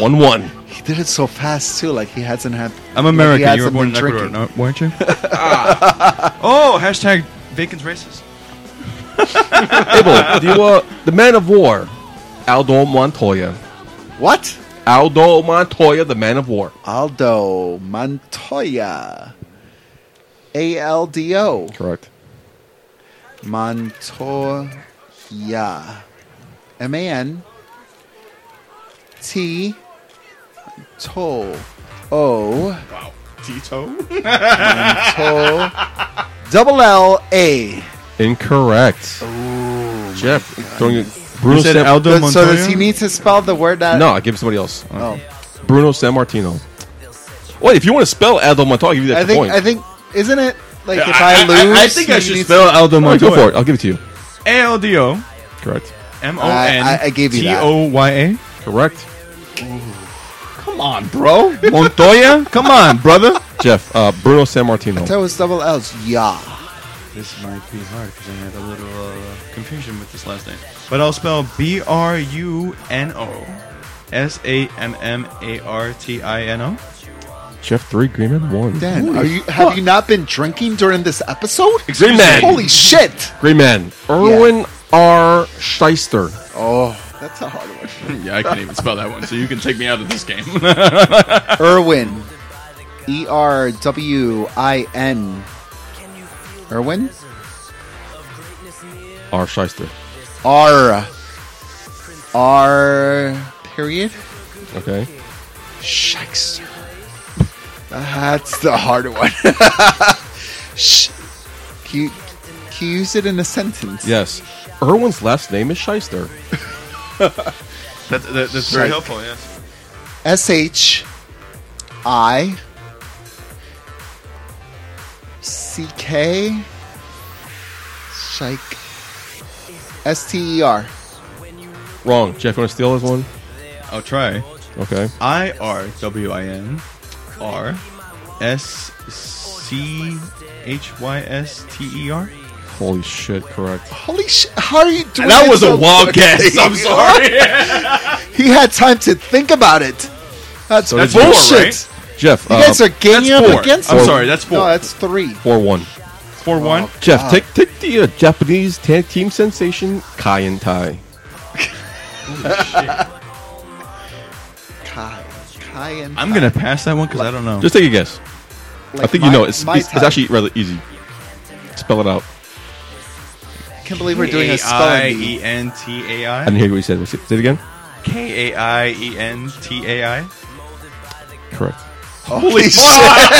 S1: One one.
S2: He did it so fast too, like he hasn't had.
S3: I'm
S2: like, he
S3: American. you were
S2: hasn't
S3: born in
S2: been
S3: Ecuador,
S2: drinking.
S3: no, weren't you? oh, hashtag Bacon's racist.
S1: Abel, do you uh, the man of war, Aldo Montoya.
S2: What?
S1: Aldo Montoya, the man of war.
S2: Aldo Montoya. A L D O.
S1: Correct.
S2: Montoya. M A N T To O
S1: Tito?
S2: To Double L A.
S1: Incorrect. Oh Jeff, throwing it. Bruno
S4: You said
S1: San-
S4: Aldo
S2: So
S4: Montoya.
S2: does he need to spell the word that?
S1: No, I give it to somebody else.
S2: Oh.
S1: Bruno San Martino. Wait, if you want to spell Aldo Montoya, I'll give you that
S2: I think
S1: point.
S2: I think isn't it like if I, lose
S4: I think I
S2: he
S4: should
S2: needs-
S4: spell Aldo
S1: All right,
S4: Montoya.
S1: go for it. I'll give it to you.
S4: A L D O
S1: Correct.
S4: M O
S2: I- I- I
S4: N
S2: gave you
S4: T
S2: that.
S4: O Y A.
S1: Correct.
S4: Come on, bro. Montoya. Come on, brother.
S1: Jeff, uh, Bruno San Martino.
S2: That was double L's. Yeah.
S3: This might be hard because I had a little uh, confusion with this last name. But I'll spell B R U N O S A M M A R T I N O.
S1: Jeff three, Green Man one.
S2: Dan, are you have you not been drinking during this episode?
S1: Green Man.
S2: Holy shit!
S1: Green Man. Erwin R. Scheister.
S2: Oh, that's a hard one.
S4: yeah, I can't even spell that one, so you can take me out of this game.
S2: Irwin. E R W I N. Irwin?
S1: R. Scheister.
S2: R. R. Period?
S1: Okay.
S2: Shyster. That's the hard one. Sh- can, you, can you use it in a sentence?
S1: Yes. Erwin's last name is Scheister.
S3: That, that, that's very
S2: Shite.
S3: helpful, yes.
S2: S H I C K Shike S T E R.
S1: Wrong. Jeff, you want to steal this one?
S3: I'll try.
S1: Okay.
S3: I R W I N R S C H Y S T E R.
S1: Holy shit, correct.
S2: Holy shit! How are you doing?
S4: that
S2: it
S4: was a
S2: so
S4: wild
S2: quickly?
S4: guess. I'm sorry.
S2: He had time to think about it. That's,
S1: So did you.
S2: bullshit.
S4: Four, right? Um,
S1: Jeff, uh,
S2: You guys are ganging up
S4: That's four.
S2: against
S4: I'm
S2: him.
S4: sorry, that's four.
S2: No, that's three. Oh,
S1: 4 1.
S4: 4 1.
S1: Jeff, take take the uh, Japanese ta- team sensation Kai and Tai.
S2: Kai. Kai and
S3: I'm going to pass that one because I don't know.
S1: Just take a guess.
S2: like
S1: I think
S2: my-
S1: you know it's,
S2: my
S1: it's, it's
S2: type.
S1: actually rather easy. Spell it out.
S2: I can't believe we're doing a spelling. bee.
S3: K A I E N T
S1: I
S3: A I.
S1: didn't hear what you said. Was it- Say it again.
S3: K A I E N T A I.
S1: Correct.
S2: Holy shit!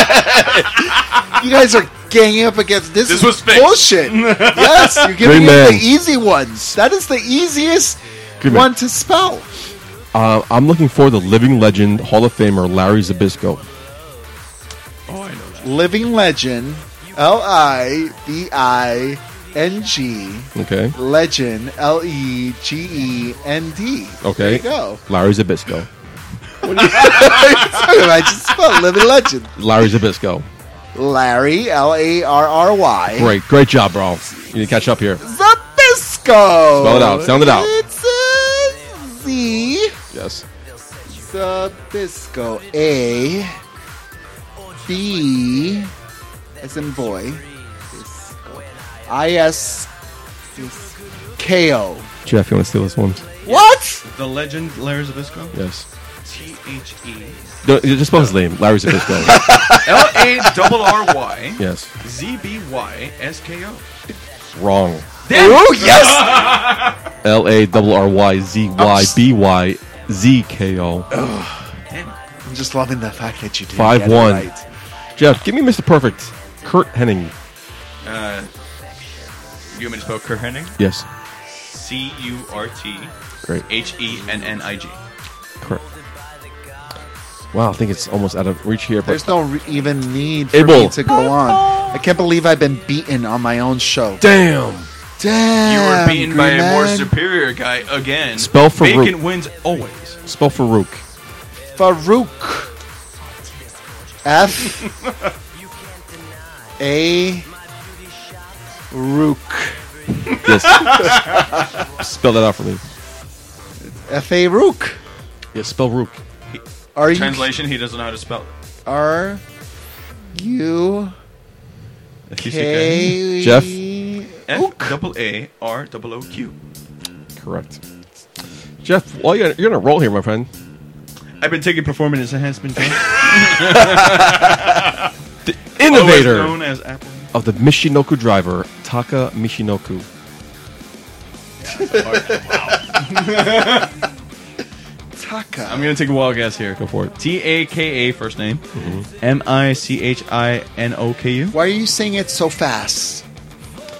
S2: you guys are ganging up against this.
S4: This
S2: is
S4: was fixed.
S2: bullshit. yes, you're
S1: Great
S2: giving us
S1: man.
S2: the easy ones. That is the easiest
S1: Great man.
S2: one to spell.
S1: Uh, I'm looking for the living legend Hall of Famer Larry Zabisco.
S2: Living legend. L I V I N G.
S1: Okay.
S2: Legend. L E G E N D. There
S1: Okay.
S2: you go.
S1: Larry Zabisco.
S2: I just spelled living legend.
S1: Larry Zabisco.
S2: Larry. L A R R Y.
S1: Great. Great job, bro. You need to catch up here.
S2: Zabisco.
S1: Spell it out. Sound it out.
S2: It's a Z.
S1: Yes.
S2: Zabisco. A. B. As in boy. Bisco. I S. Bis- K O.
S1: Jeff, you want to steal this one?
S2: What?
S3: The legend Larry Zabisco.
S1: Yes.
S3: T H E
S1: No, just spell his name. Larry Zabisco.
S3: L A double R Y
S1: yes.
S3: Z B Y S K O.
S1: Wrong.
S2: Oh yes.
S1: L A double R Y Z Y B Y Z K O.
S2: I'm just loving the fact that you did
S1: Five, one. Jeff, give me Mr. Perfect. Kurt Henning.
S3: Uh, you want me to spell Kurt Hennig?
S1: Yes.
S3: C U R T
S1: Great.
S3: H E N N I G.
S1: Correct. Wow, I think it's almost out of reach here. But
S2: There's no re- even need for
S1: Abel.
S2: me to go on. I can't believe I've been beaten on my own show.
S1: damn.
S3: You were
S2: Damn.
S3: beaten by a more
S2: Greenman.
S3: superior guy again.
S1: Spell for
S3: Bacon wins always.
S1: Spell Farouk.
S2: Farouk. F. A. Rook.
S1: Yes. spell that out for me.
S2: F. A. Rook.
S1: Yes, spell Rook.
S2: Are you.
S3: Translation: He doesn't know how to spell.
S2: R. U. K.
S1: Jeff?
S3: F double A R double O Q.
S1: Correct. Jeff, well, you're, you're going to roll here, my friend.
S3: I've been taking performance enhancement drugs, otherwise
S1: Innovator
S3: known as Apple.
S1: of the Mishinoku driver, Taka Mishinoku.
S2: Taka.
S3: I'm gonna take a wild guess here. Go
S1: for it.
S3: T A K A first name. M I C H I N O K U.
S2: Why are you saying it so fast?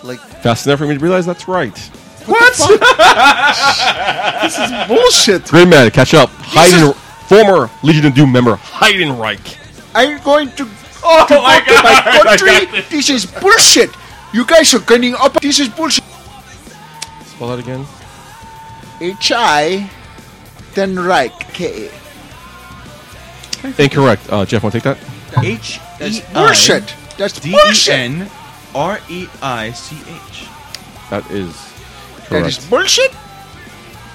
S2: Like
S1: Fast enough for me to realize that's right.
S2: what? this is bullshit.
S1: Green Man, catch up. Hayden, former Legion of Doom member Hayden Reich.
S2: I'm going to oh to my, go to my country. This is bullshit. You guys are getting up. This is bullshit.
S1: Spell that again.
S2: H I, then Reich K. E
S1: Incorrect. Uh, Jeff, want to take that?
S3: H E I
S2: Bullshit. That's
S3: D E
S2: bullshit.
S3: N R E I C H.
S1: That is
S2: That is
S1: correct.
S2: bullshit.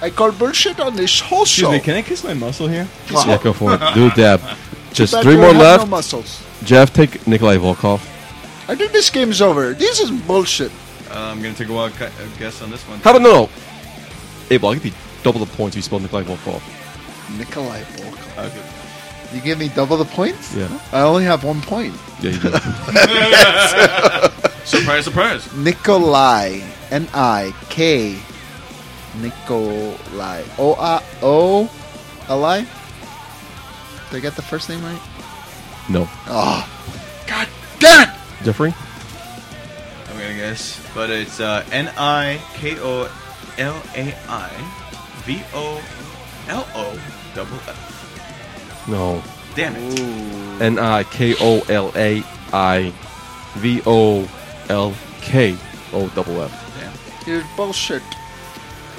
S2: I call bullshit on this whole show.
S3: I kiss my muscle here?
S1: yeah, go for it. Do a dab. Just
S2: But
S1: three
S2: you
S1: more
S2: have no
S1: left.
S2: muscles.
S1: Jeff, take Nikolai Volkov.
S2: I think this game's over. This is bullshit.
S3: Uh, I'm gonna take a wild cu- uh, guess on this one.
S1: How about no? Abel, I'll give you double the points if you spell Nikolai Volkov.
S2: Nikolai Volkov. You give me double the points?
S1: Yeah.
S2: I only have one point.
S1: Yeah, you do.
S3: Surprise, surprise.
S2: Nikolai. N I K. Nikolai. O I O L I? Did I get the first name right?
S1: no.
S2: God damn it!
S1: Jeffrey?
S3: I'm gonna guess, but it's uh, N I K O L A I V O L O double F.
S1: No.
S3: Damn it!
S1: N I K O L A I V O L K O double F.
S3: Damn.
S2: You're bullshit.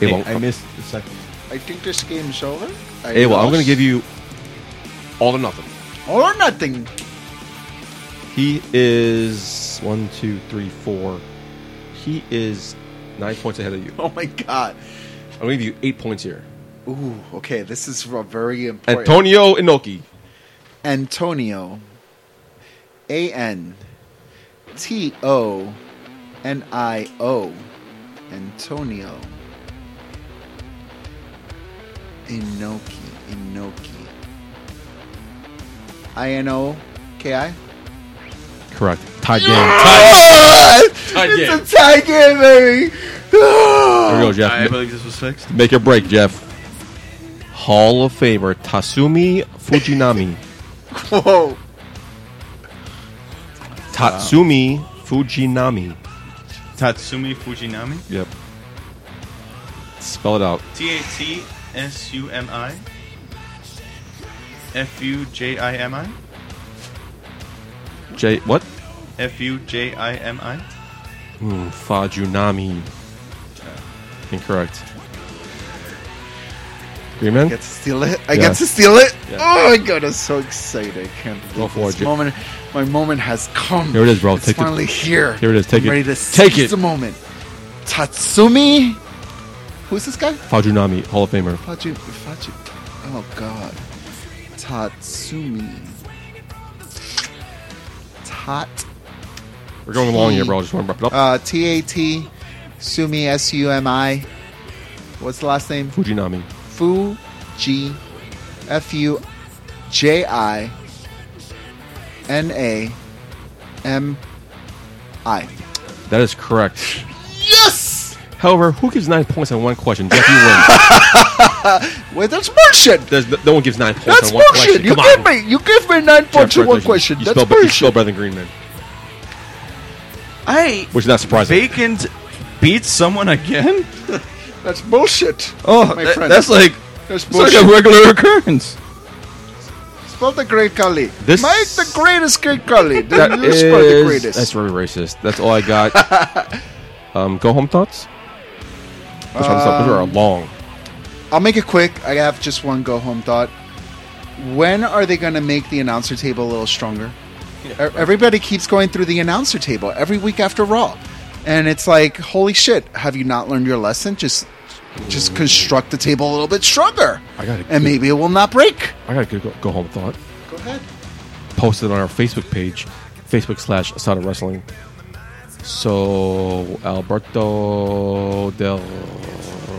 S1: Abel,
S4: I missed the second.
S2: I think this game's over. I
S1: Abel I'm going to
S2: lost.
S1: give you all or nothing.
S2: All or nothing.
S1: He is one, two, three, four. He is nine points ahead of you.
S2: Oh my god.
S1: I'm gonna give you eight points here.
S2: Ooh, okay, this is a very important.
S1: Antonio Inoki.
S2: Antonio. A N T O N I O. Antonio. Inoki. Inoki. I N O K I?
S1: Correct. Tied game. Tied. Tied game.
S2: It's a tie game, baby!
S1: Here we go, Jeff.
S3: Oh, I
S1: Ma-
S3: believe this was fixed.
S1: Make a break, Jeff. Hall of Famer Tatsumi Fujinami.
S2: Whoa.
S1: Tatsumi Fujinami.
S3: Tatsumi Fujinami.
S1: Yep. Spell it out.
S3: T A T S U M I F U J I M I
S1: J. What?
S3: F U J I M I
S1: Hmm, Fajunami. Incorrect. Green
S2: I
S1: man?
S2: get to steal it. I
S1: Yeah.
S2: get to steal it.
S1: Yeah.
S2: Oh my god, I'm so excited. I can't believe
S1: Go for
S2: this
S1: it, Jake.
S2: moment. My moment has come.
S1: Here it is, bro.
S2: It's
S1: Take the-
S2: finally here.
S1: Here it is. Take
S2: I'm
S1: it.
S2: Ready to
S1: Take
S2: seize
S1: it.
S2: The moment. Tatsumi. Who's this guy?
S1: Fajunami, Hall of Famer.
S2: Fachi. Fachi. Oh god. Tatsumi. Tat.
S1: We're going along here, bro. I just want to wrap it up.
S2: Uh, T A T. Sumi. S U M I. What's the last name?
S1: Fujinami.
S2: Fuji, F U J I N A M I.
S1: That is correct.
S2: Yes!
S1: However, who gives nine points on one question? Jeff, you win.
S2: Wait, that's bullshit!
S1: There's no, no one gives nine points
S2: That's
S1: on one
S2: bullshit!
S1: question.
S2: You
S1: Come
S2: give
S1: on.
S2: me you give me nine points
S1: Jeff,
S2: in one
S1: congratulations.
S2: question.
S1: You
S2: That's
S1: spell, be- you spell
S2: bullshit.
S1: better than Green Man,
S3: I
S1: which is not surprising.
S3: Bacon beats someone again?
S2: That's bullshit.
S3: Oh,
S2: my
S3: that-
S2: friend.
S3: that's like
S2: That's
S3: it's like
S2: bullshit.
S3: a regular occurrence.
S2: Spell the great Kali.
S1: This-
S2: Make the greatest great Kali.
S1: That
S2: Then you
S1: is,
S2: spell the greatest.
S1: that's very racist. That's all I got. um, go home thoughts? Which um, are long.
S2: I'll make it quick. I have just one go home thought. When are they going to make the announcer table a little stronger? E- Everybody keeps going through the announcer table every week after Raw, and it's like, holy shit! Have you not learned your lesson? Just, just construct the table a little bit stronger,
S1: I got it.
S2: and maybe it will not break.
S1: I got a good go, go home thought.
S2: Go ahead.
S1: Posted on our Facebook page, Facebook slash Asada Wrestling. So, Alberto Del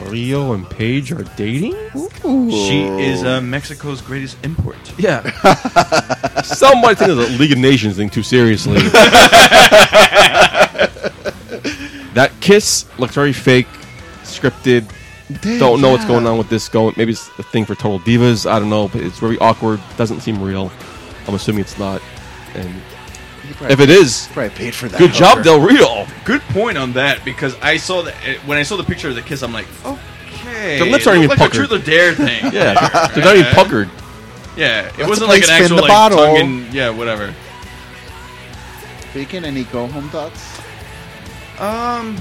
S1: Rio and Paige are dating?
S7: She is uh, Mexico's greatest import.
S1: Yeah. Somebody take the League of Nations thing too seriously. that kiss looked very fake, scripted. don't know what's going on with this. Going maybe it's a thing for total divas. I don't know, but it's very awkward. Doesn't seem real. I'm assuming it's not. And if it is,
S2: Probably paid for that.
S1: good job,
S2: hooker.
S1: Del Rio.
S3: Good point on that because I saw that when I saw the picture of the kiss, I'm like, okay,
S1: The lips aren't
S3: it
S1: even
S3: looked like a
S1: puckered.
S3: truth or dare thing.
S1: Yeah, they're not even puckered.
S3: yeah, it
S2: Let's
S3: wasn't like
S2: play spin
S3: an actual
S2: the
S3: like
S2: bottle.
S3: tongue and yeah, whatever.
S2: Bacon, any go home thoughts?
S7: Um,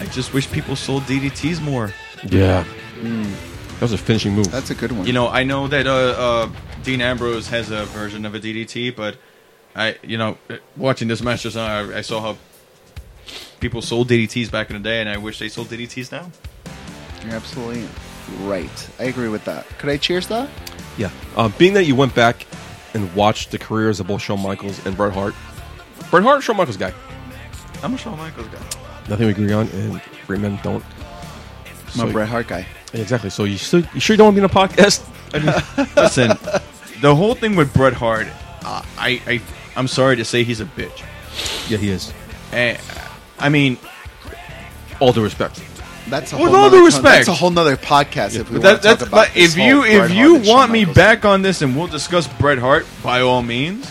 S7: I just wish people sold DDTs more.
S1: Yeah, Mm. that was a finishing move.
S2: That's a good one.
S3: You know, I know that uh, uh, Dean Ambrose has a version of a DDT, but I, you know, watching this match just now, I, I saw how people sold DDTs back in the day, and I wish they sold DDTs now.
S2: You're absolutely right. I agree with that. Could I cheers that?
S1: Yeah. Um, being that you went back and watched the careers of both Shawn Michaels and Bret Hart, Bret Hart, Shawn Michaels guy.
S3: I'm a Shawn Michaels guy.
S1: Nothing we agree on, and great men don't.
S2: My
S1: So-
S2: Bret Hart guy.
S1: Exactly. So you still, you sure you don't want to be in a podcast?
S3: Listen, the whole thing with Bret Hart, uh, I, I, I'm sorry to say he's a bitch.
S1: Yeah, he is.
S3: Eh, I mean,
S1: All due respect.
S2: That's a
S3: With
S2: whole
S3: all
S2: nother
S3: due
S2: con-
S3: respect.
S2: That's a whole nother podcast. If we want to talk
S3: that's,
S2: about
S3: but
S2: this
S3: if
S2: whole
S3: you
S2: Bret
S3: if
S2: Hart
S3: you
S2: and Shawn
S3: want me
S2: Michaels
S3: back on this, and we'll discuss Bret Hart by all means,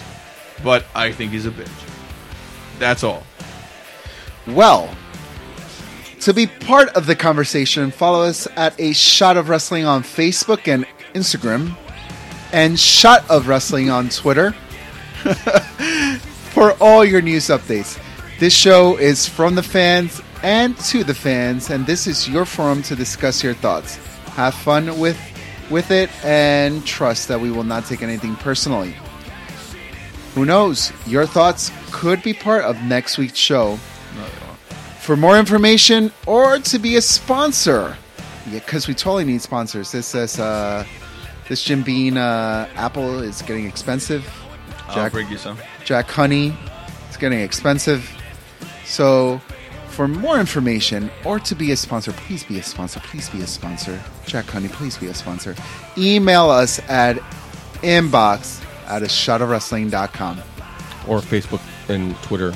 S3: but I think he's a bitch. That's all.
S2: thing. well. To be part of the conversation, follow us at a shot of wrestling on Facebook and Instagram, and shot of wrestling on Twitter for all your news updates. This show is from the fans and to the fans, and this is your forum to discuss your thoughts. Have fun with with it, and trust that we will not take anything personally. Who knows? Your thoughts could be part of next week's show. For more information or to be a sponsor, yeah, because we totally need sponsors. This is uh, this Jim Bean uh, apple is getting expensive.
S3: I'll
S2: Jack-
S3: bring you some.
S2: Jack Honey. It's getting expensive. So, for more information or to be a sponsor, please be a sponsor. Please be a sponsor. Jack Honey, please be a sponsor. Email us at inbox at a shotofwrestling.com.
S1: Or Facebook and Twitter,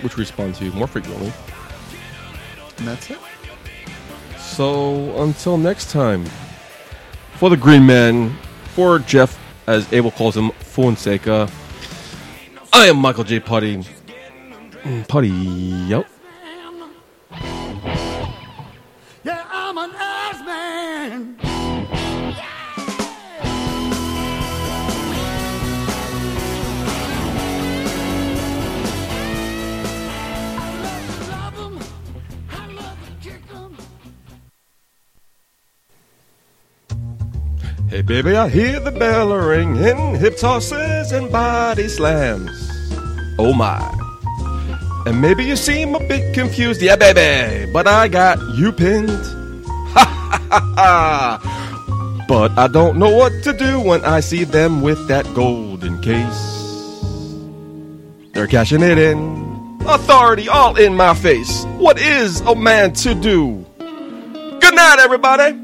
S1: which we respond to more frequently.
S2: And that's it.
S1: So until next time, for the Green Man, for Jeff, as Abel calls him, Fonseca, I am Michael J. Putty. Mm, Putty, yep.
S8: Yeah, I'm an ass man. I love 'em. I love to kick 'em.
S1: Hey, baby, I hear the bell ringing, hip tosses and body slams. Oh my. And maybe you seem a bit confused, yeah, baby, but I got you pinned. Ha ha ha ha! But I don't know what to do when I see them with that golden case. They're cashing it in. Authority all in my face. What is a man to do? Good night, everybody!